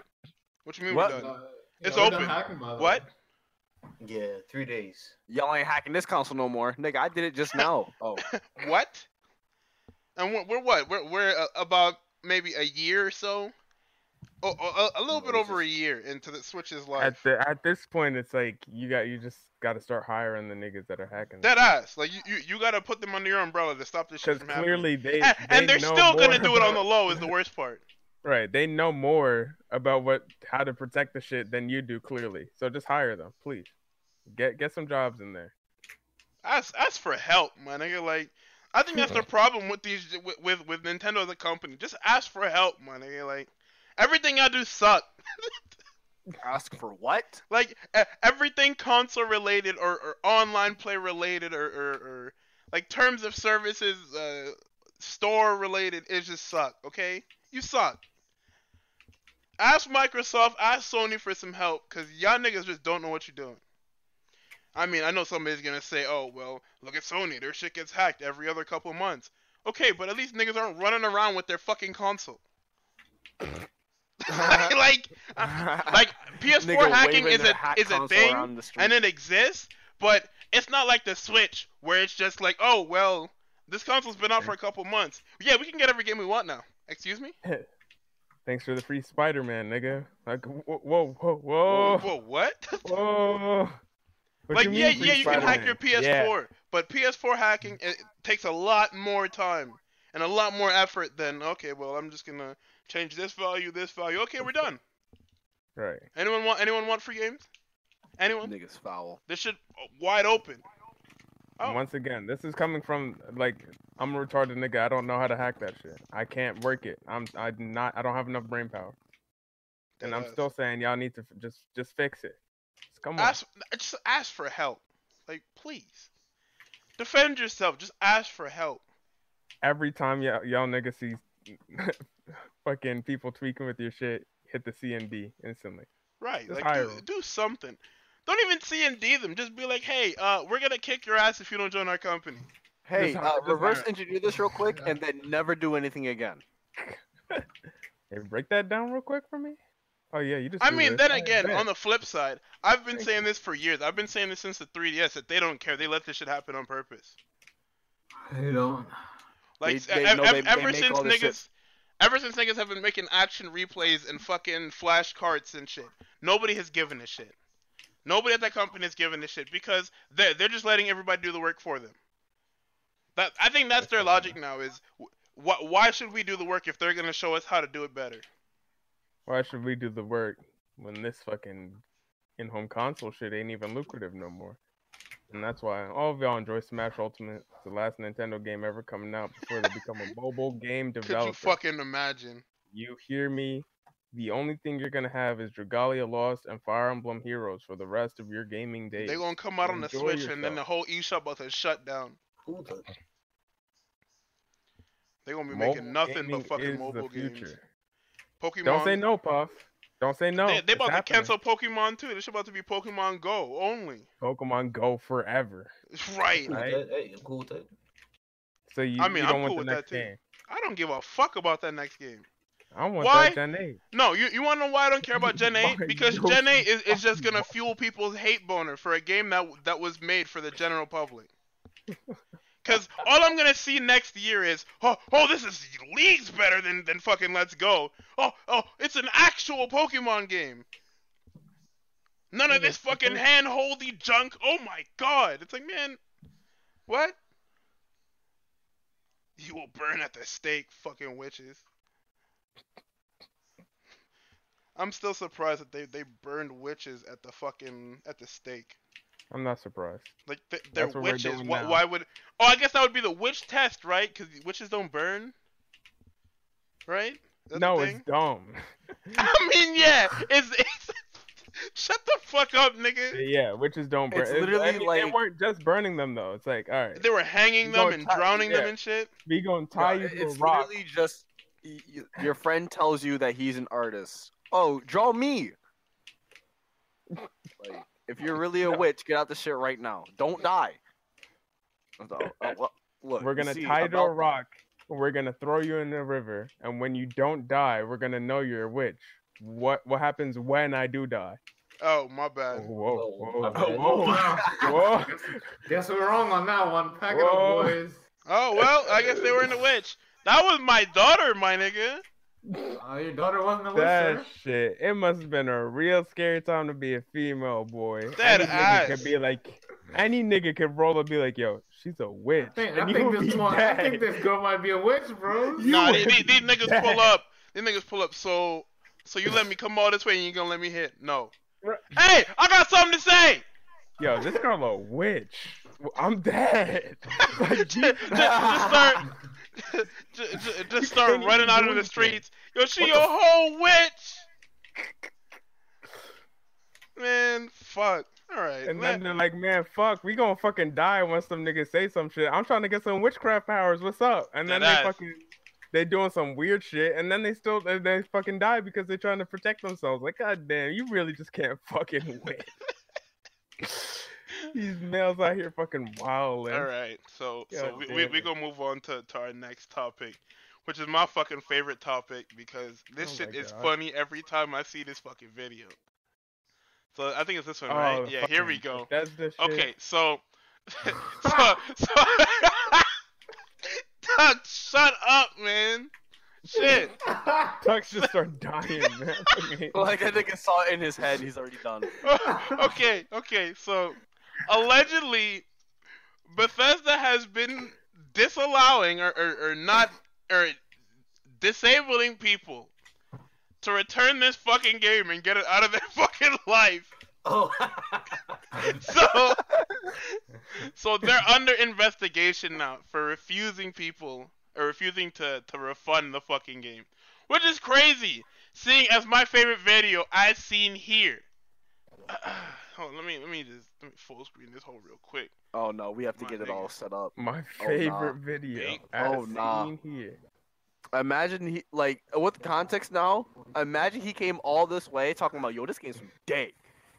B: What you mean
D: What?
B: we're done? It's
A: we're done
B: open.
A: hacking, by the
B: What?
A: way.
C: yeah, three days.
D: Y'all ain't hacking this console no more, nigga. I did it just now. Oh,
B: What? And we're, we're what? We're, we're uh, about maybe a year or so, oh, oh, a, a little bit over a year into the Switch's
E: At
B: life.
E: the at this point, it's like you got you just got to start hiring the niggas that are hacking.
B: Dead ass. Like you, you, you gotta put them under your umbrella to stop this shit
E: Because
B: from happening.
E: clearly they,
B: And, and
E: they
B: they're
E: know
B: still gonna
E: more
B: do it on the
E: about-
B: low. Is the worst part.
E: right. They know more about what how to protect the shit than you do. Clearly, so just hire them, please. Get get some jobs in there.
B: Ask, ask for help, my nigga. Like, I think that's the problem with these with with, with Nintendo as a company. Just ask for help, my nigga. Like, everything I do suck.
D: ask for what?
B: Like e- everything console related or, or online play related or, or, or like terms of services, uh, store related issues suck. Okay, you suck. Ask Microsoft, ask Sony for some help, cause y'all niggas just don't know what you're doing. I mean, I know somebody's gonna say, "Oh, well, look at Sony. Their shit gets hacked every other couple months." Okay, but at least niggas aren't running around with their fucking console. like, like PS4
D: Uh-huh. Nigga
B: hacking
D: waving
B: is
D: their
B: a
D: hack
B: is a
D: console
B: thing,
D: around the street.
B: and it exists, but it's not like the Switch where it's just like, oh well, this console's been out for a couple months. Yeah, we can get every game we want now. Excuse me?
E: Thanks for the free Spider-Man, nigga. Like, whoa, whoa, whoa, whoa,
B: Whoa, what?
E: whoa. Oh. What
B: like
E: you
B: yeah,
E: mean free
B: yeah, you can hack your PS4,
E: Spider-Man? Yeah.
B: but PS4 hacking it takes a lot more time and a lot more effort than okay, well, I'm just gonna change this value, this value. Okay, we're done.
E: Right.
B: Anyone want anyone want free games? Anyone?
D: Niggas foul.
B: This shit uh, wide open. Oh.
E: And Once again, this is coming from like I'm a retarded nigga. I don't know how to hack that shit. I can't work it. I'm I'm not. I don't have enough brain power. And I'm
B: Deadass.
E: still saying y'all need to f- just just fix it. Just come on.
B: ask just ask for help. Like please. Defend yourself. Just ask for help.
E: Every time y'all y'all niggas see fucking people tweaking with your shit, hit the C and B instantly.
B: Right.
E: Just
B: Like
E: hire
B: do,
E: 'em.
B: do something. Don't even C and D them. Just be like, hey, uh, we're gonna kick your ass if you don't join our company.
D: Hey, uh,
E: Just- just-
D: reverse engineer this real quick and then never do anything again.
E: Hey, break that down real quick for me. Oh yeah, you just.
B: I
E: do
B: mean,
E: this.
B: then
E: Oh,
B: again,
E: bet.
B: on the flip side, I've been
E: Thank
B: saying this for years. I've been saying this since the 3DS that they don't care. They let this shit happen on purpose.
A: I don't.
B: Like
D: They- they
B: ev-
D: know
B: ev-
D: they- they
B: ever
D: make
B: since
D: all this shit.
B: niggas, ever since niggas have been making action replays and fucking flashcards and shit, nobody has given a shit. Nobody at that company has given a shit because they they're just letting everybody do the work for them. That I think that's their logic now is. wh- wh- Why should we do the work if they're gonna show us how to do it better?
E: Why should we do the work when this fucking in-home console shit ain't even lucrative no more? And that's why all of y'all enjoy Smash Ultimate. It's the last Nintendo game ever coming out before they become a mobile game
B: Could
E: developer.
B: you fucking imagine?
E: You hear me? The only thing you're gonna have is Dragalia Lost and Fire Emblem Heroes for the rest of your gaming days.
B: They're gonna come out on the
E: Enjoy
B: Switch and then
E: yourself.
B: the whole eShop about to shut down.
C: Who the
B: They're gonna be
E: Mobile
B: making nothing
E: gaming
B: but fucking
E: is
B: mobile
E: the
B: games.
E: future.
B: Pokemon.
E: Don't say no, Puff. Don't say no.
B: They, they
E: It's
B: about
E: happening.
B: to cancel Pokemon too. This shit about to be Pokemon Go only.
E: Pokemon Go forever.
B: Right.
C: cool with
E: Right.
C: that? Hey, I'm cool with that.
E: So you,
B: I mean,
E: you
B: I'm
E: don't want
B: cool
E: the
B: with that
E: next
B: too.
E: game.
B: I don't give a fuck about that next game.
E: I want
B: Why?
E: that Gen 8.
B: No, you, you wanna know why I don't care about Gen 8?
E: Why
B: Because
E: don't
B: Gen
E: you
B: 8 is, is just
E: fucking
B: gonna fuel people's hate boner for a game that that was made for the general public. Cause all I'm gonna see next year is oh oh this is leagues better than, than fucking Let's Go. Oh oh it's an actual Pokemon game. None of this fucking hand holdy junk. Oh my god. It's like man what? You will burn at the stake, fucking witches. I'm still surprised that they, they burned witches at the fucking at the stake.
E: I'm not surprised.
B: Like th- they're
E: That's what we're
B: witches.
E: doing
B: Why,
E: now.
B: why would? Oh, I guess that would be the witch test, right? Because witches don't burn, right? That's
E: no,
B: the
E: it's
B: thing?
E: dumb.
B: I mean, yeah. It's, it's shut the fuck up, nigga.
E: yeah, witches don't burn.
D: It's literally
E: I mean, they
D: like-
E: weren't just burning them though. It's like, all right,
B: They were hanging
E: You
B: them
E: gonna
B: and
E: tie-
B: drowning them
E: yeah.
B: and shit.
E: we gonna tie
D: No,
E: you to a
D: it's
E: rock.
D: literally just y- y- your friend tells you that he's an artist. Oh, draw me. Like, if you're really a
E: No.
D: witch, get out the shit right now. Don't die. So, uh, well, look,
E: We're
D: you
E: gonna
D: see,
E: tie you to a
D: about-
E: rock. and We're gonna throw you in the river, and when you don't die, we're gonna know you're a witch. What what happens when I do die?
B: Oh, my
E: Whoa,
B: bad.
E: whoa,
C: Oh,
E: whoa, whoa!
A: Guess we're wrong on that one. Pack it
E: Whoa.
A: up, boys.
B: Oh well, I guess they were in the witch. That was my daughter, my nigga.
A: Uh, your daughter wasn't a witch,
E: That shit. It must have been a real scary time to be a female boy.
B: That
E: any nigga
B: ass.
E: could be like, any nigga could roll and be like, yo, she's a
A: I
E: witch.
A: think,
E: and
A: I
E: you
A: think
E: would
A: this
E: be
A: one, I
E: dead.
A: think this girl might be a witch, bro.
E: You
B: nah,
E: would
B: they, they, these
E: be
B: niggas
E: dead.
B: pull up. These niggas pull up. So, so you let me come all this way and you gonna let me hit? No.
E: Right.
B: Hey, I got something to say.
E: Yo, this girl a witch. I'm dead.
B: just,
E: Like,
B: just, just start, just, just, just start
E: can't even
B: running out
E: do
B: in the
E: anything.
B: streets. Yo, she
E: What
B: your
E: the-
B: whole witch. Man, fuck. All right.
E: And
B: let-
E: then they're like, man, fuck, we gonna fucking die once some niggas say some shit. I'm trying to get some witchcraft powers. What's up? And then
B: Deadass.
E: they fucking they doing some weird shit, and then they still they, they fucking die because they're trying to protect themselves. Like, god damn, you really just can't fucking win. These males out here fucking wild.
B: All right, so so
E: God
B: we,
E: damn
B: we we
E: it.
B: gonna move on to, to our next topic, which is my fucking favorite topic because this
E: Oh
B: shit
E: my
B: is
E: God.
B: funny every time I see this fucking video. So I think it's this one, right? Yeah, here we go.
E: That's the Oh, shit.
B: Okay, so so so Doug, shut up, man. Shit.
E: Tucks just start dying, man. Okay.
D: Like I think I saw it in his head. He's already done.
B: okay, okay. So allegedly, Bethesda has been disallowing or, or, or not or disabling people to return this fucking game and get it out of their fucking life.
C: Oh,
B: So so they're under investigation now for refusing people or refusing to, to refund the fucking game. Which is crazy, seeing as my favorite video I've seen here. Hold on, let me let me just let me full screen this whole real quick.
D: Oh no, we have to
B: My
D: get it
B: nigga.
D: all set up.
E: My
D: Oh, nah.
E: favorite video.
B: Big-
E: I've
D: oh, nah.
E: seen here.
D: Imagine he like with context now. Imagine he came all this way talking about yo, this game's from day.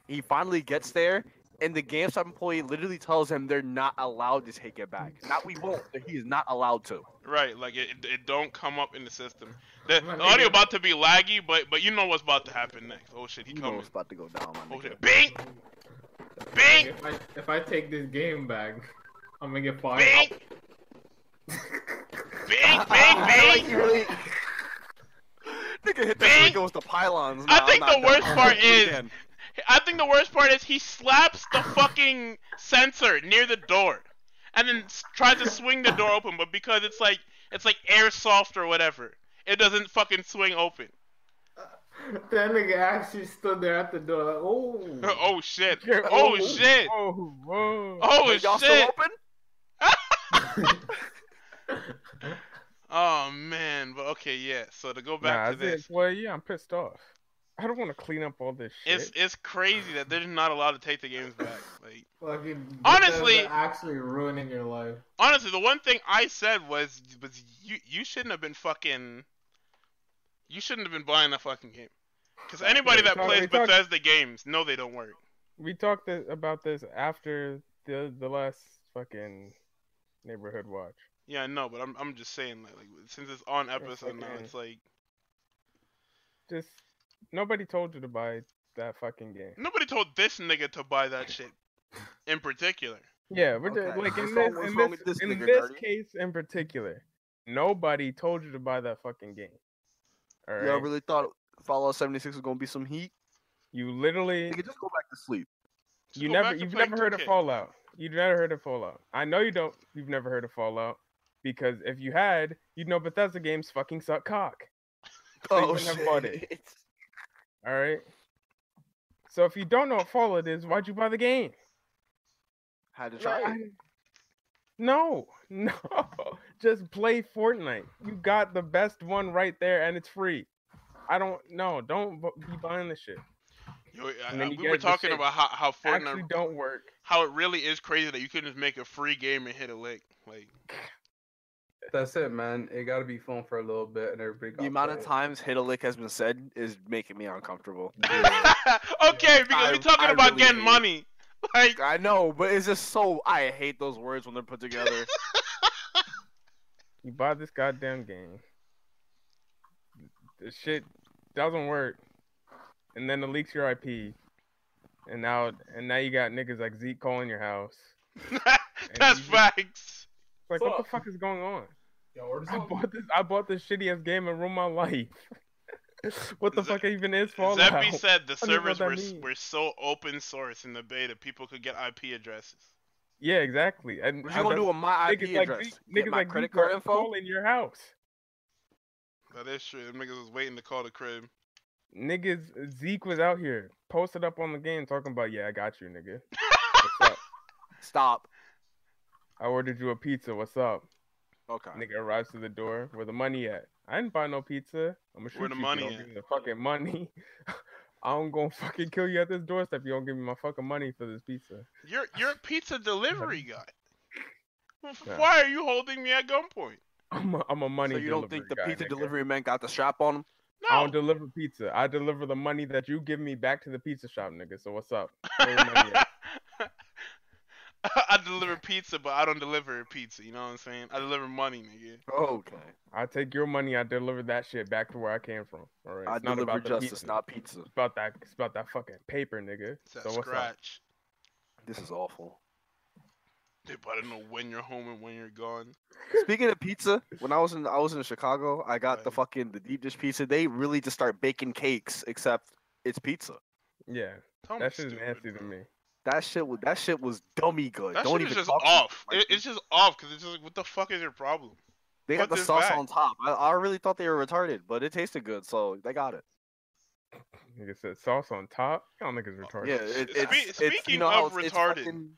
D: He finally gets there, and the GameStop employee literally tells him they're not allowed to take it back. Not we won't. But he is not allowed to.
B: Right, like it, it- it don't come up in the system. The,
A: My
B: the audio
A: nigga.
B: about to be laggy, but but you know what's about to happen next. Oh shit, he
D: You know
B: coming.
D: what's about to go down, my
B: Oh
D: nigga.
B: shit, bing, bing,
A: If I, if I take this game back, I'm gonna get fired.
B: bing, bing, bing, bing.
D: like, really... Nigga hit
B: Bang.
D: that nigga with the pylons.
B: I
D: Nah,
B: think
D: I'm
B: the
D: not done.
B: worst part is-
D: Again.
B: I think the worst part is he slaps the fucking sensor near the door, and then s- tries to swing the door open, but because it's like it's like airsoft or whatever, it doesn't fucking swing open.
A: That nigga actually stood there at the door. Like, oh,
D: Hmm.
B: Oh shit! Oh shit!
E: Oh, whoa.
B: Oh
D: Wait, y'all
B: shit!
D: still open?
B: Oh man, but okay, yeah. So to go back
E: nah,
B: to
E: I said,
B: this,
E: Well, yeah, I'm pissed off. I don't want to clean up all this shit.
B: it's it's crazy that they're not allowed to take the games back. Like
A: fucking
B: Honestly-
A: Bethesda actually ruining your life.
B: honestly, the one thing I said was was you you shouldn't have been fucking, you shouldn't have been buying that fucking game. Because anybody
E: Yeah,
B: that
E: no,
B: plays
E: we talked-
B: Bethesda games know they don't work.
E: we talked th- about this after the the last fucking neighborhood watch.
B: Yeah, I know, but I'm I'm just saying like, like since it's on episode now,
E: okay.
B: it's like
E: Just nobody told you to buy that fucking game.
B: nobody told this nigga to buy that shit in particular.
E: Yeah, but
D: Okay.
E: like in
D: So
E: this
D: what's
E: in
D: wrong
E: this,
D: with this
E: in
D: nigga,
E: this
D: Dirty?
E: case in particular, nobody told you to buy that fucking game. All right,
D: Y'all really thought Fallout 76 was gonna be some heat?
E: you literally
D: Nigga, just go back to sleep.
B: Just
E: You
B: go
E: never,
B: back to
E: you've
B: playing
E: never heard of
B: 2K.
E: Fallout. You've never heard of Fallout. I know you don't. You've never heard of Fallout because if you had, you'd know Bethesda games fucking suck cock. So
D: Oh,
E: you wouldn't have bought it. All right. So if you don't know what Fallout is, why'd you buy the game?
D: Had to try it.
E: No, no. Just play Fortnite. You got the best one right there, and it's free. I don't. No, don't bu- be buying this shit.
B: Yo, I-
E: And then
B: I-
E: you
B: we
E: get
B: were
E: the
B: talking
E: shit.
B: about how how Fortnite
E: Actually, don't work.
B: how it really is crazy that you can just make a free game and hit a lick. Like,
G: That's it, man. It got to be fun for a little bit, and everybody.
D: The
G: gotta
D: amount of
G: play it.
D: times hit a lick has been said is making me uncomfortable.
B: okay, because
D: I-
B: we're talking
D: I
B: about
D: really
B: getting
D: hate-
B: money. Like,
D: I know, but it's just so I hate those words when they're put together.
E: You buy this goddamn game. The shit doesn't work. And then it leaks your IP. And now and now you got niggas like Zeke calling your house.
B: that's
E: you-
B: facts.
E: It's like what the fuck is going on?
G: Yo, or
E: I bought this I bought this shitty ass game and ruined my life. what the
B: Ze-
E: fuck even is Fallout?
B: Zeppi said the
E: I don't know
B: servers
E: what that
B: were, s-
E: means.
B: were so open source in the beta, people could get IP addresses.
E: yeah, exactly. And
D: What
E: I-
D: you gonna do with my IP
E: niggas like
D: address?
E: Zeke,
D: Get
E: niggas
D: my
E: like
D: credit
E: Zeke are
D: card info?
E: calling your house.
B: That is true. Them niggas was waiting to call the crib.
E: Niggas Zeke was out here posted up on the game talking about, yeah, I got you, nigga. What's up?
D: Stop.
E: I ordered you a pizza. What's up?
D: Okay.
E: Nigga arrives to the door. Where the money at? I didn't buy no pizza. I'm gonna shoot
B: Where the
E: you if you
B: money
E: don't
B: at?
E: give me the fucking money. I'm gonna fucking kill you at this doorstep. You don't give me my fucking money for this pizza.
B: You're you're a pizza delivery guy.
E: Yeah.
B: Why are you holding me at gunpoint?
E: I'm a, I'm a money.
D: so you don't think the
E: delivery guy,
D: pizza
E: nigga.
D: delivery man got the strap on him?
E: I don't
B: No.
E: deliver pizza. I deliver the money that you give me back to the pizza shop, nigga. So what's up? Where the money at?
B: I deliver pizza, but I don't deliver pizza. You know what I'm saying? I deliver money, nigga.
D: Okay.
E: I take your money. I deliver that shit back to where I came from. All right.
D: I
E: It's not
D: deliver
E: about the
D: justice,
E: pizza.
D: not pizza.
E: It's about that. It's about that fucking paper, nigga.
B: It's that
E: So what's up?
B: scratch.
D: This is awful.
B: They better know when you're home and when you're gone.
D: Speaking of pizza, when I was in I was in Chicago, I got the
B: Right.
D: fucking the deep dish pizza. They really just start baking cakes, except it's pizza.
E: Yeah,
B: Tell
E: that
B: me
E: shit's nasty to me.
D: That shit was that shit was dummy good.
B: That
D: don't
B: shit
D: even
B: is just
D: talk to me.
B: off.
D: Like,
B: It- it's just off because it's just like, what the fuck is your problem?
D: They got
B: What
D: the
B: is
D: sauce
B: that?
D: on top. I, I really thought they were retarded, but it tasted good, so they got it.
E: Nigga said sauce on top. Y'all niggas
B: Oh,
E: retarded.
D: Yeah, it,
B: Spe-
D: it's, it's,
B: speaking
D: you know how
B: of
D: it's- it's
B: retarded,
D: fucking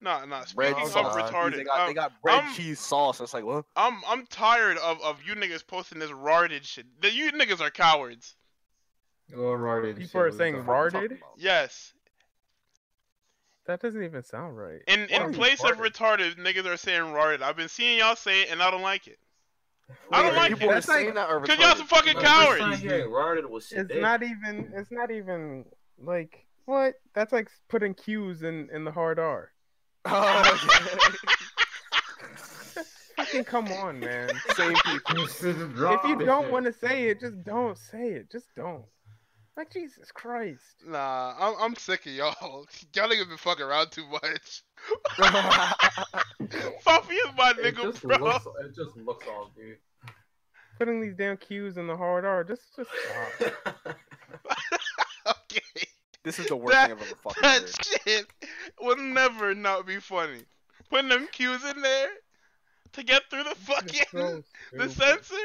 B: Nah, nah. Speaking
D: bread
B: of
D: and sauce.
B: retarded, um,
D: They got, they
B: I'm-
D: got bread
B: I'm-
D: cheese sauce. It's like, what?
B: I'm I'm tired of, of you niggas posting this rarded shit. The- You niggas are cowards.
A: Or rarded.
E: People
A: shit,
E: are
A: what
E: saying
A: the fuck?
D: What are you
E: Retarded?
D: talking about?
B: Yes.
E: That doesn't even sound right.
B: In
E: Why are
B: in
E: you
B: place of retarded, niggas are saying rarded. I've been seeing y'all say it, and I don't like it. I don't
D: Wait,
B: like
D: people
B: it.
D: are
F: That's
D: saying
F: like-
D: that are
B: Cause y'all
D: retarded.
B: some fucking cowards.
C: Rarded was
E: It's
C: today.
E: not even. It's not even like what. That's like putting cues in in the hard R.
D: Oh,
E: Fucking come on, man.
D: Same people.
E: if you don't want to say it, just don't say it. Just don't. Like Jesus Christ.
B: Nah, I'm I'm sick of y'all. Y'all niggas been fucking around too much. Puffy is my
G: It
B: nigga,
G: just,
B: bro.
G: looks, it just looks all dude.
E: Putting these damn cues in the hard R. Just just stop.
B: okay.
D: This is the worst
B: That-
D: thing I've ever fucking
B: That
D: heard.
B: shit will never not be funny. Putting them cues in there to get through the
E: It's
B: fucking
E: so
B: the
E: stupid.
B: censor.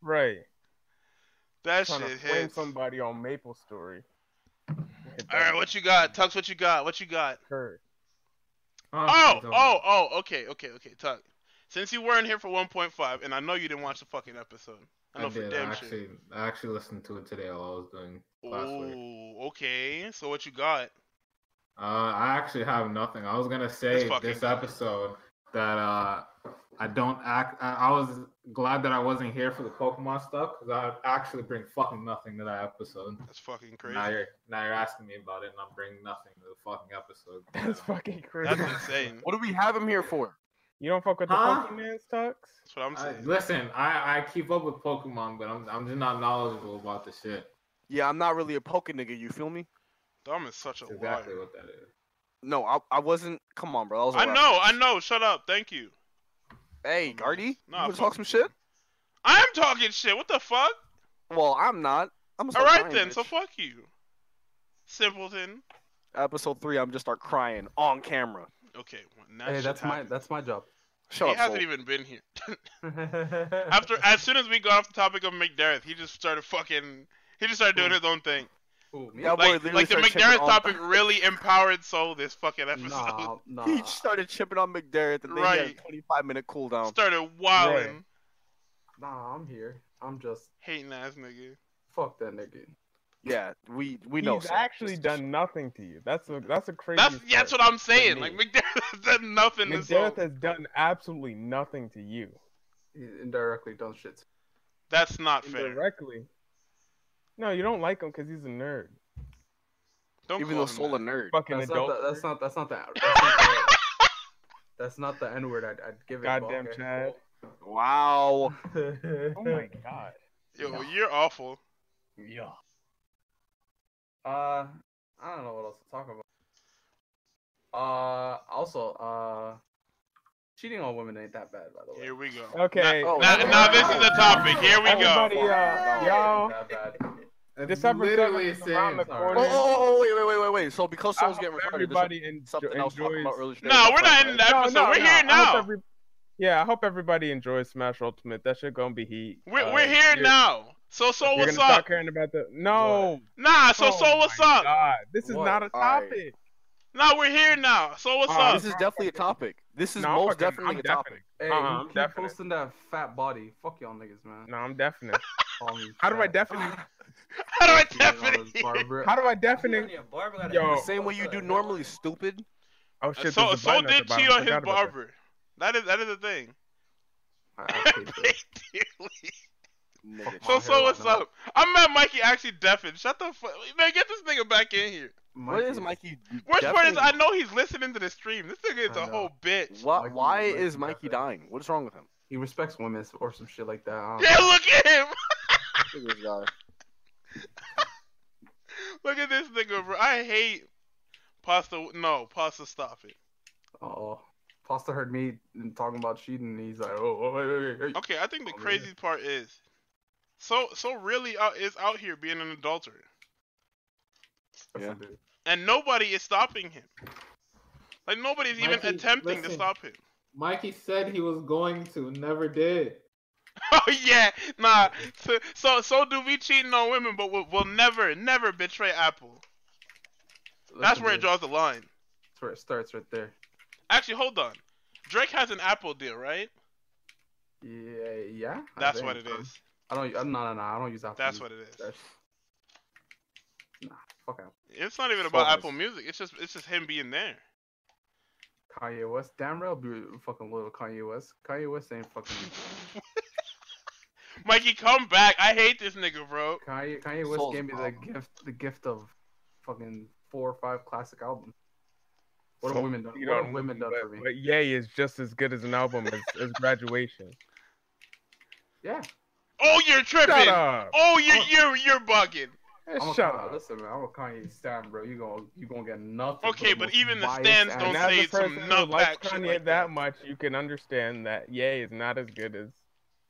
E: Right.
B: That
E: Trying to
B: shit
E: flame
B: hits.
E: somebody on Maple Story.
B: All right, what you got, Tux? What you got? What you got?
E: Kurt.
B: Oh, oh, oh. Okay, okay, okay, Tux. Since you weren't here for 1.5, and I know you didn't watch the fucking episode, I know
A: I
B: for
A: did. I
B: damn sure.
A: actually, I actually listened to it today while I was doing class work.
B: Ooh, okay. So what you got?
A: Uh, I actually have nothing. I was gonna say
B: fucking
A: this
B: good.
A: episode that uh, I don't act. I, I was glad that I wasn't here for the Pokemon stuff because I actually bring fucking nothing to that episode.
B: That's fucking
A: Now
B: crazy.
A: you're now you're asking me about it, and I'm bringing nothing to the fucking episode.
E: That's
A: Yeah.
E: fucking
B: That's
E: crazy.
B: insane.
D: What do we have him here for?
E: You don't fuck with the
A: Huh?
E: Pokemon Pokemans, Tux?
B: That's what I'm
A: I,
B: saying.
A: listen, I, I keep up with Pokemon, but I'm I'm just not knowledgeable about the shit.
D: Yeah, I'm not really a poke nigga. You feel me?
B: Dom is such a
A: Exactly
B: liar.
A: what that is.
D: No, I, I wasn't. Come on, bro. That was a
B: I
D: wrap.
B: know, I know. Shut up. Thank you.
D: Hey, Gardy,
B: Nah,
D: you want
B: fuck
D: to talk
B: you.
D: some shit?
B: I am talking shit. What the fuck?
D: Well, I'm not. I'm gonna
B: All
D: start
B: right
D: crying,
B: then.
D: bitch.
B: So fuck you, simpleton.
D: episode three, I'm just start crying on camera.
B: Okay, well, now
G: Hey,
B: shit
G: that's my
B: happened.
G: that's my job.
D: Shut
B: he
D: up,
B: hasn't
D: Soul.
B: even been here.
G: After
B: After, as soon as we got off the topic of McDareth, he just started fucking. He just started doing his own thing.
E: Oh,
D: That boy
B: Like,
D: literally
B: like the
D: started
B: McDareth
D: chipping on-
B: topic really empowered Soul this fucking episode.
G: nah, nah.
D: He started chipping on McDerrett, and then he had a
B: Right.
D: 25 minute cooldown.
B: Started wilding,
E: Right.
G: Nah, I'm here. I'm just
B: hating ass nigga.
G: fuck that nigga.
D: Yeah, we we know.
E: He's
D: Soul.
E: actually
D: Just-
E: done nothing to you. That's a that's a crazy.
B: That's yeah, that's what I'm saying.
E: me.
B: Like McDareth has done nothing to Soul.
E: McDerrith has done absolutely nothing to you
G: He's indirectly done shit.
B: That's not fair.
E: indirectly. No, you don't like him because he's a nerd.
B: Don't
D: Even
B: call
D: though
B: him
D: Soul a
B: that.
D: nerd.
E: Fucking
G: That's not,
E: adult.
G: the, that's not that's not the that's not the, that's not the N word. I'd, I'd give it. but
E: Goddamn
G: okay.
E: Chad.
D: Wow.
E: Oh my god.
B: Yo, you're awful.
G: Yeah. Uh, I don't know what else to talk about. Uh, also, uh, cheating on women ain't that bad, by the way.
B: Here we go.
E: Okay.
D: Oh,
B: Now,
D: okay.
B: now this is the topic. Here we go.
E: Everybody, uh, y'all.
G: That bad.
A: It's
E: This episode
A: literally
E: is around
A: saying
E: the
G: sorry.
D: Oh,
E: corner.
D: oh, oh, oh, wait, wait, wait, wait, wait. So because
E: I
D: Soul's
E: hope
D: getting retarded, there's
E: Uh, everybody en-
D: something else talking
E: enjoys.
D: about earlier. today.
B: No, we're not ending the
E: No,
B: episode.
E: no,
B: we're
E: no, I
B: here
E: hope
B: now.
E: every- Yeah, I hope everybody enjoys Smash Ultimate. That shit gonna be heat.
B: We're,
E: Uh,
B: we're here
E: you're-
B: now. So so
E: You're gonna
B: what's
E: stop
B: up?
E: caring about the no.
B: Nah, so
E: Oh
B: so what's
E: my
B: up?
E: God, this is
G: What?
E: not a
D: Alright.
E: topic.
B: Nah, we're here now. So what's
E: Uh,
B: up?
D: This is definitely a topic. This is
E: No, I'm
D: most
E: fucking-
D: definitely
E: I'm
D: a topic.
G: Hey,
E: Uh-uh,
G: you
E: I'm
G: keep
E: definite.
G: posting that fat body. Fuck y'all niggas, man.
E: No, I'm definite. How do I definitely?
B: How do I definitely?
E: How do I definitely? Yo.
C: Oh,
D: The same way you do normally, stupid.
E: Oh shit!
B: so
E: there's a
B: so
E: button at
B: did
E: the bottom.
B: cheat on his
E: Forgot about
B: barber. That is that is the thing.
D: Nigga,
B: so so what's up? I'm mad Mikey actually deafened. Shut the fuck, man. Get this nigga back in here.
D: what is Mikey?
B: Worst part is
D: definitely-
B: I know he's listening to the stream. This nigga is
F: I
B: a
F: know.
B: whole bitch.
D: Why,
F: Mikey-
D: why
F: Mikey
D: is Mikey
F: definitely-
D: dying? What is wrong with him?
F: He respects women or some shit like that. Um, I don't
B: Yeah, look at him.
D: Look at this guy.
B: Look at this nigga, bro. I hate pasta. No, pasta. Stop it.
F: Oh, Pasta heard me talking about cheating, and he's like, "Oh, oh, wait, wait, wait, wait.
B: Okay, I think the
F: Oh, man.
B: crazy part is, so so really out, is out here being an adulterer,
F: That's
D: Yeah.
F: what it is.
B: and nobody is stopping him. Like nobody's even
A: Mikey,
B: attempting to
A: listen.
B: stop him.
A: Mikey said he was going to, never did.
B: Oh yeah, nah. So so, so do we cheating on women, but we'll, we'll never never betray Apple. That's
F: Listen,
B: where it
F: dude,
B: draws the line.
F: That's where it starts, right there.
B: Actually, hold on. Drake has an Apple deal, right?
F: Yeah, yeah. I
B: That's
F: think.
B: what it is.
F: I don't. I, no, no, no. I don't use Apple.
B: That's what it is.
F: That's, nah, fuck out.
B: It's not even about
D: Focus.
B: Apple Music. It's just it's just him being there.
F: Kanye West. Damn real be fucking loyal to Kanye West. Kanye West ain't fucking.
B: Mikey, come back. I hate this nigga, bro.
F: Kanye, Kanye West
D: Soul's
F: gave me the
D: problem.
F: gift, the gift of fucking four or five classic albums. What have
E: Soul-
F: women done?
E: You
F: What
E: don't
F: have women done
E: but,
F: for me?
E: But Yay is just as good as an album as, as graduation.
F: Yeah.
B: Oh, you're
E: Shut
B: tripping.
E: up!
B: Oh,
F: Oh.
B: you're you're you're bugging.
E: Hey,
F: I'm a
E: Shut
F: Kanye-
E: up!
F: Listen, man, I'm a Kanye stan, bro. You gonna you gonna get nothing. for
B: Okay,
F: the
B: but
F: most
B: even the
F: biased
B: stands don't
E: And
F: ass-
E: as
B: say
E: a person
B: some
E: who
B: nut
E: likes
B: back shit
E: Kanye
B: like that.
E: that much, you can understand that Yay is not as good as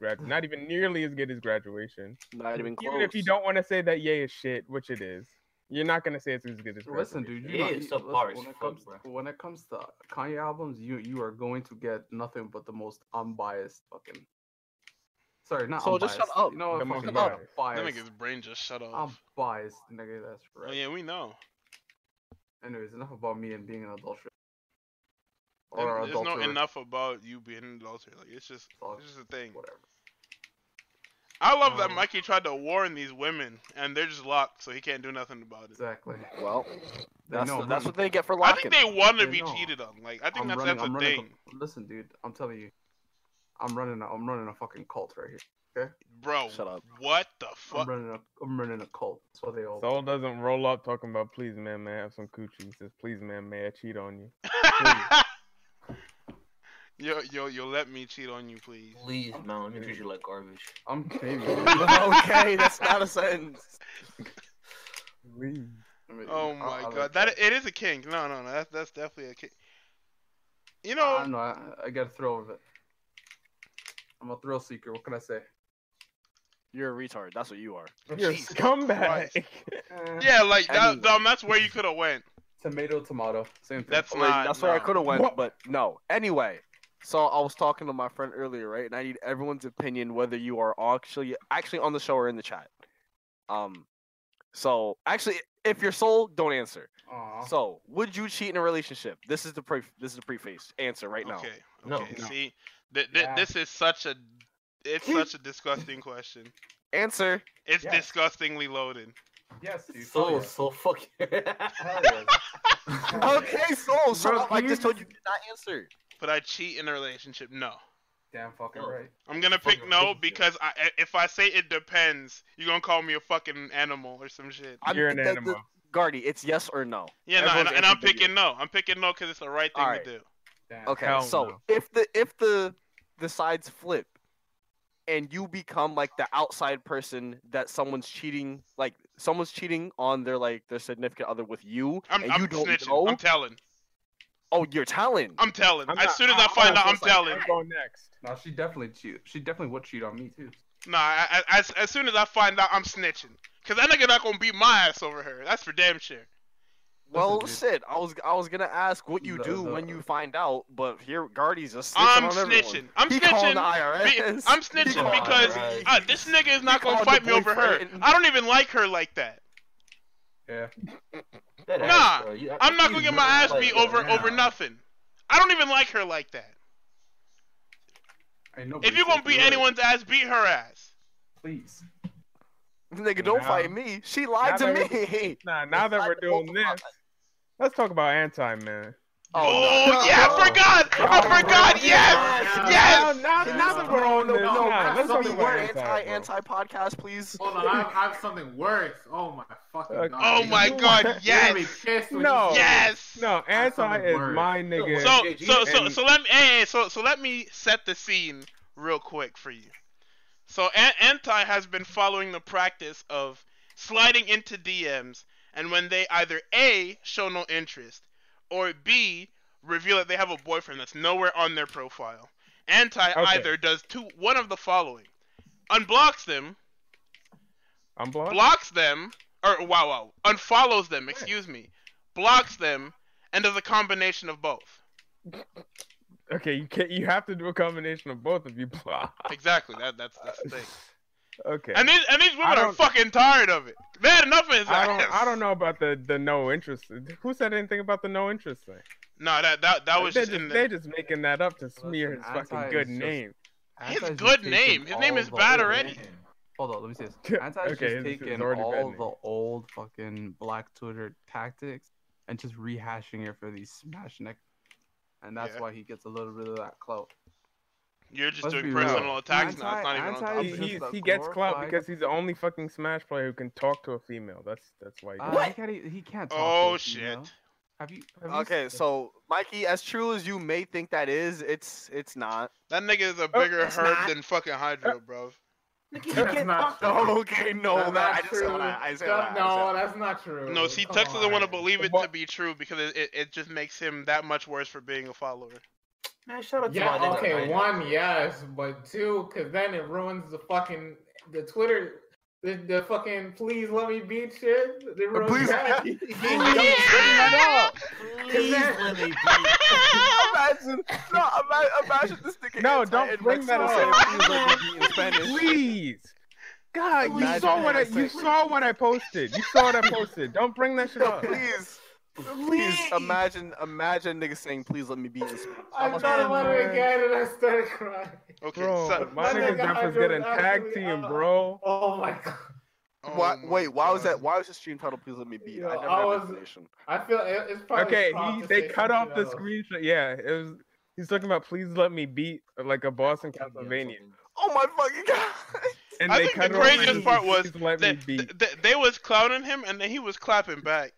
E: grad, not even nearly as good as graduation.
D: Not even close.
E: Even if you don't want to say that Yay is shit, which it is, you're not gonna say it's as good as. Graduation.
F: Listen, dude. You
C: Yeah,
F: know,
C: it's
F: you-
C: so
F: listen,
C: bar as
F: when it
C: fuck,
F: comes
C: bro.
F: when it comes to Kanye albums, you you are going to get nothing but the most unbiased fucking. Sorry, not
D: So
F: unbiased.
D: just shut up.
F: You know what?
E: The most
F: fucking
E: biased.
B: That
F: biased.
B: nigga's brain just shut
F: I'm
B: off.
F: biased, nigga. That's right.
B: Oh yeah, we know.
F: Anyways, enough about me and being an adulterer.
B: There-
F: Or
B: There's
F: adulterer.
B: no enough about you being an adulterer. Like it's just
F: Fuck.
B: it's just a thing.
F: Whatever.
B: I love that
F: Um,
B: Mikey tried to warn these women, and they're just locked, so he can't do nothing about it.
F: Exactly.
D: Well,
F: They
D: that's,
F: know
D: that's
F: I'm-
D: what they get for
B: I
D: locking.
B: think they want to
F: They
B: be
F: know.
B: cheated on. Like I think
F: I'm
B: that's
F: running,
B: that's
F: I'm
B: a
F: running
B: thing,
F: A, listen, dude. I'm telling you, I'm running. A, I'm running a fucking cult right here.
B: bro.
D: Shut up.
B: What the
F: I'm
B: fuck?
F: running a. I'm running a cult. That's what they all.
E: Soul doesn't roll up talking about please man may I have some coochie. He says please man may I cheat on you.
B: yo yo yo, let me cheat on you, please.
C: Please, man, you treat you like garbage.
F: I'm Canadian.
D: okay, that's not a sentence.
E: Please.
B: Oh my god, that it is a kink. No, no, no, that's that's definitely a kink. You
F: I
B: know,
F: don't know. I, I got a thrill of it. I'm a thrill seeker. What can I say?
D: You're a retard. That's what you are.
E: You're a
B: Jesus
E: scumbag.
B: Christ.
F: Eh,
B: yeah, like that,
D: Anyway.
B: Dom, that's where you could have went.
F: Tomato, tomato. Same thing.
B: That's
D: Like,
B: not.
D: that's where I
B: no.
D: could have went,
E: What?
D: but no. Anyway, so I was talking to my friend earlier, right? And I need everyone's opinion whether you are actually actually on the show or in the chat. Um, so actually, if you're soul, don't answer.
F: Aw.
D: So, would you cheat in a relationship? This is the pre. This is the preface answer right now.
B: Okay.
C: No.
B: Okay.
C: No.
B: See, th- th-
F: Yeah.
B: this is such a, it's such a disgusting question.
D: Answer.
B: It's
F: Yeah.
B: disgustingly loaded.
F: yes, dude.
C: So,
F: hell yeah.
C: so fuck you.
F: Hell yes.
D: Okay, soul. So
F: Bro,
D: I
F: can
D: just
F: you-
D: told you did not answer.
B: But I cheat in a relationship? No.
F: Damn fucking
D: Oh.
C: No.
F: right.
B: I'm gonna
C: Fuck
B: pick
C: a
B: no
C: relationship.
B: because I, i- if I say it depends, you're gonna call me a fucking animal or some shit.
D: I'm-
E: You're an
D: that- that-
E: animal.
D: Guardy, it's yes or no.
B: Yeah, no, and,
D: Everyone's
B: and I'm
D: answered, but
B: picking no. I'm picking no because it's the right thing
D: Alright.
B: to do.
F: Damn.
D: Okay,
E: Hell
D: so
E: no.
D: if the if the the sides flip and you become like the outside person that someone's cheating like someone's cheating on their like their significant other with you
B: I'm,
D: and
B: I'm
D: you don't
B: snitching.
D: know
B: I'm telling.
D: oh you're telling
B: I'm telling.
E: I'm
B: as
E: not-
B: soon as I,
E: I'm
B: find out, I'm
E: almost like,
B: telling.
E: I'm going next.
F: Now she definitely cheat. She definitely would cheat on me too.
B: Nah, I, I, as, as soon as I find out, I'm snitching. Cause that nigga not gonna beat my ass over her. That's for damn sure.
D: well
F: dude.
D: shit I was I was gonna ask what you
F: No,
D: do
F: no.
D: when you find out but here Guardy's just snitching
B: I'm
D: on
B: snitching.
D: everyone.
B: I'm
D: He calling the
B: snitching.
D: IRS.
B: I'm
D: He
B: snitching
D: calling the
B: because,
D: IRS.
B: Uh, this nigga is not gonna
D: called the
B: fight me over her.
D: boyfriend.
B: I don't even like her like that.
F: Yeah.
C: That
B: Nah,
C: ass, bro. You-
B: I'm not
C: you
B: gonna get my
C: really
B: ass
C: like
B: beat
C: that.
B: over over nothing. I don't even like her like that.
F: Ain't nobody
B: If you're gonna
F: safe.
B: beat
F: You're right.
B: anyone's ass, beat her ass.
F: please.
D: Nigga, don't
E: Nah.
D: fight me. She lied
E: Nah,
D: to
E: that
D: me.
E: Nah, now that we're doing this, let's talk about anti man.
B: Oh,
D: Oh, no.
B: yeah, I forgot. I forgot. Yes,
E: Now,
B: yes.
E: now, now that we're on this,
A: No,
E: nah,
A: no,
E: let's
A: no,
E: talk
A: we
E: about
D: We're
E: anti.
D: anti
E: bro.
D: anti podcast, please.
A: Hold on, I have, I have something worse. Oh my fucking
E: Okay.
A: god.
B: Oh my god,
E: Damn
A: You
B: yes,
A: kissed when
E: No.
A: you said
B: yes.
E: No, anti
A: something
E: is
A: worse.
E: my nigga.
B: So, so, so,
E: And-
B: so let me, hey, hey, so, so let me set the scene real quick for you. So, a- Anti has been following the practice of sliding into DMs, and when they either A show no interest, or B reveal that they have a boyfriend that's nowhere on their profile. Anti
E: Okay.
B: either does two, one of the following: unblocks them,
E: I'm blocked.
B: blocks them, or wow, wow, unfollows them. Excuse me, blocks them, and does a combination of both.
E: Okay, you can't. You have to do a combination of both if you block.
B: Exactly. That that's that's the thing.
E: Okay.
B: And these and these women are
E: don't-
B: fucking tired of it. They had enough of his
E: I don't.
B: ass.
E: I don't know about the the no interest. Who said anything about the no interest thing?
B: No, that that that was
E: they're
B: just,
E: just,
B: in
E: they're
B: the.
E: just making that up to smear
G: Listen,
E: his
G: anti
E: fucking
G: is
E: good
G: just-
E: name.
B: His
G: Anti's just
B: good
G: taking
B: name. His name
G: all
B: is
G: the
B: bad
G: old-
B: already.
G: Hold on, let me see this.
E: Okay,
G: Anti's
E: this is
G: just taking
E: already bad
G: all
E: name.
G: the old fucking black Twitter tactics and just rehashing it for these smash neck. And that's
B: Yeah.
G: why he gets a little bit of that clout.
B: You're just
G: Let's
B: doing
G: be
B: personal
E: real.
B: attacks now. It's not even
G: Anti-
B: on
G: anti-
B: topic.
G: He's
E: He, he,
G: just a
E: he gets clout
G: glorified-
E: because he's the only fucking Smash player who can talk to a female. That's that's why. He
G: Uh,
E: gets-
G: He can't, e- he can't talk
B: Oh,
G: to us,
B: shit.
G: you know? Have you? Have you
D: Okay, so Mikey, as true as you may think that is, it's it's not.
B: That nigga is
E: Oh.
B: a bigger
D: it's
B: herb
D: not.
B: than fucking Hydra, bro.
A: That's not true.
D: Okay, no,
A: That's
D: no,
A: not
D: I just
A: true.
D: said that. I said
A: That-
D: that.
A: No, that's not true.
B: No,
E: Oh
B: see,
A: Come
B: Tex doesn't want to
A: on.
B: believe it
E: What-
B: to be true because it, it, it just makes him that much worse for being a follower.
C: Man, shout out to my
A: Yeah,
C: nigga.
A: okay,
C: man.
A: one, yes, but two, because then it ruins the fucking, the Twitter, the, the fucking please let me beat shit. It ruins
D: Please-
A: that.
C: Please let me be.
D: Imagine, no, ima- imagine this nigga.
E: No,
D: anti-
E: don't
D: in
E: bring that
D: Mexico
E: up.
D: saying, "Please let me be in Spanish.
E: Please. God, you
D: Imagine
E: saw what I
D: that
E: you
D: sex.
E: saw what I posted. You saw what I posted. Don't bring that shit up.
D: Please, please, imagine, imagine niggas saying, "Please let me be in Spanish."
A: I thought about it again and I started crying.
B: Okay,
E: Bro,
B: so,
E: my
A: My
E: nigga
A: nigga
E: Jeff is
A: Hydra
E: getting
A: is
E: tag
A: actually
E: team,
B: uh,
A: up.
E: bro.
A: Oh my god.
B: oh
D: Why,
B: my
D: wait, why was
B: God.
D: that? Why was the stream title "Please Let Me Be"?
A: Yo,
D: I never
A: I
D: have
A: was-
D: explanation.
A: I feel it, it's probably.
E: Okay,
A: prompt
E: he,
A: to say
E: they cut off
A: something
E: the
A: else.
E: screenshot. Yeah, it was. He's talking about please let me beat like a boss in Castlevania,
D: Oh my fucking god!
E: and
B: I
E: they
B: think
E: cut
B: the
E: it off
B: craziest
E: with,
B: part was
E: "Please let
B: They,
E: me beat.
B: they, they was clowning him and then he was clapping back.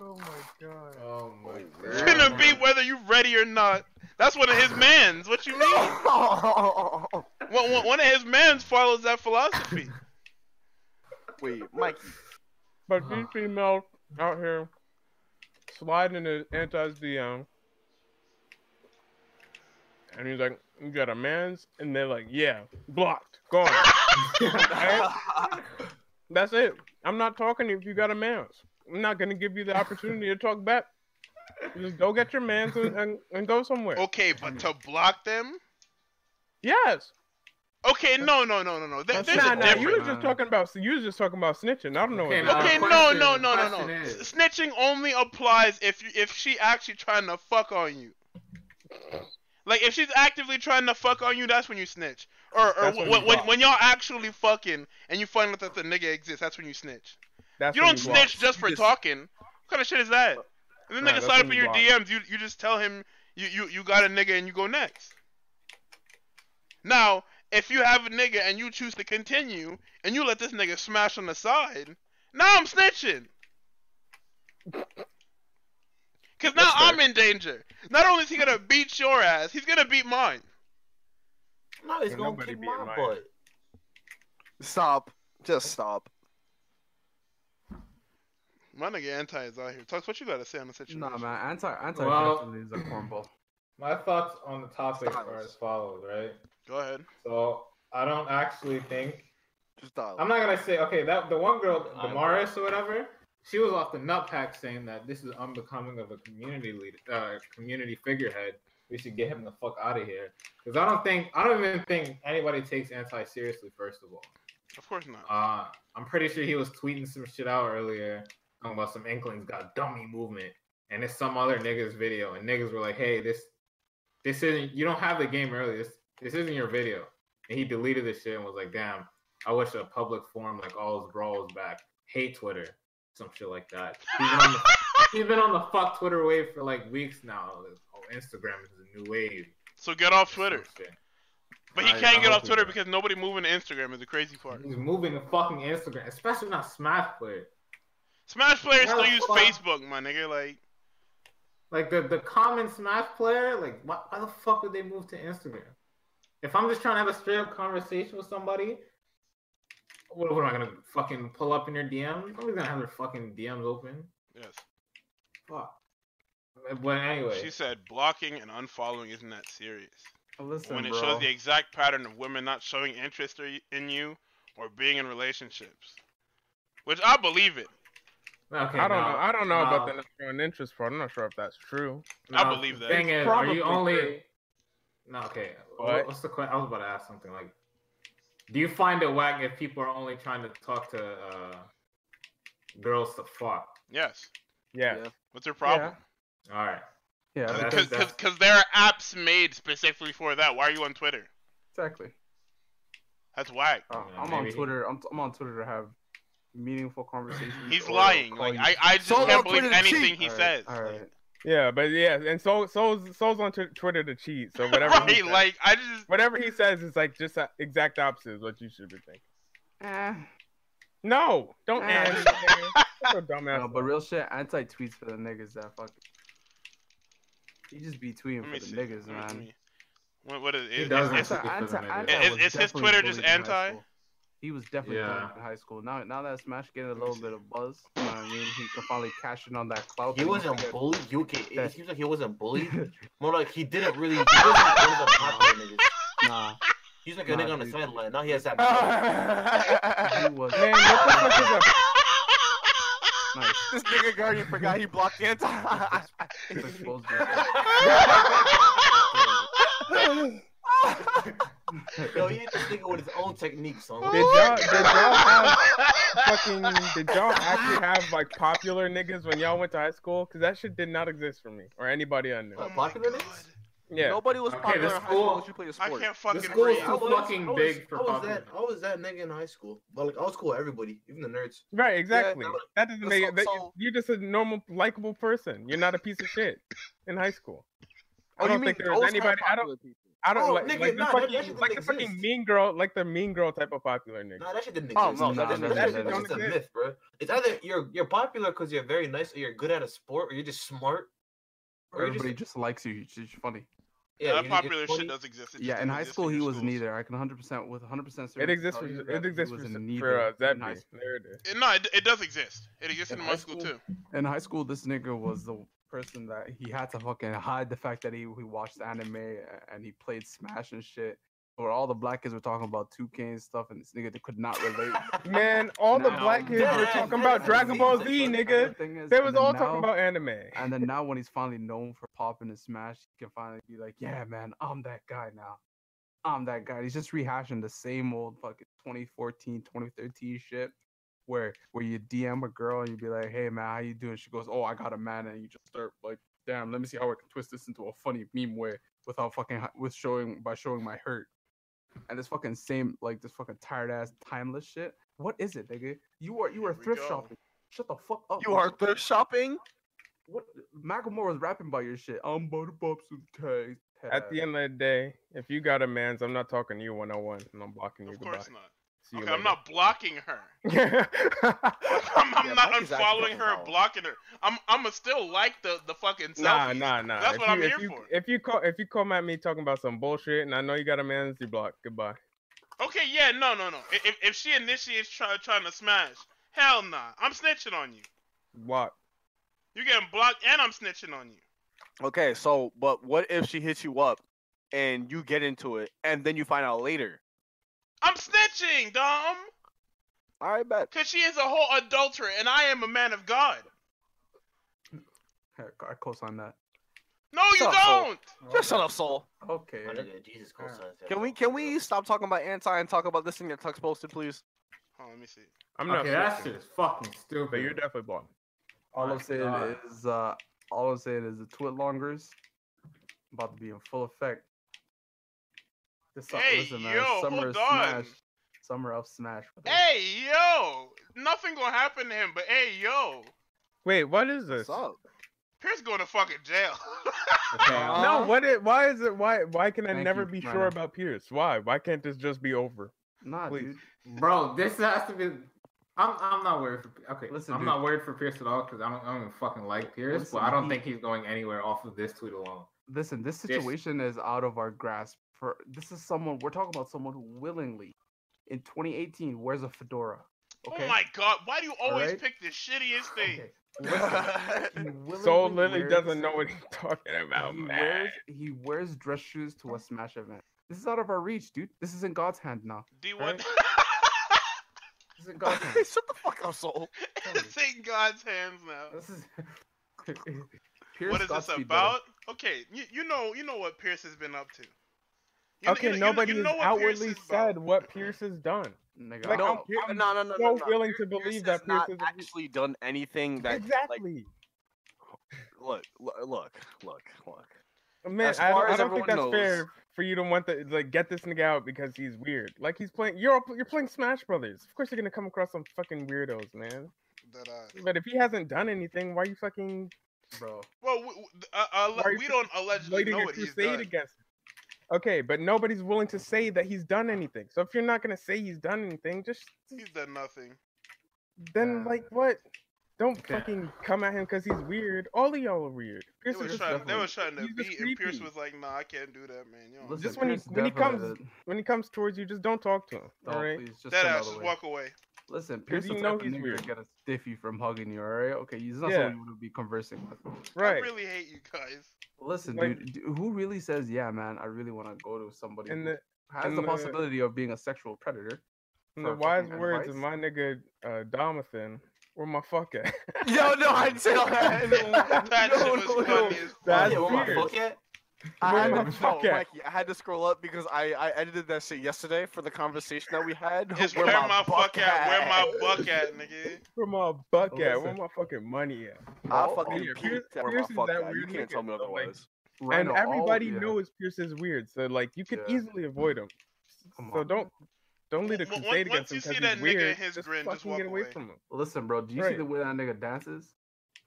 E: Oh my god.
A: Oh my
B: It's
A: god.
B: gonna be whether you ready or not. That's one of his mans. What you mean? One, one, one of his mans follows that philosophy.
D: Wait, Mikey.
E: But these females out here sliding into anti's DM, and he's like, "You got a man's," and they're like, "Yeah, blocked, gone." Right? That's it. I'm not talking if you got a man's. I'm not gonna give you the opportunity to talk back. Just go get your man's and, and, and go somewhere.
B: Okay, but to block them?
E: Yes.
B: Okay, no, no, no, no, no. There,
E: No,
B: there's a
E: no, you
B: difference.
E: was just talking about you was just talking about snitching. I don't know.
A: Okay,
E: what
A: now-
B: Okay,
A: Nah,
B: no,
A: question-
B: no, no, no, no.
A: question is-
B: S- Snitching only applies if you, if she actually trying to fuck on you. Like if she's actively trying to fuck on you, that's when you snitch. Or or
E: That's
B: when
E: when
B: when,
E: you
B: when,
E: block.
B: y'all actually fucking and you find out that the nigga exists, that's when you snitch.
E: that's
B: you
E: when
B: don't
E: block.
B: snitch just for
E: You
B: talking. What kind of shit is that? And then
E: Nah,
B: nigga
E: that's
B: slide up
E: when
B: in
E: you
B: your
E: block.
B: DMs. You you just tell him you, you you got a nigga and you go next. Now if you have a nigga and you choose to continue and you let this nigga smash on the side, now I'm snitching. Cause now I'm in danger. Not only is he gonna beat your ass, he's gonna beat mine.
C: No, he's
E: Ain't
C: gonna
E: nobody
C: kick
E: beating
C: my
E: my
C: butt.
D: Stop. Just stop.
B: My nigga anti is out here. Tux, what you gotta say on the situation?
G: Nah, man. Anti, anti
A: Well-
G: definitely is a cornball.
A: My thoughts on the topic are
D: Styles.
A: as follows, right?
B: Go ahead.
A: So I don't actually think
D: Just stop.
A: I'm not gonna say okay. That the one girl,
C: I'm-
A: Damaris or whatever, she was off the nut pack saying that this is unbecoming of a community leader, uh, community figurehead. We should get him the fuck out of here because I don't think I don't even think anybody takes anti seriously. First of all,
B: Of course not.
A: uh, I'm pretty sure he was tweeting some shit out earlier talking about some inklings got dummy movement, and it's some other niggas video, and niggas were like, "Hey, this, this isn't. You don't have the game early. This, this isn't your video." And he deleted this shit and was like, "Damn, I wish a public forum like All's Brawl was back. Hey Twitter, some shit like that. He's been on the, he's been on the fuck Twitter wave for like weeks now. Oh, Instagram is the new wave.
B: So get off Twitter.
A: Shit.
B: But he
A: I-
B: can't
A: I
B: get
A: hope
B: off
A: he
B: Twitter
A: does.
B: because nobody moving to Instagram is the crazy part.
A: He's moving to fucking Instagram, especially not Smash player.
B: Smash players
A: Why
B: still
A: the
B: use
A: fuck?
B: Facebook, my nigga. Like,
A: Like the, the common Smash player, like why, why the fuck would they move to Instagram? If I'm just trying to have a straight up conversation with somebody, what, what am I gonna fucking pull up in your DMs? Nobody's gonna have their fucking DMs open.
B: yes.
A: Fuck. But anyway,
B: She said blocking and unfollowing isn't that serious.
F: Listen,
B: when it
F: bro.
B: shows the exact pattern of women not showing interest or- in you or being in relationships, which I believe it.
A: okay,
E: I don't
A: now-
E: know. I don't know about
A: now-
E: the not showing interest part. I'm not sure if that's true.
B: I
A: now,
B: believe that.
A: Thing is, are
F: Probably
A: you only? No, okay.
E: What?
A: What's the question? I was about to ask something like, do you find it whack if people are only trying to talk to uh, girls to fuck?
B: Yes.
E: Yeah.
B: What's your problem?
A: All right.
F: Yeah,
A: That's-
B: Because
A: that's-
B: there are apps made specifically for that. Why are you on Twitter?
F: exactly.
B: That's whack.
F: Uh,
A: Yeah,
F: I'm on
A: maybe.
F: Twitter. I'm, I'm on Twitter to have meaningful conversations.
B: He's
F: or
B: lying.
F: call
B: Like
F: you.
B: I, I just
D: Sold
B: can't
D: out
B: believe
D: Twitter to cheat.
B: anything he
F: All right,
B: says.
F: All right.
E: Yeah, but yeah, and so so's so's on t- Twitter to cheat. So whatever,
B: Right?
E: he says,
B: Like I just
E: whatever he says is like just uh, exact opposite is what you should be thinking.
F: Eh.
E: No, don't
F: Eh.
E: answer. so dumbass.
F: No, but real shit, anti tweets for the niggas that fucking. You just be tweeting
B: let me
F: for the
B: see.
F: niggas,
B: Let me- let
F: man.
B: me- What, what is
A: He
B: it?
A: doesn't.
B: It's,
A: That's
B: it's,
A: a-
F: Anti-
A: different
F: anti
B: nigga. Is-
F: was
B: is his
F: definitely
B: Twitter
F: bullied
B: just
F: in high
B: anti?
F: school. He was definitely
A: Yeah.
F: bullied in high school. Now, now that Smash getting a
B: me
F: little
B: see.
F: bit of buzz, you know what I mean, he can finally cash in on that clout.
C: He
F: that
C: wasn't
F: got.
C: bullied. You can, it
F: That-
C: seems like he wasn't bullied. More like he didn't really. He wasn't one of the popular niggas.
F: Nah,
C: He's like a
F: Nah,
C: nigga on the
F: dude.
C: sideline. Now he has that.
F: he was.
E: Man, what the fuck is that?
F: Nice.
D: this nigga Guardian forgot he blocked the anti.
F: Exposed yourself.
C: Yo, he hit this nigga with his own technique, son.
E: Did y'all, did y'all have fucking? Did y'all actually have like popular niggas when y'all went to high school? Because that shit did not exist for me or anybody I knew.
C: Uh, popular
B: God.
C: niggas?
E: Yeah.
D: Nobody was
A: Okay,
D: popular
A: the
D: in high school
A: school-
D: unless you played a
B: I
D: sport.
B: can't
A: The
B: fucking
A: school is
B: breathe.
A: too fucking big for
C: I was
A: popular.
C: that. I was that nigga in high school. But like, I was cool with everybody, even the nerds.
E: Right, exactly.
C: no,
E: that doesn't make
D: so-
E: it. That,
D: so-
E: you're just a normal, likable person. You're not a piece of shit in high school. I
D: Oh, you
E: don't
D: mean
E: think there was
D: those
E: anybody. I don't.
D: popular people?
E: I don't
C: Oh,
E: like,
C: nigga,
E: like the
C: nah, that shit
E: fucking,
C: didn't
E: like the fucking
C: exist.
E: mean girl, like the mean girl type of popular nigga.
C: Nah, that shit didn't exist.
D: Oh,
C: Nah,
D: no, no,
C: that's-
D: no,
C: that's
D: no,
C: just-
D: no,
C: that's
E: no,
C: just a
E: no.
C: myth, bro. It's either you're you're popular because you're very nice, or you're good at a sport, or you're just smart. Or you're
F: Everybody just likes you. It's just funny.
C: yeah,
B: that
C: you're- you're
B: popular
C: funny.
B: shit does exist. It just
F: Yeah, in
B: doesn't
F: high
B: exist
F: school he
B: your
F: wasn't
B: schools.
F: either. I can 100% with 100%
E: It exists for
F: certainty tell you
E: it
F: that he
E: exists for,
F: wasn't
E: for
F: neither
E: uh,
F: in, high,
E: Zeppy. There it is.
B: It- No, it, it does exist. It exists in,
F: In
B: my
F: high
B: school,
F: school?
B: too.
F: in high school. This nigga was the person that he had to fucking hide the fact that he, he watched anime a- and he played Smash and shit. Where all the black kids were talking about 2K and stuff, and this nigga could not relate.
E: Man, all the
F: Now-
E: black kids were
C: Yeah,
E: talking
C: yeah,
E: about
C: yeah,
E: Dragon
C: yeah,
E: Ball
C: yeah,
E: Z,
C: yeah.
E: nigga.
F: Thing is,
E: They
F: and
E: was
F: then
E: all
F: now-
E: talking about anime.
F: And then now, when he's finally known for popping and smash, he can finally be like, "Yeah, man, I'm that guy now. I'm that guy." He's just rehashing the same old fucking 2014, 2013 shit, where where you DM a girl and you be like, "Hey, man, how you doing?" She goes, "Oh, I got a man," and you just start like, "Damn, let me see how I can twist this into a funny meme way without fucking hi- with showing by showing my hurt." And this fucking same like this fucking tired ass timeless shit. What is it, nigga? You are you are
B: Here we
F: thrift
B: go.
F: shopping. Shut the fuck up.
D: You
F: man.
D: are thrift shopping?
F: What Macklemore was rapping about your shit. I'm about to pop some tags.
E: At the end of the day, if you got a man's, I'm not talking to you 101, and I'm blocking you.
B: Of
E: Goodbye.
B: course not.
E: See you
B: Okay, I'm
E: later.
B: not blocking her. I'm, I'm
D: Yeah,
B: not
D: Mikey's actually
B: unfollowing
D: fucking
B: her,
D: following.
B: blocking her. I'm I'm going to still like the the fucking selfies.
E: Nah, nah, nah.
B: That's
E: if
B: what
E: you,
B: I'm
E: if
B: here
E: you,
B: for.
E: If you call, if you come at me talking about some bullshit, and I know you got a man's, you block. Goodbye.
B: Okay, yeah, no, no, no. I- If, if she initiates try, trying to smash, hell nah. I'm snitching on you.
E: Block.
B: You're getting blocked and I'm snitching on you.
D: Okay, so but what if she hits you up and you get into it and then you find out later?
B: I'm snitching, Dom!
D: All right, bet.
B: Because she is a whole adulterer and I am a man of God.
F: I close on that.
B: No, you
D: Shut up,
B: don't!
D: Just shut up, soul.
F: Okay.
C: My nigga, Jesus Christ.
D: Can we can we stop talking about anti and talk about this thing that Tux posted, please?
B: Hold on, let me see.
E: I'm not.
A: Okay, that's
E: snitching,
A: just fucking stupid.
E: But you're definitely blocked.
F: All
A: My
F: I'm saying
A: God.
F: is, uh, all I'm saying is the twitlongers about to be in full effect. This,
B: Hey, yo, hold on.
F: Summer of Smash. with us.
B: Hey yo, nothing gonna happen to him. But hey yo,
E: Wait, what is this?
D: What's up?
B: Pierce going to fucking jail. Oh
E: No, what? It, why is it? Why? Why can I
F: Thank
E: never
F: you,
E: be
F: Rhino.
E: sure about Pierce? Why? Why can't this just be over?
F: Nah,
E: Please.
F: dude.
A: Bro, this has to be. I'm I'm not worried for okay.
F: Listen,
A: I'm
F: dude.
A: not worried for Pierce at all because I don't, I don't even fucking like Pierce,
F: Listen,
A: but I don't
F: he-
A: think he's going anywhere off of this tweet alone.
F: Listen, this
A: This-
F: situation is out of our grasp. For this is someone we're talking about someone who willingly, in 2018, wears a fedora. Okay.
B: Oh my god, why do you always
F: Alright.
B: pick the shittiest thing?
F: Okay.
B: That's
F: He willingly
E: Soul Lily
F: wears-
E: doesn't know what he's talking about,
F: He
E: man.
F: wears, he wears dress shoes to a Smash event. This is out of our reach, dude. This is in God's hand now.
B: D1
F: This is in God's hand.
D: Shut the fuck up, soul.
B: It's in God's hands now.
F: This is. Pierce
B: what is this
F: Godspeed,
B: about? Okay, you, you know you know what Pierce has been up to. You kn-
E: Okay,
B: you, kn- you
E: nobody
B: know what
E: has
B: Pierce
E: outwardly
B: is about.
E: said what Pierce has done.
F: brother. Nigga,
E: Like, um,
F: I'll-
E: I'm, Pier-
D: No,
E: I'm
D: no, no, no. no.
E: so willing to believe
D: Pierce
E: that
D: has not
E: Pierce is
D: actually done anything that Like,
E: exactly.
D: look, look, look, look, look.
E: man,
D: as
E: I
D: far
E: don't, I
D: as
E: don't think that's
D: everyone knows-
E: fair for you to want to like get this nigga out because he's weird. Like he's playing. You're you're playing Smash Brothers. Of course you're gonna come across some fucking weirdos, man.
B: That, uh,
E: But if he hasn't done anything, why you fucking
F: bro.
B: well, we, uh, uh,
E: Why are you
B: we don't allegedly
E: Leading
B: know
E: a
B: what he's
E: crusade
B: done.
E: against him. Okay, but nobody's willing to say that he's done anything. So if you're not gonna say he's done anything, just
B: He's done nothing.
E: then
F: Yeah.
E: like what? Don't
A: Okay.
E: fucking come at him because he's weird. All of y'all are weird.
B: They
E: Pierce is
B: was
E: just
B: trying, they
E: different.
B: was trying to
E: He's just
B: beat, and Pierce
E: creepy.
B: was like, "Nah, I can't do that, man." You know,
F: Listen,
E: Just when he-
F: Pierce
E: when he comes-
F: definitely did-
E: when he comes towards you, just don't talk to him.
F: No,
E: all right.
F: please, just
B: that
F: come out
B: ass
F: of
B: just
F: the way.
B: walk away.
F: Listen, Pierce
E: you
F: is
E: know
F: not
E: he's
F: going to
E: weird.
F: get a stiffy from hugging you, all right? Okay, he's not
E: Yeah.
F: someone you want to be conversing with.
E: Right.
B: I really hate you guys.
F: Listen,
E: Like-
F: dude, d- who really says, yeah, man, I really want to go to somebody
E: and
F: who
E: the
F: has
E: and
F: the
E: the-
F: possibility of being a sexual predator?
E: and
F: for
E: the wise
F: fucking
E: words of
F: advice?
E: my nigga uh Domathan, where my fuck at?
D: Yo, no, I didn't say all that.
B: That
D: No,
B: shit was
D: no, no.
B: funny as
E: That's
C: Yeah, where my
E: weird.
C: fuck at?
D: I
E: Where
D: had
E: my
D: to,
E: fuck
D: no,
E: at?
D: Mikey, I had to scroll up because I, I edited that shit yesterday for the conversation that we had.
B: It's where, my fuck at? Where my buck at, nigga?
E: Where my buck at? Where
F: Listen.
E: my fucking money at?
D: I
F: All-
D: fucking
E: Oh, yeah,
D: peeped
E: Pierce-
D: where
E: Pierce
D: my
E: is
D: fuck
E: that
D: at. You
E: weird
D: can't
E: nigga,
D: tell me
E: so, like,
D: otherwise.
E: and
F: Rhino, all-
E: everybody
F: Oh, yeah.
E: knows Pierce is weird, so like you could
F: Yeah.
E: easily avoid him.
F: Come
E: So
F: on.
E: don't don't lead a
B: Once-
E: crusade
B: once
E: against him
B: you see
E: because he's
B: that nigga
E: weird.
B: and his
E: just
B: grin, just
E: fucking get
B: walk
E: away
B: away.
E: from him.
F: Listen, bro, do you see
E: Right.
F: the way that nigga dances?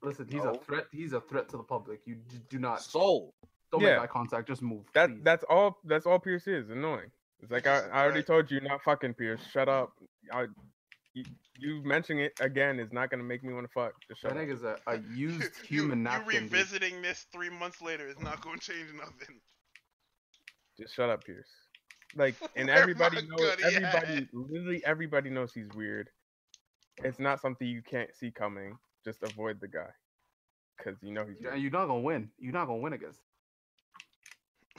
F: Listen, he's
D: No.
F: a threat. He's a threat to the public. You d- do not
D: Soul.
F: don't
E: Yeah.
F: make eye contact. Just move.
E: That
F: please.
E: that's all. That's all Pierce is annoying. It's like I,
B: Just
E: I already
B: right.
E: told you, not fucking Pierce. Shut up. I, you, you mentioning it again is not gonna make me want to fuck. Just
F: that
E: shut up.
F: nigga's a, a
B: You,
F: used
B: you,
F: human
B: you
F: napkin. dude.
B: revisiting this three months later is not going to change nothing.
E: Just shut up, Pierce. Like, and
B: Where
E: everybody
B: my
E: knows.
B: goodie
E: Everybody,
B: at?
E: literally, everybody knows he's weird. It's not something you can't see coming. Just avoid the guy, because you know he's.
F: Yeah,
E: weird.
F: you're not gonna win. You're not gonna win against.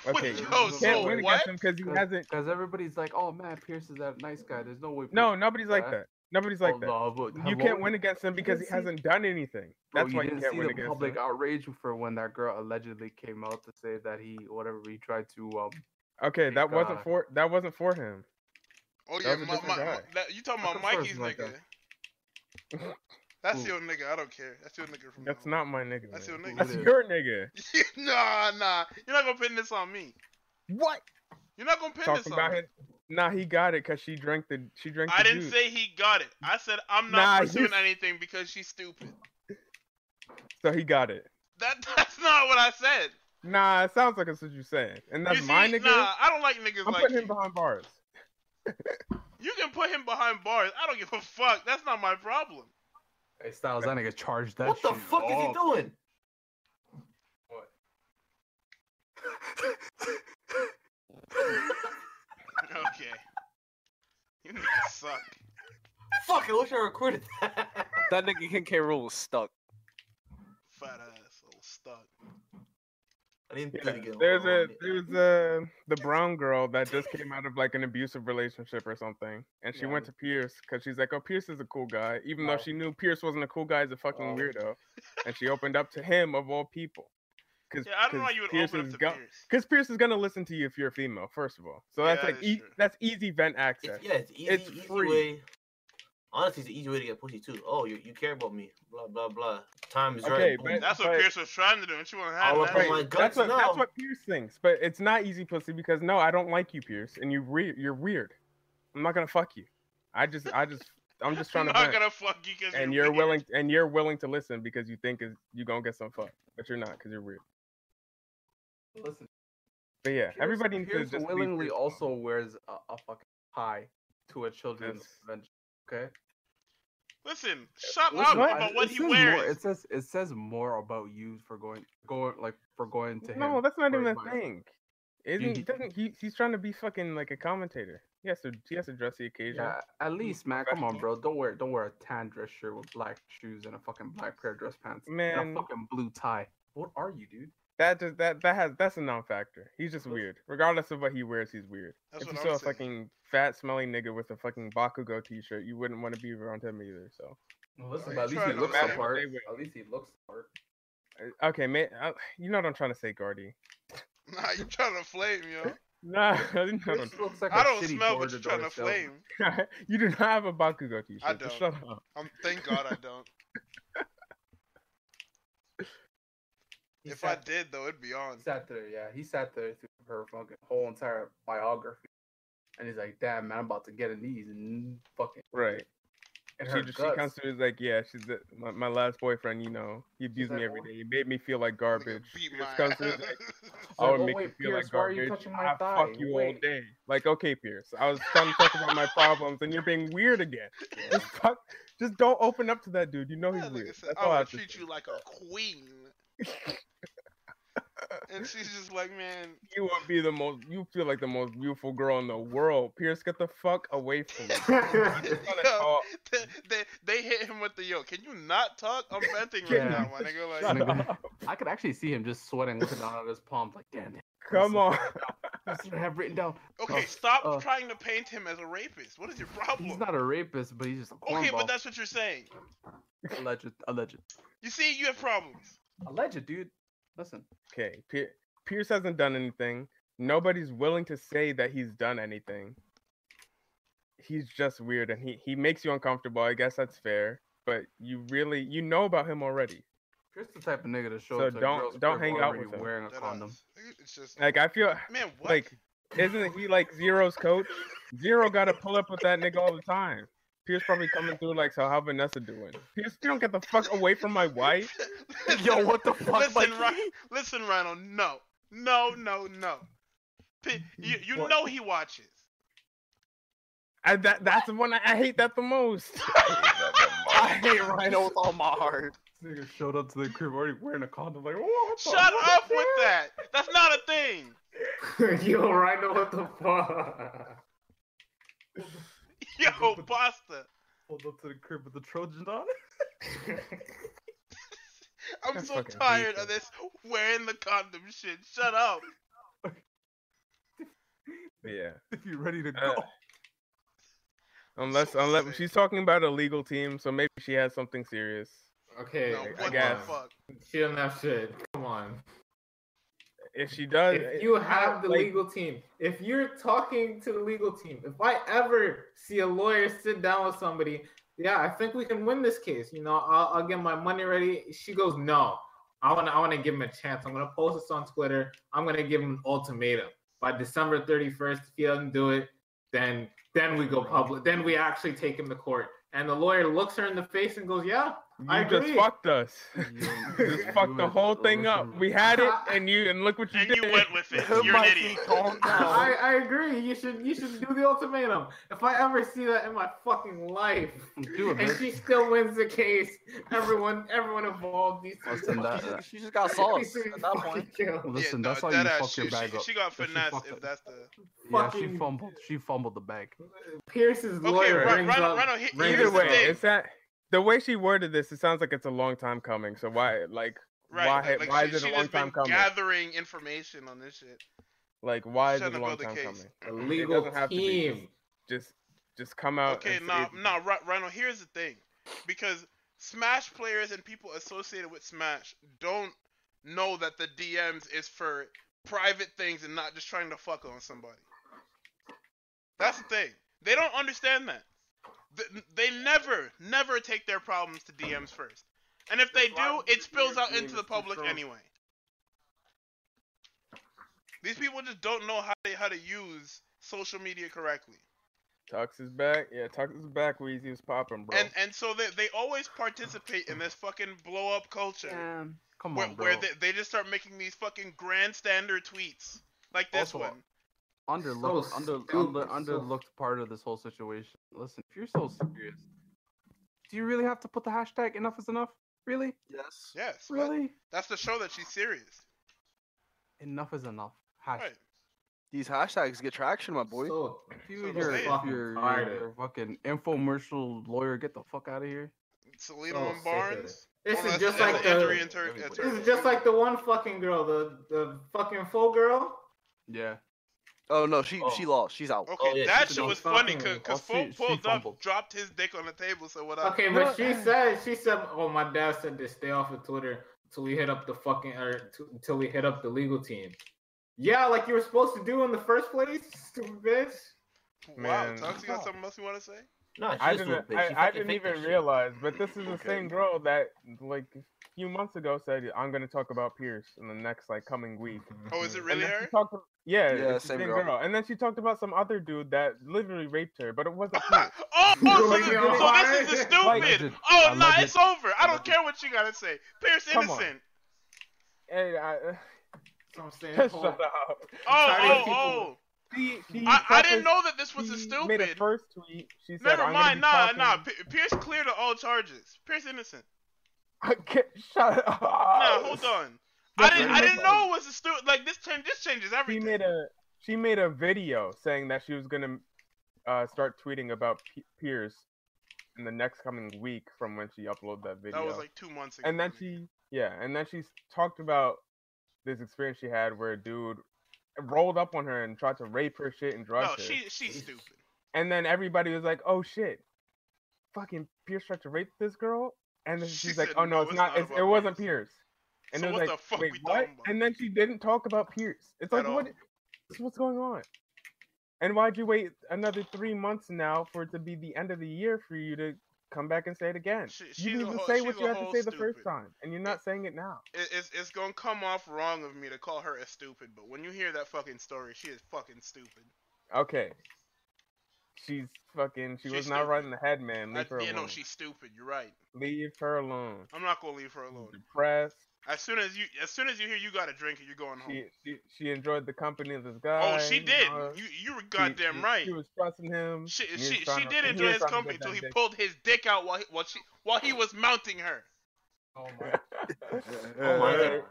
E: Okay,
B: Wait,
E: you
B: yo,
E: can't
B: so
E: win
B: what?
E: against him because he hasn't.
F: Because everybody's like, oh man, Pierce is that nice guy. There's no way.
E: No,
F: Pierce-
E: nobody's like
F: Right.
E: that. Nobody's like
F: Oh,
E: that.
F: no, but
E: You
F: have
E: can't
F: all-
E: win against him because he
F: didn't see-
E: hasn't done anything.
F: Bro,
E: That's why you
F: didn't
E: can't
F: see
E: win
F: the
E: against
F: public
E: him.
F: outrage for when that girl allegedly came out to say that he whatever he tried to um
E: Okay,
F: Thank
E: that wasn't
F: God.
E: for that wasn't for him.
B: Oh
E: That
B: yeah,
E: was a
B: my,
E: different
B: my, my,
E: guy.
B: that, you talking
F: I
B: about
F: prefer
B: Mikey's
F: like
B: nigga?
E: that.
B: That's
E: Ooh.
B: your nigga. I don't care. That's your nigga from.
E: That's
B: now
E: not my nigga.
B: That's
E: man.
B: your nigga.
E: That's
F: It is.
E: your nigga.
B: on. nah, nah. You're not gonna pin this on me.
E: What?
B: You're not gonna pin this
E: Talking
B: on
E: about
B: me.
E: him? Nah, he got it because she drank the she drank.
B: I
E: the
B: didn't
E: juice.
B: say he got it. I said I'm
E: Nah,
B: not
E: you-
B: pursuing anything because she's stupid.
E: so. He got it.
B: That that's not what I said.
E: Nah, it sounds like that's what you're saying, and that's
B: you see,
E: my nigga.
B: Nah, I don't like niggas
E: I'm
B: like
E: putting
B: you.
E: him behind bars.
B: You can put him behind bars. I don't give a fuck. That's not my problem.
F: Hey Styles, that nigga charged that
C: What the
F: shit
C: fuck is he
F: off.
C: doing?
B: Okay. You niggas suck.
C: Fuck, I wish I recorded that.
D: That nigga King K. Rule was stuck.
B: Fat ass. Old stuck.
C: I didn't do
E: Yeah,
C: it again.
E: There's
C: Hold
E: a
C: on.
E: there's a the brown girl that just came out of like an abusive relationship or something, and she went to Pierce because she's like, "Oh, Pierce is a cool guy," even though she knew Pierce wasn't a cool guy. He's a fucking weirdo, and she opened up to him of all people. Cause,
B: Yeah, I don't know why
E: 'cause
B: you would
E: Pierce
B: open
E: is
B: up to
E: go-
B: Pierce.
E: Because Pierce is gonna listen to you if you're a female, first of all. So
B: Yeah,
E: that's
B: that
E: like
B: is
E: e-
B: true.
E: that's easy vent access.
C: It's, yeah, it's easy,
E: It's
C: easy
E: free.
C: way. Honestly, it's an easy way to get pussy too. Oh, you, you care about me. Blah blah blah. Time is
E: Okay,
C: right. boom.
E: but-
B: That's what
E: But-
B: Pierce was trying to do, and she wasn't
C: I
B: having
C: was
B: that.
C: my
E: Right,
C: guts
E: that's what
C: now.
E: that's what Pierce thinks, but it's not easy pussy because no, I don't like you, Pierce, and you re- you're weird. I'm not gonna fuck you. I just I just I'm just trying to.
B: I'm not
E: vent.
B: gonna fuck you because
E: and you're willing and you're willing to listen because you think is you gonna get some fuck, but you're not because you're weird.
F: Listen,
E: But yeah,
F: Pierce,
E: everybody needs
F: Pierce
E: to just be
F: willingly
E: free.
F: also wears a, a fucking pie to a children's
E: That's-
F: convention. Okay.
B: Listen, shut
F: Listen,
B: up
E: I-
B: about what
F: it
B: he
F: says
B: wears.
F: More, it says it says more about you for going going like for going to him.
E: No, that's not
F: for
E: even a
F: advice.
E: thing. Isn't
F: he-
E: doesn't he? He's trying to be fucking like a commentator. He has to he has to dress the occasion.
F: Yeah, at least man, come on, bro. Don't wear don't wear a tan dress shirt with black shoes and a fucking black pair of dress pants and
E: Man.
F: a fucking blue tie. What are you, dude?
E: That just that that has that's a non-factor. He's just weird. Regardless of what he wears, he's weird.
B: That's
E: if
B: what
E: you
B: I'm
E: saw a
B: saying.
E: fucking fat smelling nigga with a fucking Bakugo t-shirt, you wouldn't want to be around him either. So
F: Well, listen,
B: Are
F: but at
B: you
F: least he
B: trying to
F: looks
B: say-
F: the part.
E: They will.
F: At least he looks the part.
E: Uh, okay, man, uh, you know what I'm trying to say, Guardy.
B: Nah, you trying to flame, yo.
E: Nah, you, know what
F: This looks like
B: I
F: a
B: don't
F: shitty
B: smell what you're trying
F: door-to-door
B: to
F: salesman.
B: flame.
E: I'm trying- you do not have a Bakugo t-shirt.
B: I
E: so
B: don't.
E: Shut up.
B: Um, thank God I don't.
F: He
B: if I
F: sat,
B: did though, it'd be on.
F: he sat there, yeah, he sat there through her fucking whole entire biography, and he's like, "Damn, man, I'm about to get in these and fucking."
E: Right.
F: It
E: She,
F: hurt
E: just, she
F: guts.
E: comes to me is like, yeah, she's the, my, my last boyfriend. You know, he abused
F: like,
E: me every
F: "Oh."
E: day. He made me feel like
B: Nigga
E: garbage.
B: Beat
E: She
B: my
E: just comes to me
B: ass.
E: is like,
F: He's
E: I
F: like,
E: would
F: "Oh,
E: make
F: wait,
E: you feel
F: Pierce,
E: like
F: why are you
E: garbage.
F: touching my
E: I
F: thigh?
E: fuck you all
F: Wait."
E: day. Like, okay, Pierce, I was trying to talk about my problems, and you're being weird again. Just, fuck, just don't open up to that dude. You know he's
B: That
E: weird.
B: nigga said,
E: That's
B: I
E: all I
B: would
E: have to
B: treat
E: say.
B: you like a queen. and she's just like, man,
E: You would be the most. You feel like the most beautiful girl in the world. Pierce, get the fuck away from me.
B: yo,
E: I'm trying to talk.
B: they, they, they hit him with the yo. Can you not talk? I'm venting right
E: Yeah.
B: now, my nigga. Like,
E: Shut
F: Nigga.
E: up.
F: I could actually see him just sweating, looking down at his palm, like, "Damn, damn,
E: Come on.
F: that's what I have written down."
B: okay,
F: Oh,
B: stop
F: uh,
B: trying to paint him as a rapist. What is your problem?
F: He's not a rapist, but he's just a cornball.
B: okay, but that's what you're saying.
F: alleged, alleged,
B: You see, you have problems.
F: alleged, dude. Listen,
E: Okay, Pier- Pierce hasn't done anything. Nobody's willing to say that he's done anything. He's just weird, and he he makes you uncomfortable. I guess that's fair, but you really you know about him already.
F: Pierce the type of nigga to show
E: So
F: up to a
E: don't-
F: girl's
E: don't
F: crib
E: hang out
F: already
E: with him.
F: wearing a
B: That
F: condom.
B: is- It's just
E: Like I feel
B: man, what?
E: like isn't he like Zero's coach? Zero got to pull up with that nigga all the time. Pierce probably coming through like, so how Vanessa doing? Pierce, you don't get the fuck away from my wife.
D: Yo, what the fuck,
B: Listen,
D: Mikey?
B: Ron- listen, Ronald. No, no, no, no. P- you you
F: What?
B: know he watches.
E: I, that that's the one I, I hate that the most.
D: I hate Rhino with all my heart.
F: This nigga showed up to the crib already wearing a condom. Like, what? the-
B: Shut
F: what
B: up
F: the
B: with that. That's not a thing.
A: Yo, Rhino, what the fuck?
B: Yo, pasta.
F: Pulled up to the crib with the Trojan on.
B: I'm
E: I
B: so
E: fucking hate
B: tired
E: this.
B: of this wearing the condom shit. Shut up.
E: yeah.
F: If you're ready to
E: Uh,
F: go,
E: Unless
B: So
E: unless
B: sick.
E: she's talking about a legal team, so maybe she has something serious.
A: Okay,
B: No,
E: I
B: what the
E: guess.
B: fuck?
A: She doesn't have shit. Come on.
E: If she does,
A: If you have the
E: like,
A: legal team, if you're talking to the legal team, if I ever see a lawyer sit down with somebody, yeah, I think we can win this case. You know, I'll, I'll get my money ready. She goes, no, I want to I want to give him a chance. I'm gonna post this on Twitter. I'm gonna give him an ultimatum by December 31st. If he doesn't do it, then then we go public. Then we actually take him to court. And the lawyer looks her in the face and goes, yeah, I
E: you just
A: agree.
E: fucked us.
F: You-
E: just
F: you
E: fucked the
F: went
E: whole thing up.
F: over-
E: We had it, and you and look what you
B: And
E: did.
B: you went with it. You're an
D: Mikey,
B: idiot.
D: calm down.
A: I, I agree. You should you should do the ultimatum. If I ever see that in my fucking life,
F: Do it,
A: and
F: bitch.
A: she still wins the case, everyone everyone involved needs to
F: Listen, that-
D: She just- she just got sauce
A: She's
D: at that point.
A: fucking killed.
F: Listen,
B: no,
F: that's how
B: dead
F: you
B: ass,
F: fuck
B: she,
F: your bag
B: she,
F: up.
B: she got
F: That she
B: finesse.
F: fucked
B: If
F: up.
B: that's the
F: Yeah, she
A: fucking-
F: fumbled. She fumbled the bag.
A: Pierce's
B: okay,
A: lawyer
B: Ron-
A: brings
B: Ronald,
A: up.
B: Ronald, he-
A: brings
E: Either
B: here's
A: up-
B: the
E: way,
B: thing.
E: it's that the way she worded this. It sounds like it's a long time coming. So why, like,
B: Right.
E: why,
B: like, like,
E: why
B: she,
E: is
B: she
E: it a
B: just
E: long time
B: been
E: coming?
B: Gathering information on this shit.
E: like, why is
B: trying
E: it a
B: to
E: long
B: build a
E: time
B: case.
E: coming?
A: A
E: It
A: legal
E: doesn't have to be.
A: team.
E: Just, just come out.
B: Okay,
E: and
B: no,
E: say-
B: no, Ronald. Here's the thing, because Smash players and people associated with Smash don't know that the DMs is for private things and not just trying to fuck on somebody. That's the thing. They don't understand that. Th- They never, never take their problems to DMs first. And if they do, it spills out into the public anyway. These people just don't know how they how to use social media correctly.
E: Tux is back. Yeah, Tux is back. Weezy was popping, bro.
B: And and so they, they always participate in this fucking blow up culture
G: Damn. Come
B: where,
G: on, bro.
B: where they, they just start making these fucking grand standard tweets like this
G: Also,
B: one.
G: underlooked,
A: So
G: under,
A: stupid,
G: under,
A: so-
G: underlooked part of this whole situation. Listen, if you're so serious, do you really have to put the hashtag enough is enough? Really?
C: Yes.
B: Yes, but
G: Really?
B: that's to show that she's serious.
G: Enough is enough. Hashtag.
B: Right.
D: These hashtags get traction, my boy.
A: So,
G: Dude,
B: So
G: you're,
B: saying.
G: a- you're,
A: Tired
G: you're,
A: of
G: you're a fucking infomercial lawyer. Get the fuck out of here.
B: Salino
A: Oh,
B: and
A: sick of it.
B: Barnes.
A: this
B: Unless
A: is just
B: it's an
A: like
B: injury
A: the
B: and Tur-
C: This
B: uh,
C: is
A: this
B: Turkey.
A: is just like the one fucking girl, the the fucking full girl.
G: Yeah.
D: Oh no, she
C: Oh.
D: she lost. She's out.
B: Okay,
C: Oh, yeah,
B: that
C: she
B: shit
A: done
B: was funny
A: fucking-
B: because
G: oh,
B: Full
G: she- she
B: pulled up,
G: fumbled.
B: dropped his dick on the table. So what? up?
A: Okay, but she
E: uh,
A: said she said, "Oh, my dad said to stay off of Twitter until we hit up the fucking or t- until we hit up the legal team." Yeah, like you were supposed to do in the first place, stupid bitch.
B: Wow,
E: Man.
B: Tux, you got something else you want to say?
C: No,
E: I
C: she's stupid.
E: didn't.
C: She
E: I, I
C: fucking
E: didn't
C: faked that
E: even
C: shit.
E: realize, but this is the
C: Okay.
E: same girl that like a few months ago said I'm gonna talk about Pierce in the next like coming week.
B: Oh, is it
E: And
B: really
E: then
B: her?
E: She talked, yeah,
D: Yeah,
E: it's the
D: same
E: same
D: girl.
E: girl. And then she talked about some other dude that literally raped her, but it wasn't.
B: oh,
E: Pierce.
B: oh, so,
A: Like,
B: this,
A: you
B: so
A: know,
B: this is the stupid.
E: like-
B: oh,
G: I
B: nah,
G: like
B: it's over. I don't
G: like it.
B: care what you gotta say. Pierce
E: Come on.
B: innocent.
E: and I,
A: So I'm saying,
E: shut
A: hold-
E: up.
B: Oh,
A: Sorry,
B: oh,
A: people.
B: oh.
E: She, she
B: I, I didn't
E: prefaced-
B: know that this was
E: she
B: a
E: Made a
B: stupid.
E: first tweet. She said,
B: Never
E: "I'm gonna
B: mind.
E: be
B: Nah,
E: talking-
B: nah. P- Pierce cleared of all charges. Pierce innocent.
E: I can't, shut up.
B: Nah,
E: Oh.
B: hold on. I
E: That's
B: didn't.
E: right.
B: I didn't know it was a stupid. Like this. Change, this changes
E: She
B: everything.
E: made a she made a video saying that she was gonna uh, start tweeting about P- Pierce in the next coming week from when she uploaded that video.
B: That was like two months ago.
E: and then she yeah, and then she s- talked about this experience she had where a dude rolled up on her and tried to rape her shit and drugs
B: No,
E: her.
B: she she's stupid.
E: And then everybody was like, "Oh shit, fucking Pierce tried to rape this girl," and then
B: She
E: she's like,
B: said,
E: "Oh no,
B: "No,
E: it's,
B: it's
E: not.
B: not
E: it's,
B: about
E: it wasn't
B: Pierce."
E: Pierce." And
B: So
E: it was
B: what
E: like,
B: the fuck
E: "Wait,
B: we
E: what?"
B: talking about?
E: And then she didn't talk about Pierce. It's like,
B: At
E: what? What's going on? And why'd you wait another three months now for it to be the end of the year for you to come back and say it again?
B: She- she's
E: you
B: a
E: didn't even
B: whole-
E: say
B: she's
E: what
B: a
E: you had to
B: whole
E: say the first
B: stupid.
E: time, and you're not saying it now.
B: It, it's it's gonna come off wrong of me to call her a stupid, but when you hear that fucking story, she is fucking stupid.
E: Okay. She's fucking. She
B: She's
E: was not
B: stupid.
E: running the head, man.
B: I,
E: Leave her
B: you know
E: alone.
B: she's stupid. You're right.
E: Leave her alone.
B: I'm not gonna leave her
E: Mm-hmm.
B: alone.
E: Depressed.
B: As soon as you as soon as you hear you got a drink, you're going home.
E: She, she she enjoyed the company of this guy.
B: oh, she
E: you
B: did.
E: know.
B: You you were
E: She-
B: goddamn
E: she-
B: right.
E: She was trusting him.
B: She
E: and he
B: she,
E: was trying
B: she
E: to-
B: did
E: he
B: enjoy
E: was
B: his
E: trying to
B: company
E: get that
B: until he
E: dick.
B: pulled his dick out while he, while she while he was mounting her.
G: Oh my.
C: Oh my god.
E: Alright,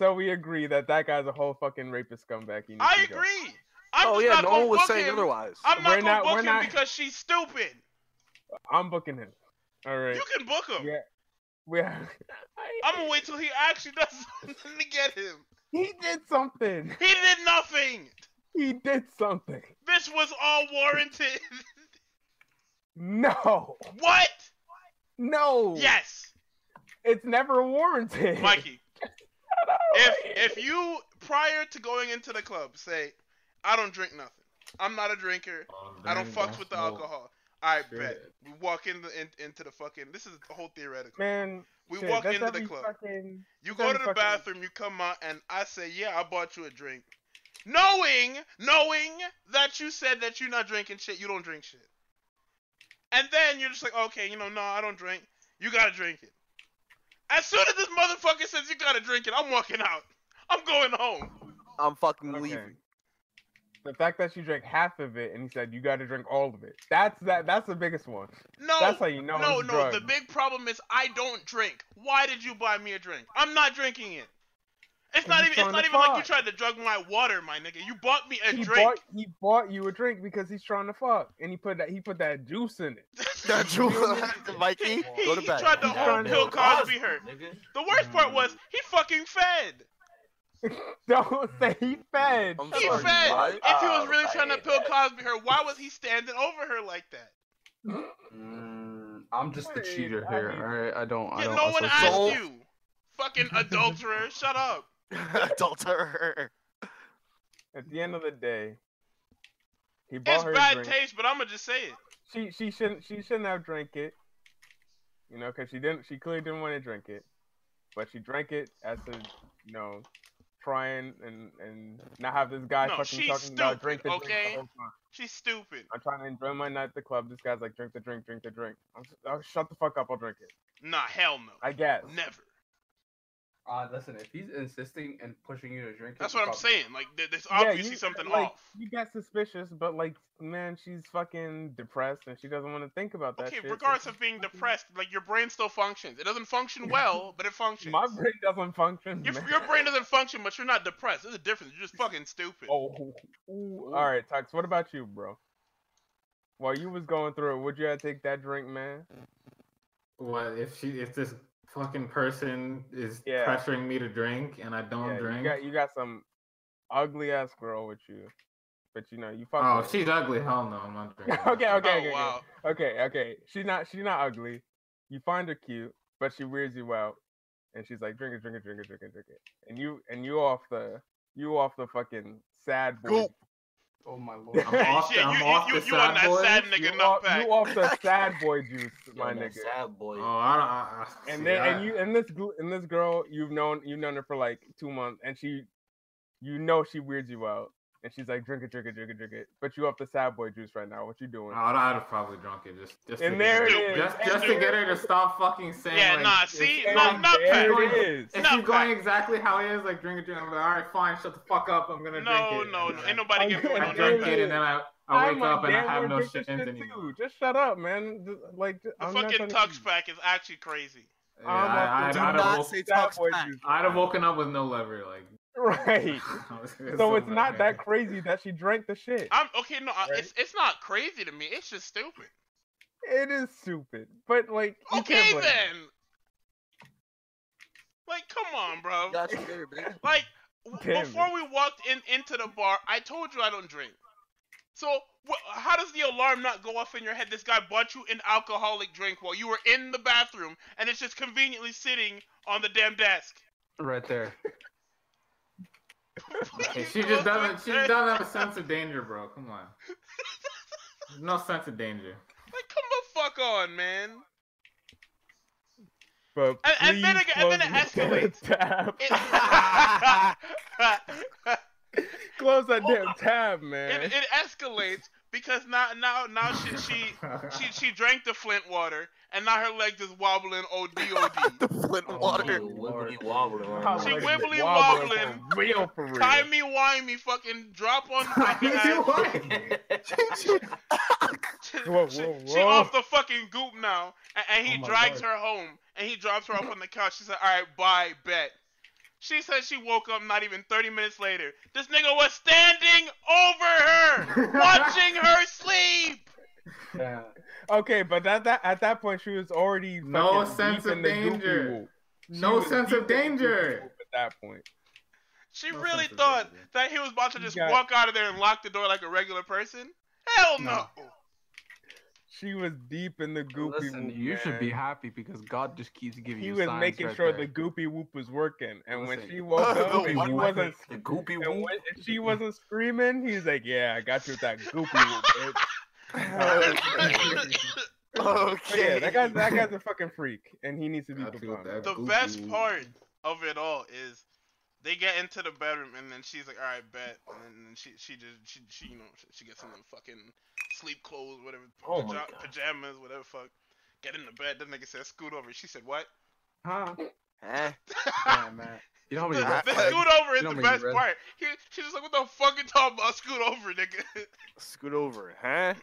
E: So we agree that that guy's a whole fucking rapist scumbag. He needs
B: I
E: to go.
B: agree. I'm
D: oh
B: just
D: yeah,
B: not
D: no
B: gonna
D: one was
B: book
D: saying
B: him.
D: otherwise.
B: I'm not
E: We're
B: gonna
E: not-
B: book
E: we're
B: him
E: not-
B: because she's stupid.
E: I'm booking him. All right.
B: You can book him.
E: Yeah. We have...
B: I'm gonna wait till he actually does something to get him.
E: He did something.
B: He did nothing.
E: He did something.
B: This was all warranted.
E: No.
B: what?
E: No.
B: Yes,
E: It's never warranted.
B: Mikey.
E: All
B: If
E: right.
B: if you prior to going into the club say, I don't drink nothing. I'm not a drinker. I don't fucks with the alcohol. I
A: Shit.
B: bet. We walk in, the, in into the fucking. This is the whole theoretical.
E: man,
B: we
E: shit,
B: walk
E: that's
B: into the
E: every
B: club.
E: fucking-
B: You
E: That's
B: go to
E: every
B: the
E: fucking-
B: bathroom, you come out, and I say, "Yeah, I bought you a drink," knowing, knowing that you said that you're not drinking shit, you don't drink shit. And then you're just like, "Okay, you know, no, I don't drink. You gotta drink it." As soon as this motherfucker says you gotta drink it, I'm walking out. I'm going home.
D: I'm fucking
E: Okay.
D: leaving.
E: The fact that she drank half of it and he said you got to drink all of it. That's that. That's the biggest one.
B: No,
E: That's how you know.
B: no,
E: it's
B: no.
E: drugs.
B: The big problem is I don't drink. Why did you buy me a drink? I'm not drinking it. It's
E: And
B: not
E: you
B: even.
E: throwing
B: It's not
E: the
B: even like you
E: fuck.
B: tried to drug my water, my nigga. You bought me a
E: he
B: drink.
E: bought he bought you a drink because he's trying to fuck, and he put that he put that juice in it.
D: That you, Mikey,
B: He,
D: go to
B: he
D: bed.
B: tried to
C: Nah,
B: hold Bill
E: Bill
B: Cosby hurt.
C: Nigga.
B: The worst part was he fucking fed.
E: Don't say he fed.
D: I'm
B: He
D: sorry.
B: fed.
C: what?
B: If he was
C: Oh,
B: really trying to
C: man.
B: Bill Cosby her, why was he standing over her like that?
G: Mm, I'm just the
E: Wait,
G: cheater
E: I
G: here.
E: mean-
G: All right, I don't. I
B: Yeah,
G: don't.
B: no one asked
G: associate-
D: Don't-
B: you. Fucking adulterer, shut up.
D: Adulterer.
E: At the end of the day, he bought
B: It's
E: her a
B: bad
E: drink.
B: taste, but I'ma just say it.
E: she she shouldn't she shouldn't have drank it. You know, because she didn't she clearly didn't want to drink it, but she drank it as a you know trying and and not have this guy
B: No,
E: fucking
B: she's
E: talking about
B: stupid,
E: drink the drink
B: okay?
E: the whole time.
B: She's stupid.
E: I'm trying to enjoy my night at the club. This guy's like, drink the drink, drink the drink. I'm s- oh, shut the fuck up. I'll drink it.
B: Nah, hell no.
E: I guess.
B: Never.
G: Uh, listen, if he's insisting and pushing you to drink, it,
B: That's
G: you
B: what I'm
G: probably-
B: saying. Like, th- there's
E: Yeah,
B: obviously
E: you-
B: something
E: like,
B: off.
E: You got suspicious, but like, man, she's fucking depressed and she doesn't want to think about that.
B: Okay,
E: shit, so
B: regardless
E: she's
B: of being
E: fucking-
B: depressed, like your brain still functions. It doesn't function well, but it functions.
E: my brain doesn't function.
B: your,
E: man.
B: your brain doesn't function, but you're not depressed. There's a difference. You're just fucking stupid.
E: Oh, all right, Tux. What about you, bro? While you was going through it, would you have to take that drink, man?
A: What if she if this fucking person is
E: Yeah.
A: pressuring me to drink and I don't
E: yeah,
A: drink?
E: you got you got some ugly ass girl with you, but you know you fuck.
A: oh,
E: with
A: if
E: her.
A: she's ugly. Hell no, I'm not drinking.
E: okay, okay,
B: Oh,
E: okay, okay.
B: wow.
E: okay, okay. She's not she's not ugly. You find her cute, but she weirds you out, and she's like, drink it, drink it, drink it, drink it, drink it, and you and you off the you off the fucking sad boy.
B: Goop.
G: Oh my lord.
A: I'm off,
B: Shit,
A: the, I'm
B: you,
A: off
B: you, you,
A: the
B: you on
A: sad
B: that
A: boy.
B: sad
E: You
B: nigga nut
E: off,
B: pack.
E: you off the sad boy juice, my
C: Yo, that
E: nigga.
C: Sad boy.
A: Oh, I, I, I,
E: And
A: see,
E: then
A: I-
E: and you and this gl- and this girl you've known you've known her for like two months, and she, you know she weirds you out, and she's like, drink it, drink it, drink it, drink it, but you off the sad boy juice right now. What you doing?
A: Oh, I'd, I'd have probably drunk it just just
E: And
A: to
E: there
A: get
E: it
A: her,
E: is.
A: just
E: And
A: just to
E: there
A: get her to stop fucking saying.
B: Yeah,
A: like,
B: nah,
A: if
B: see?
A: she's
B: No,
A: going-
B: not
E: there
A: pack.
E: it is.
A: If
B: Not
A: she's going
B: pack.
A: exactly how it is, like drink it, drink. it, I'm like, all right, fine, shut the fuck up. I'm gonna
B: No,
A: drink it.
B: no,
A: And
B: no.
A: then
B: Ain't nobody
E: I'm
B: giving
E: gonna
B: no
A: I, I
B: nut
E: drink
A: drink
B: back.
A: it and then I, I
E: I'm
A: wake
E: like,
A: up and I
E: damn,
A: have
E: we're
A: no
E: drinking
A: shit ends anymore.
E: too. Just shut up, man. Just, Like
B: The
E: I'm not
B: fucking
E: gonna
B: tux
E: eat.
B: pack is actually crazy.
A: Yeah, I, I,
E: Do
A: I'd, have
E: not
A: woke,
E: say Sad boy juice.
A: I'd have woken up with no lever, like.
E: Right. So it's not that crazy that she drank the shit.
B: I'm okay. No, I
E: Right.
B: it's it's not crazy to me. It's just stupid.
E: It is stupid, but like you
B: Okay
E: can't blame her.
B: then. Like, come on, bro.
H: Got you there, baby.
B: Like w-
E: Damn
B: before we walked in into the bar, I told you I don't drink. So wh- how does the alarm not go off in your head? This guy bought you an alcoholic drink while you were in the bathroom, and it's just conveniently sitting on the damn desk.
G: Right there.
A: She just doesn't. She doesn't have a sense of danger, bro. Come on. There's no sense of danger.
B: Like, come the fuck on, man.
E: But
B: And- and then
E: please
B: aga- and then
E: close
B: it
E: the Tab.
B: It-
E: Close that damn tab, man.
B: it, it escalates because now now now she she she she drank the Flint water and now her leg is wobbling od
D: the
B: od.
D: Flint
C: Oh,
D: water.
C: you wibbly wobbly right
B: She
C: now.
E: Like,
B: wibbly
E: wobbling
B: wobbling.
E: for real for real.
B: Timey wimey, fucking drop on the fucking ass. She,
E: Whoa,
B: she-
E: whoa,
B: she
E: whoa.
B: off the fucking goop now, and, and he
A: Oh my
B: drags
A: Lord.
B: her home, and he drops her off on the couch. She said, "All right, bye, bet." She said she woke up not even 30 minutes later. This nigga was standing over her, watching her sleep.
G: Yeah.
E: Okay, but at that at that point she was already
A: No
E: fucking
A: sense
E: deep
A: of
E: in the goofy
A: danger.
E: loop. She
A: No
E: was
A: sense
E: deep
A: of
E: in the goofy
A: danger.
E: loop At that point,
B: She
A: No
B: really
A: sense of
B: thought
A: danger.
B: that he was about to
E: You
B: just
E: got-
B: walk out of there and lock the door like a regular person? Hell no.
E: she was deep in the goopy
G: Listen,
E: loop.
G: you should be
E: man.
G: happy because God just keeps giving
E: He
G: you
E: was
G: signs
E: making
G: right
E: sure
G: there.
E: the goopy whoop was working, and when
G: Listen.
E: she woke up,
D: The
E: and
D: one
E: she wasn't.
C: The goopy
E: And
C: whoop.
E: when if she wasn't screaming, he's like, "Yeah, I got you with that goopy whoop, bitch." But
D: Okay.
E: yeah, that guy, that guy's a fucking freak, and he needs to be
A: I feel
E: debunked.
A: that
B: the
A: goofy.
B: best part of it all is they get into the bedroom and then she's like, "All right, bet," and then- and then she she just she, she you know she- she gets in the fucking sleep clothes, whatever,
C: Oh my
B: paja-
C: God.
B: pajamas, whatever, fuck. Get in the bed. That nigga said, "Scoot over." She said, "What?"
G: Huh?
D: Eh.
G: Yeah, man. You know how
B: the,
G: many red
B: the
G: flags-
B: scoot over is
G: You know
B: the
G: me,
B: best
G: red-
B: part. He, she's just like, "What the fuck you talking about? Scoot over, nigga."
D: Scoot over, huh?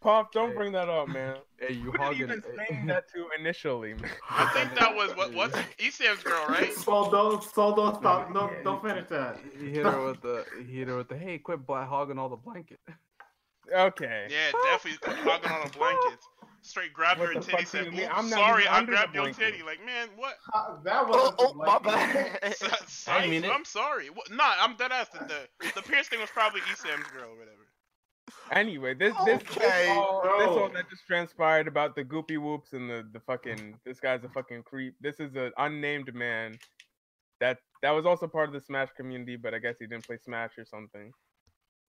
E: Puff, don't
G: Hey.
E: bring that up, man.
G: Hey, you
E: Who did you
G: hogging
E: even
G: it.
E: saying that to initially? Man?
B: I think that was what what's Esam's girl, right?
A: So don't, so don't stop. Don't, don't finish that.
G: He hit her with the he hit her with the hey quit black hogging all the blanket.
E: Okay.
B: Yeah, definitely quit hogging on a blanket. Straight grabbed
E: What
B: her
E: the
B: titty,
E: fuck
B: said,
E: do you mean?
B: "Oops,
E: I'm not
B: sorry,
E: even
B: I
E: under the
B: grabbed your
E: blanket."
B: titty. Like, man, what?
A: Uh, That
D: Oh,
A: wasn't
D: oh, my
A: like-
D: bad.
B: Sorry,
C: mean it.
B: I'm sorry. What, nah, I'm dead ass. The, the, the Pierce thing was probably Esam's girl or whatever.
E: Anyway, this this,
D: Okay,
E: this, all, this
A: bro.
E: all that just transpired about the goopy whoops and the the fucking this guy's a fucking creep. This is an unnamed man that that was also part of the Smash community, but I guess he didn't play Smash or something.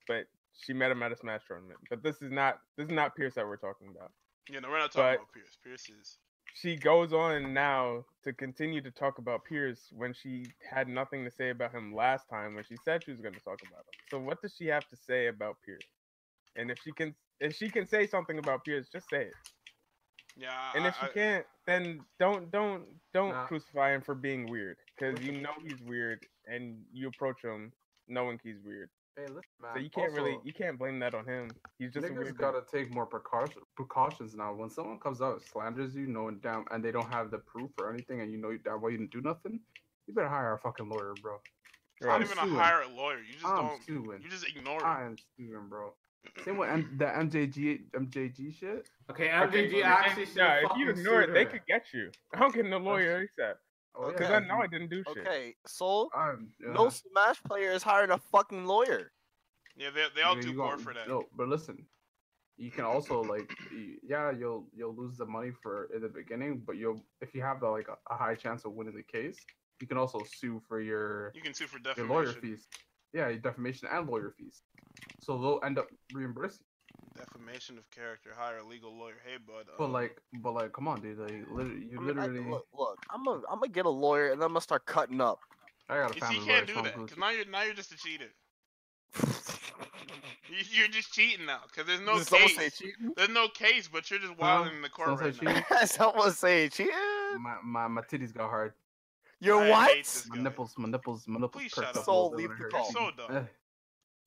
E: But she met him at a Smash tournament. But this is not this is not Pierce that we're talking about.
B: Yeah, no, we're not talking
E: But-
B: about Pierce. Pierce is
E: she goes on now to continue to talk about Pierce when she had nothing to say about him last time when she said she was going to talk about him. So what does she have to say about Pierce? And if she can if she can say something about Pierce, just say it.
B: Yeah.
E: And if
B: I-
E: she can't, then don't don't don't
F: Nah.
E: crucify him for being weird because you know he's weird and you approach him knowing he's weird.
F: Hey, listen, man.
E: So you can't
F: also,
E: really you can't blame that on him. He's just a
F: niggas
E: weird.
F: gotta take more precaution, precautions now. When someone comes out and slanders you, knowing damn, and they don't have the proof or anything, and you know damn well you didn't do nothing, you better hire a fucking lawyer, bro.
B: not
E: dude. Right.
F: I'm
B: even
F: suing.
B: a hire a lawyer. You just
F: I'm
B: don't.
F: suing.
B: You just ignore it.
F: I am suing, bro. Same with M- the MJG MJG shit.
A: Okay, MJG actually should
E: Yeah,
A: have
E: if you ignore it, they could get you. I'm getting a lawyer ASAP
F: Oh,
E: because
F: yeah,
E: I know I didn't do shit.
D: Okay, Soul.
F: I'm, yeah.
D: No Smash player is hiring a fucking lawyer.
B: Yeah, they they all
F: Yeah,
B: too
F: you
B: poor
F: got-
B: for that.
F: No, but listen, you can also like, y- yeah, you'll you'll lose the money for in the beginning, but you'll if you have the, like a, a high chance of winning the case, you can also sue for your
B: You can sue for
F: your
B: defamation.
F: lawyer fees. Yeah, your defamation and lawyer fees. So they'll end up reimbursing.
B: Defamation of character. Hire a legal lawyer. Hey, bud.
F: But
B: um,
F: like, but like, come on, dude. Like, literally, you
D: I mean, I-
F: literally. I,
D: look, look, I'm gonna I'm gonna get a lawyer and I'm gonna start cutting up.
F: got a
B: you
F: family.
B: see, you can't
F: lawyer,
B: do
F: so I'm
B: that
F: good.
B: because now you're now you're just a cheater. You- You're just cheating now because there's no
D: Did someone say
B: case.
D: cheating?
B: There's no case, but you're just wilding in the court
F: Someone
B: right
F: say
B: now.
F: cheating?
D: someone say cheating?
F: My, my my titties got hard.
D: You're
B: I hate this
D: what?
F: My
B: guy.
F: nipples, my nipples, my nipples.
B: Please
F: perked
B: shut
F: up
B: up.
F: a little
D: Soul,
F: bit
D: leave
F: when I
D: the
F: heard
D: call.
F: cheating.
B: So dumb.
F: Eh,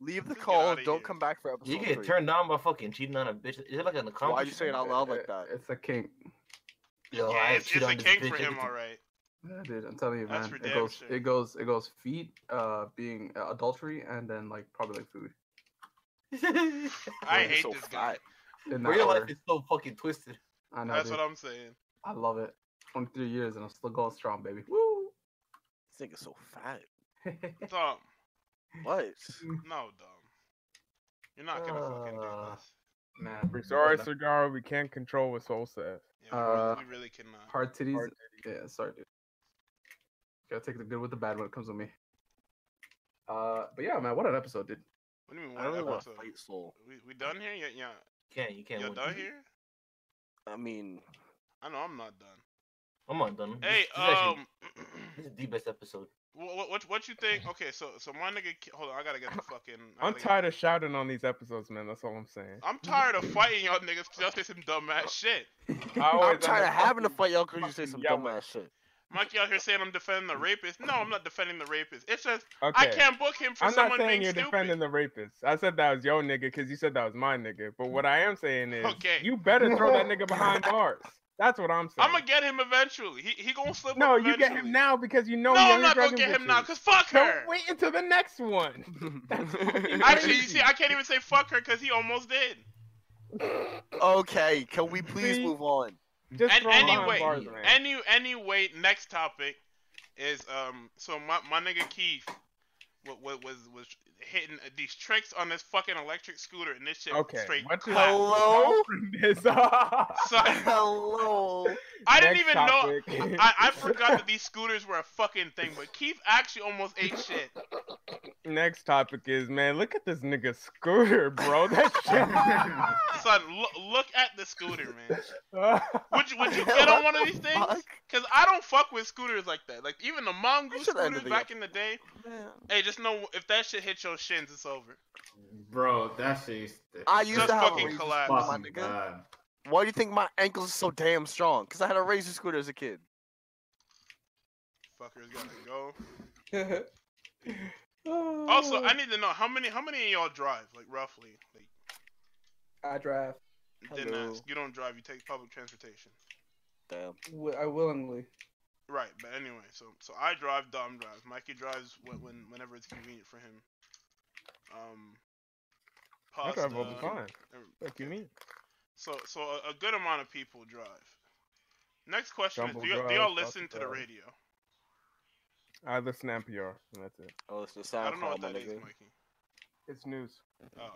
D: Leave the
B: Get
D: call.
B: outta
D: Don't
B: here.
D: come back for episode
C: You get
D: three.
C: turned down by fucking cheating on a bitch. Is it like an accomplishment?
D: Why you say it out loud like
F: eh,
D: that?
F: It's a kink.
C: Yo,
B: Yeah,
C: I
B: it's,
C: cheat
B: it's
C: on
B: a
C: this
B: kink
C: bitch
B: for
C: every
B: him,
C: time.
B: all right.
F: Yeah, dude, I'm telling you,
B: That's
F: man.
B: for
F: It
B: damn
F: goes,
B: sure.
F: it goes, it goes feet, uh, being uh, adultery, and then like probably like food.
B: I
D: You're
B: hate
D: so
B: this guy.
D: fat.
F: In that
C: Real life
F: order.
C: is so fucking twisted.
F: I know,
B: That's
F: dude.
B: what I'm saying.
F: I love it. 23 years and I'm still going strong, baby. Woo!
D: This nigga's so fat.
B: Dumb.
D: What?
B: No, dumb. You're not gonna fucking do
C: Uh,
B: this.
F: man,
E: We're sorry, cigar. We can't control what Soul says.
B: Yeah, we really-
F: uh,
B: we really cannot.
F: Hard titties.
E: Hard
F: Yeah, sorry, dude. Gotta take the good with the bad when it comes with me. Uh, but yeah, man, what an episode, dude.
B: What do you mean?
D: I really
B: What
D: want to
B: episode?
D: fight Soul.
B: We we done here? Yeah, yeah.
C: You can't, you can't.
B: Y'all
C: win.
B: done here?
D: I mean,
B: I know I'm not done.
C: I'm not done.
B: Hey,
C: this, this is actually-
B: um,
C: this is the best episode.
B: what what what you think? Okay, so so my nigga, Ki- hold on, I gotta get the fucking. I
E: I'm
B: gotta get-
E: tired of shouting on these episodes, man. That's all I'm saying.
B: I'm tired of fighting y'all niggas 'cause y'all say some dumb ass shit.
E: I
B: Oh,
E: always
D: I'm tired of
E: end up
D: having to fight y'all because you say
E: fucking
D: some
E: yelling.
D: dumbass shit.
B: Mikey out here saying I'm defending the rapist. No, I'm not defending the rapist. It's just
E: Okay.
B: I can't book him for
E: I'm not
B: someone
E: saying
B: being
E: you're
B: stupid.
E: defending the rapist. I said that was your nigga because you said that was my nigga. But what I am saying is,
B: Okay.
E: you better throw that nigga behind bars. That's what I'm saying.
B: I'm gonna get him eventually. He he gonna slip
E: no,
B: up
E: you get
B: eventually.
E: him now because you know.
B: No,
E: he
B: I'm
E: only
B: not gonna
E: fucking
B: get
E: with
B: him now
E: you.
B: because fuck her.
E: Don't wait until the next one. That's fucking
B: Actually, you
E: crazy.
B: see, I can't even say fuck her because he almost did.
D: Okay, can we please
E: See?
D: move on?
E: Just
B: and
E: throw him behind
B: anyway,
E: bars, man.
B: Any anyway, next topic is um. So my my nigga Keith. What, what was was hitting these tricks on this fucking electric scooter and this shit
E: Okay,
B: straight
E: what the-
B: clapped.
D: Hello?
E: This-
B: So,
D: Hello.
B: I didn't
E: Next
B: even know.
E: topic.
B: I, I forgot that these scooters were a fucking thing, but Keith actually almost ate shit.
E: Next topic is man, look at this nigga scooter, bro. That
B: Son, lo- look at the scooter, man.
E: shit.
B: Would you would you get on one of these things? Cause I don't fuck with scooters like that. Like even the mongoose
D: should end
B: scooters
D: the
B: back in the day. Hey, just know if that shit hits your shins, it's over.
A: Bro, that shit used to
D: I used
B: Just
D: to have a
B: fucking
D: razor
B: collapse.
D: scooter,
A: fucking
D: my nigga.
A: God.
D: Why do you think my ankles are so damn strong? Because I had a razor scooter as a kid.
B: Fuckers gotta go.
G: Oh,
B: Also, I need to know how many how many of y'all drive, like roughly. Like
G: I drive.
B: didn't
D: Hello.
B: ask. You don't drive. You take public transportation.
D: Damn.
G: wi- I willingly.
B: Right, but anyway, so so I drive. Dom drives. Mikey drives when, when whenever it's convenient for him. Um.
E: I drive all the
B: pasta,
E: time.
B: every-
E: Fuck you mean?
B: So, so a, a good amount of people drive. Next question
E: Jumbo
B: is: Do, y- do
E: drive,
B: y'all listen
E: Jumbo
B: to the
E: drive.
B: radio?
E: I listen to NPR, and that's it.
D: Oh, it's the
B: I don't know
D: SoundCloud,
B: what
D: my
B: that is,
D: nigga.
B: Mikey.
E: It's news.
B: Oh,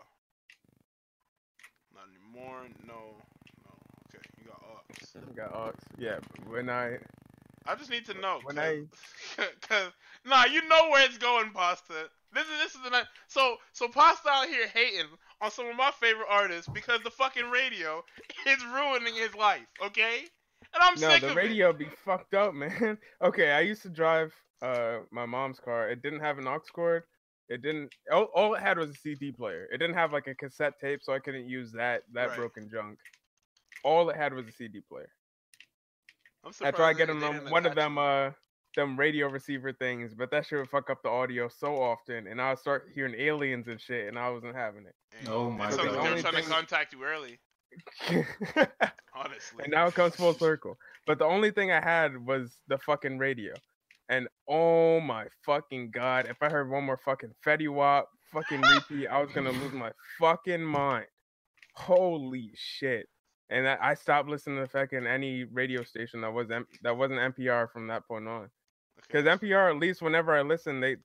B: not anymore. No, no. Okay, you got ox.
E: I got aux. Yeah, but when I
B: I just need to know.
E: When
B: because nah, you know where it's going, Pasta. This is this is the night. So so Pasta out here hating on some of my favorite artists because the fucking radio is ruining his life. Okay, And I'm
E: No,
B: sick
E: the
B: of
E: radio be fucked up, man. Okay, I used to drive uh my mom's car. It didn't have an aux cord. It didn't. All, all it had was a CD player. It didn't have like a cassette tape, so I couldn't use that that
B: Right.
E: broken junk. All it had was a CD player.
B: it. I'm
E: I tried
B: surprised
E: getting
B: they
E: them
B: didn't
E: one of
B: attach
E: them uh them radio receiver things, but that shit would fuck up the audio so often, and I would start hearing aliens and shit, and I wasn't having
B: it.
A: Oh my
B: That sounds
E: God.
B: like they
E: Only
B: were trying to
E: thing-
B: contact you early.
E: it.
B: Honestly.
E: and now it comes full circle. But the only thing I had was the fucking radio, and oh my fucking god! If I heard one more fucking Fetty Wap fucking repeat, I was gonna lose my fucking mind. Holy shit! And I, I stopped listening to fucking any radio station that was M- that wasn't NPR from that point on. Because NPR, at least whenever I listen, they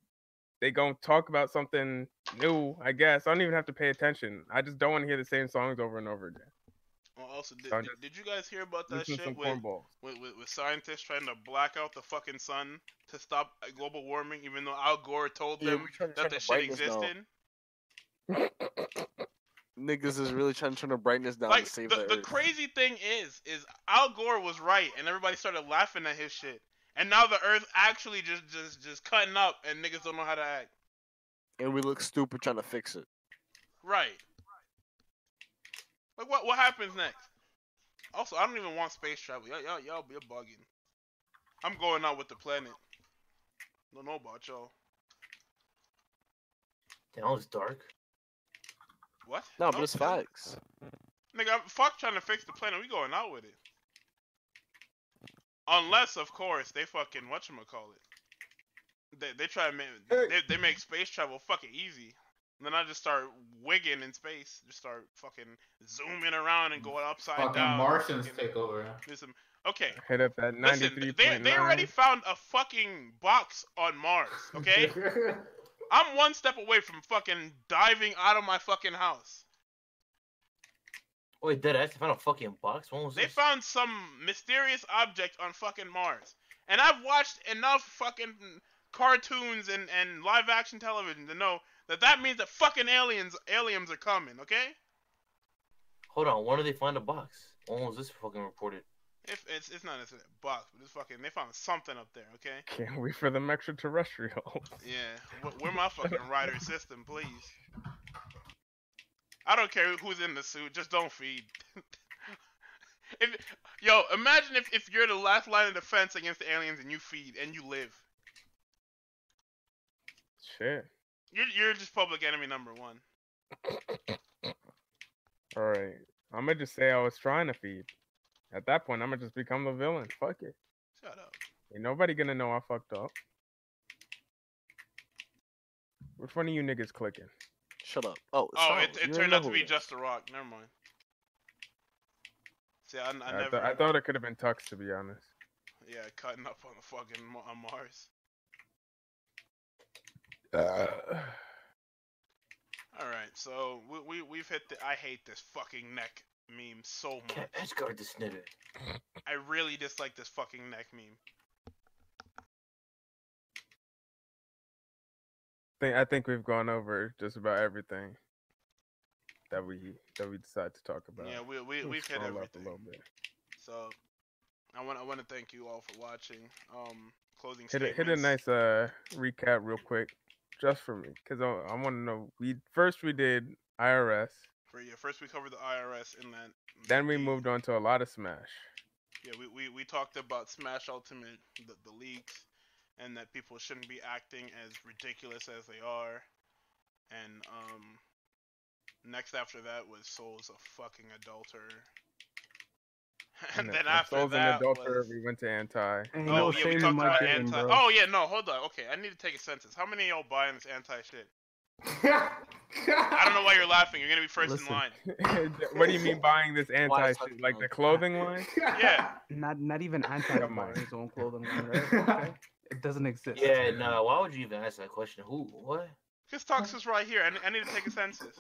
E: they gonna talk about something new. I guess I don't even have to pay attention. I just don't want to hear the same songs over and over again.
B: Well, also, did,
E: Sorry.
B: did, did you guys hear about that
E: Listen to some
B: shit with,
E: cornballs.
B: with, with, with scientists trying to black out the fucking sun to stop uh, global warming, even though Al Gore told
D: Yeah,
B: them
D: we're trying to
B: that
D: turn the
B: the shit
D: brightness down.
B: existed?
D: Niggas is really trying to turn the brightness down
B: Like
D: to save
B: the, the
D: Earth.
B: crazy thing is, is Al Gore was right, and everybody started laughing at his shit, and now the Earth actually just just just cutting up, and niggas don't know how to act.
D: and we look stupid trying to fix it.
B: Right. Like what what happens next? Also, I don't even want space travel. Y'all y'all y'all be bugging. I'm going out with the planet. Don't know about y'all.
C: That was dark.
B: What?
D: No, but
B: Nope.
D: it's facts.
B: Nigga, I'm- fuck trying to fix the planet. We going out with it. Unless, of course, they fucking whatchamacallit. They they try to make they, they make space travel fucking easy. And then I just start wigging in space. Just start fucking zooming around and going upside
A: Fucking
B: down.
A: Martians
B: Fucking-
A: take over.
B: do some- okay.
E: Hit up that ninety
B: Listen,
E: three
B: they,
E: point
B: they already
E: nine.
B: found a fucking box on Mars, okay? I'm one step away from fucking diving out of my fucking house.
C: Oh, Wait, did I have to find a fucking box? When was
B: They
C: this?
B: found some mysterious object on fucking Mars. And I've watched enough fucking cartoons and, and live action television to know that that means that fucking aliens aliens are coming, okay?
C: Hold on, when did they find a box? When was this fucking reported?
B: If it's it's not necessarily a box, but it's fucking they found something up there, okay?
E: Can't wait for them extraterrestrial.
B: Yeah, wh- where my fucking rider system, please. I don't care who's in the suit, just don't feed. if yo, imagine if, if you're the last line of defense against the aliens and you feed and you live.
E: Shit.
B: You're you're just public enemy number one.
E: All right. I'm gonna just say I was trying to feed. At that point, I'm gonna just become the villain. Fuck it.
B: Shut up.
E: Ain't nobody gonna know I fucked up. Which one of you niggas clicking?
D: Shut up. Oh, it's
B: Oh,
D: Star
B: it,
D: Wars. You
B: it
D: already
B: turned
D: know
B: out to
D: who
B: be
D: it is.
B: just a rock. Never mind. See, I, I
E: I,
B: never.
E: thought I thought it could have been Tux, to be honest.
B: Yeah, cutting up on the fucking Ma- on Mars. All right, so we, we we've hit the I hate this fucking neck meme so much.
C: Can't escort this nigga.
B: I really dislike this fucking neck meme.
E: think I think we've gone over just about everything that we that we decide to talk about.
B: Yeah, we we
E: Let's
B: we've hit
E: scroll up
B: everything.
E: a little bit.
B: So I want I want to thank you all for watching. Um, closing
E: hit a,
B: statements.
E: hit a nice uh recap real quick just for me because i, I want to know we first we did irs
B: For you, first we covered the IRS and then
E: then we
B: the-
E: moved on to a lot of smash
B: Yeah, we, we, we talked about Smash Ultimate, the, the leaks, and that people shouldn't be acting as ridiculous as they are. And um, next after that was Soul's a fucking adulterer. And, then
E: uh,
B: after
E: Souls and
B: that
E: Adulterer,
B: was...
E: we went to anti
G: Ain't
B: Oh,
G: no
B: yeah, we
G: shame
B: talked
G: in my
B: about
G: game,
B: anti...
G: bro.
B: Oh, yeah, no, hold on. Okay, I need to take a census. How many of y'all buying this anti shit? I don't know why you're laughing. You're going to be first in
G: Listen.
B: line.
E: what do you mean buying this anti
D: is
E: shit
D: that
E: like
D: wrong?
E: the clothing line
B: Yeah.
G: Not not even anti
E: Come on.
G: his own clothing line, right? Okay? It doesn't exist.
C: Yeah, nah, why would you even ask that question? Who, what?
B: Because Tox is right here. I, I need to take a census.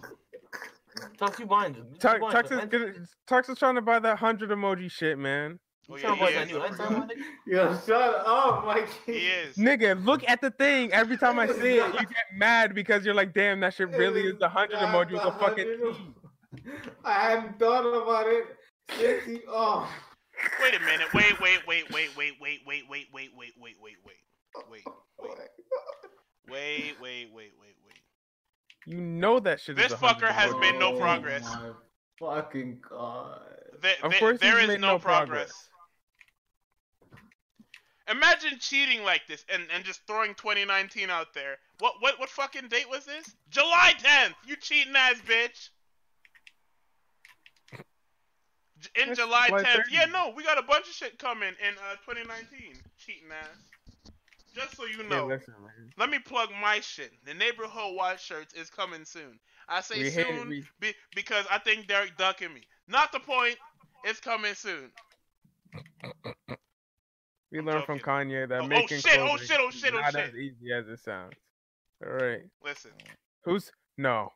C: Tux, you buying you
E: Tux,
C: buying
E: Tux,
C: some
E: is
C: anti-
E: gonna, Tux is trying to buy that 100 emoji shit man
B: Oh,
C: You
B: yeah,
C: trying to buy that
B: he
C: new
B: is.
C: anti line?
A: Yo, shut up, Mikey.
B: He is.
E: nigga look at the thing every time i see it you get mad because you're like damn that shit really is the 100 emoji with a fucking
A: I hadn't thought about it since you. Oh.
B: Wait a minute. Wait, wait, wait, wait, wait, wait, wait, wait, wait, wait, wait, wait, wait, wait, wait, wait, wait, wait, wait, wait.
E: You know that shit.
B: This
E: is 100
B: fucker has
E: bro.
B: been no progress.
A: Oh my fucking god.
B: There,
E: Of
B: there-
E: course
B: there
E: he's
B: is
E: made
B: no
E: no progress.
B: progress. Imagine cheating like this and, and just throwing 2019 out there. What what what fucking date was this? July 10th. You cheating ass bitch. J- In
E: That's
B: July
E: July
B: 10th.
E: 30th.
B: Yeah, no, we got a bunch of shit coming in uh, 2019. Cheating ass. Just so you
E: Yeah,
B: know.
E: listen, man.
B: Let me plug my shit. The neighborhood watch shirts is coming soon. I say
E: We hate it,
B: soon
E: we-
B: be- because I think they're ducking me. Not the point. It's coming soon.
E: We
B: I'm
E: learned from Kanye that
B: Oh, oh
E: making
B: shit, oh
E: clothing
B: shit, oh
E: is
B: shit, oh
E: not
B: shit.
E: as easy as it sounds. All right,
B: Listen,
E: who's no?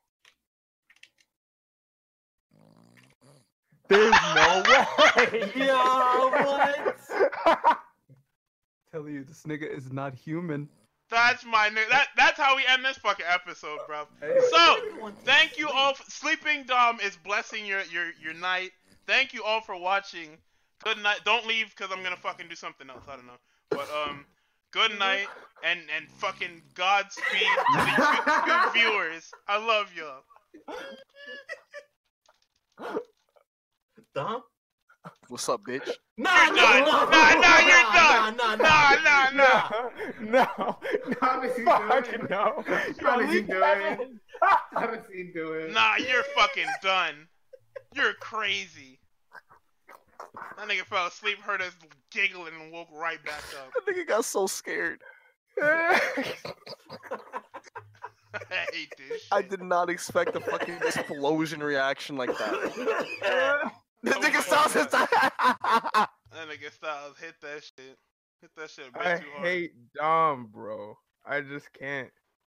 E: There's no way.
G: Tell you, this nigga is not human.
B: that's my new. That that's how we end this fucking episode, bro. So thank you all. For, Sleeping Dom is blessing your your your night. Thank you all for watching. Good night. Don't leave because I'm gonna fucking do something else. I don't know. But um, good night and and fucking Godspeed to the you- you viewers. I love y'all.
C: Huh?
D: What's up, bitch?
C: Nah,
B: You're
C: nah,
B: done.
C: nah,
B: Nah, nah, you're
C: nah,
B: done.
C: Nah,
B: Nah,
C: nah,
B: nah, nah.
E: No, no,
A: How does he do
E: fuck
A: it?
E: no.
A: How
E: Yo,
A: does he
E: leave
A: do
E: that alone.
A: it? How does he do it?
B: Nah, you're fucking done. You're crazy. That nigga fell asleep, heard us giggling, and woke right back up.
D: That nigga got so scared.
B: I hate this shit.
D: I did not expect a fucking explosion reaction like that.
E: É.
D: This
B: Oh
D: nigga
B: my
D: sounds just.
B: That nigga Styles hit that shit. Hit that shit way
E: I
B: too hard.
E: hate Dom, bro. I just can't.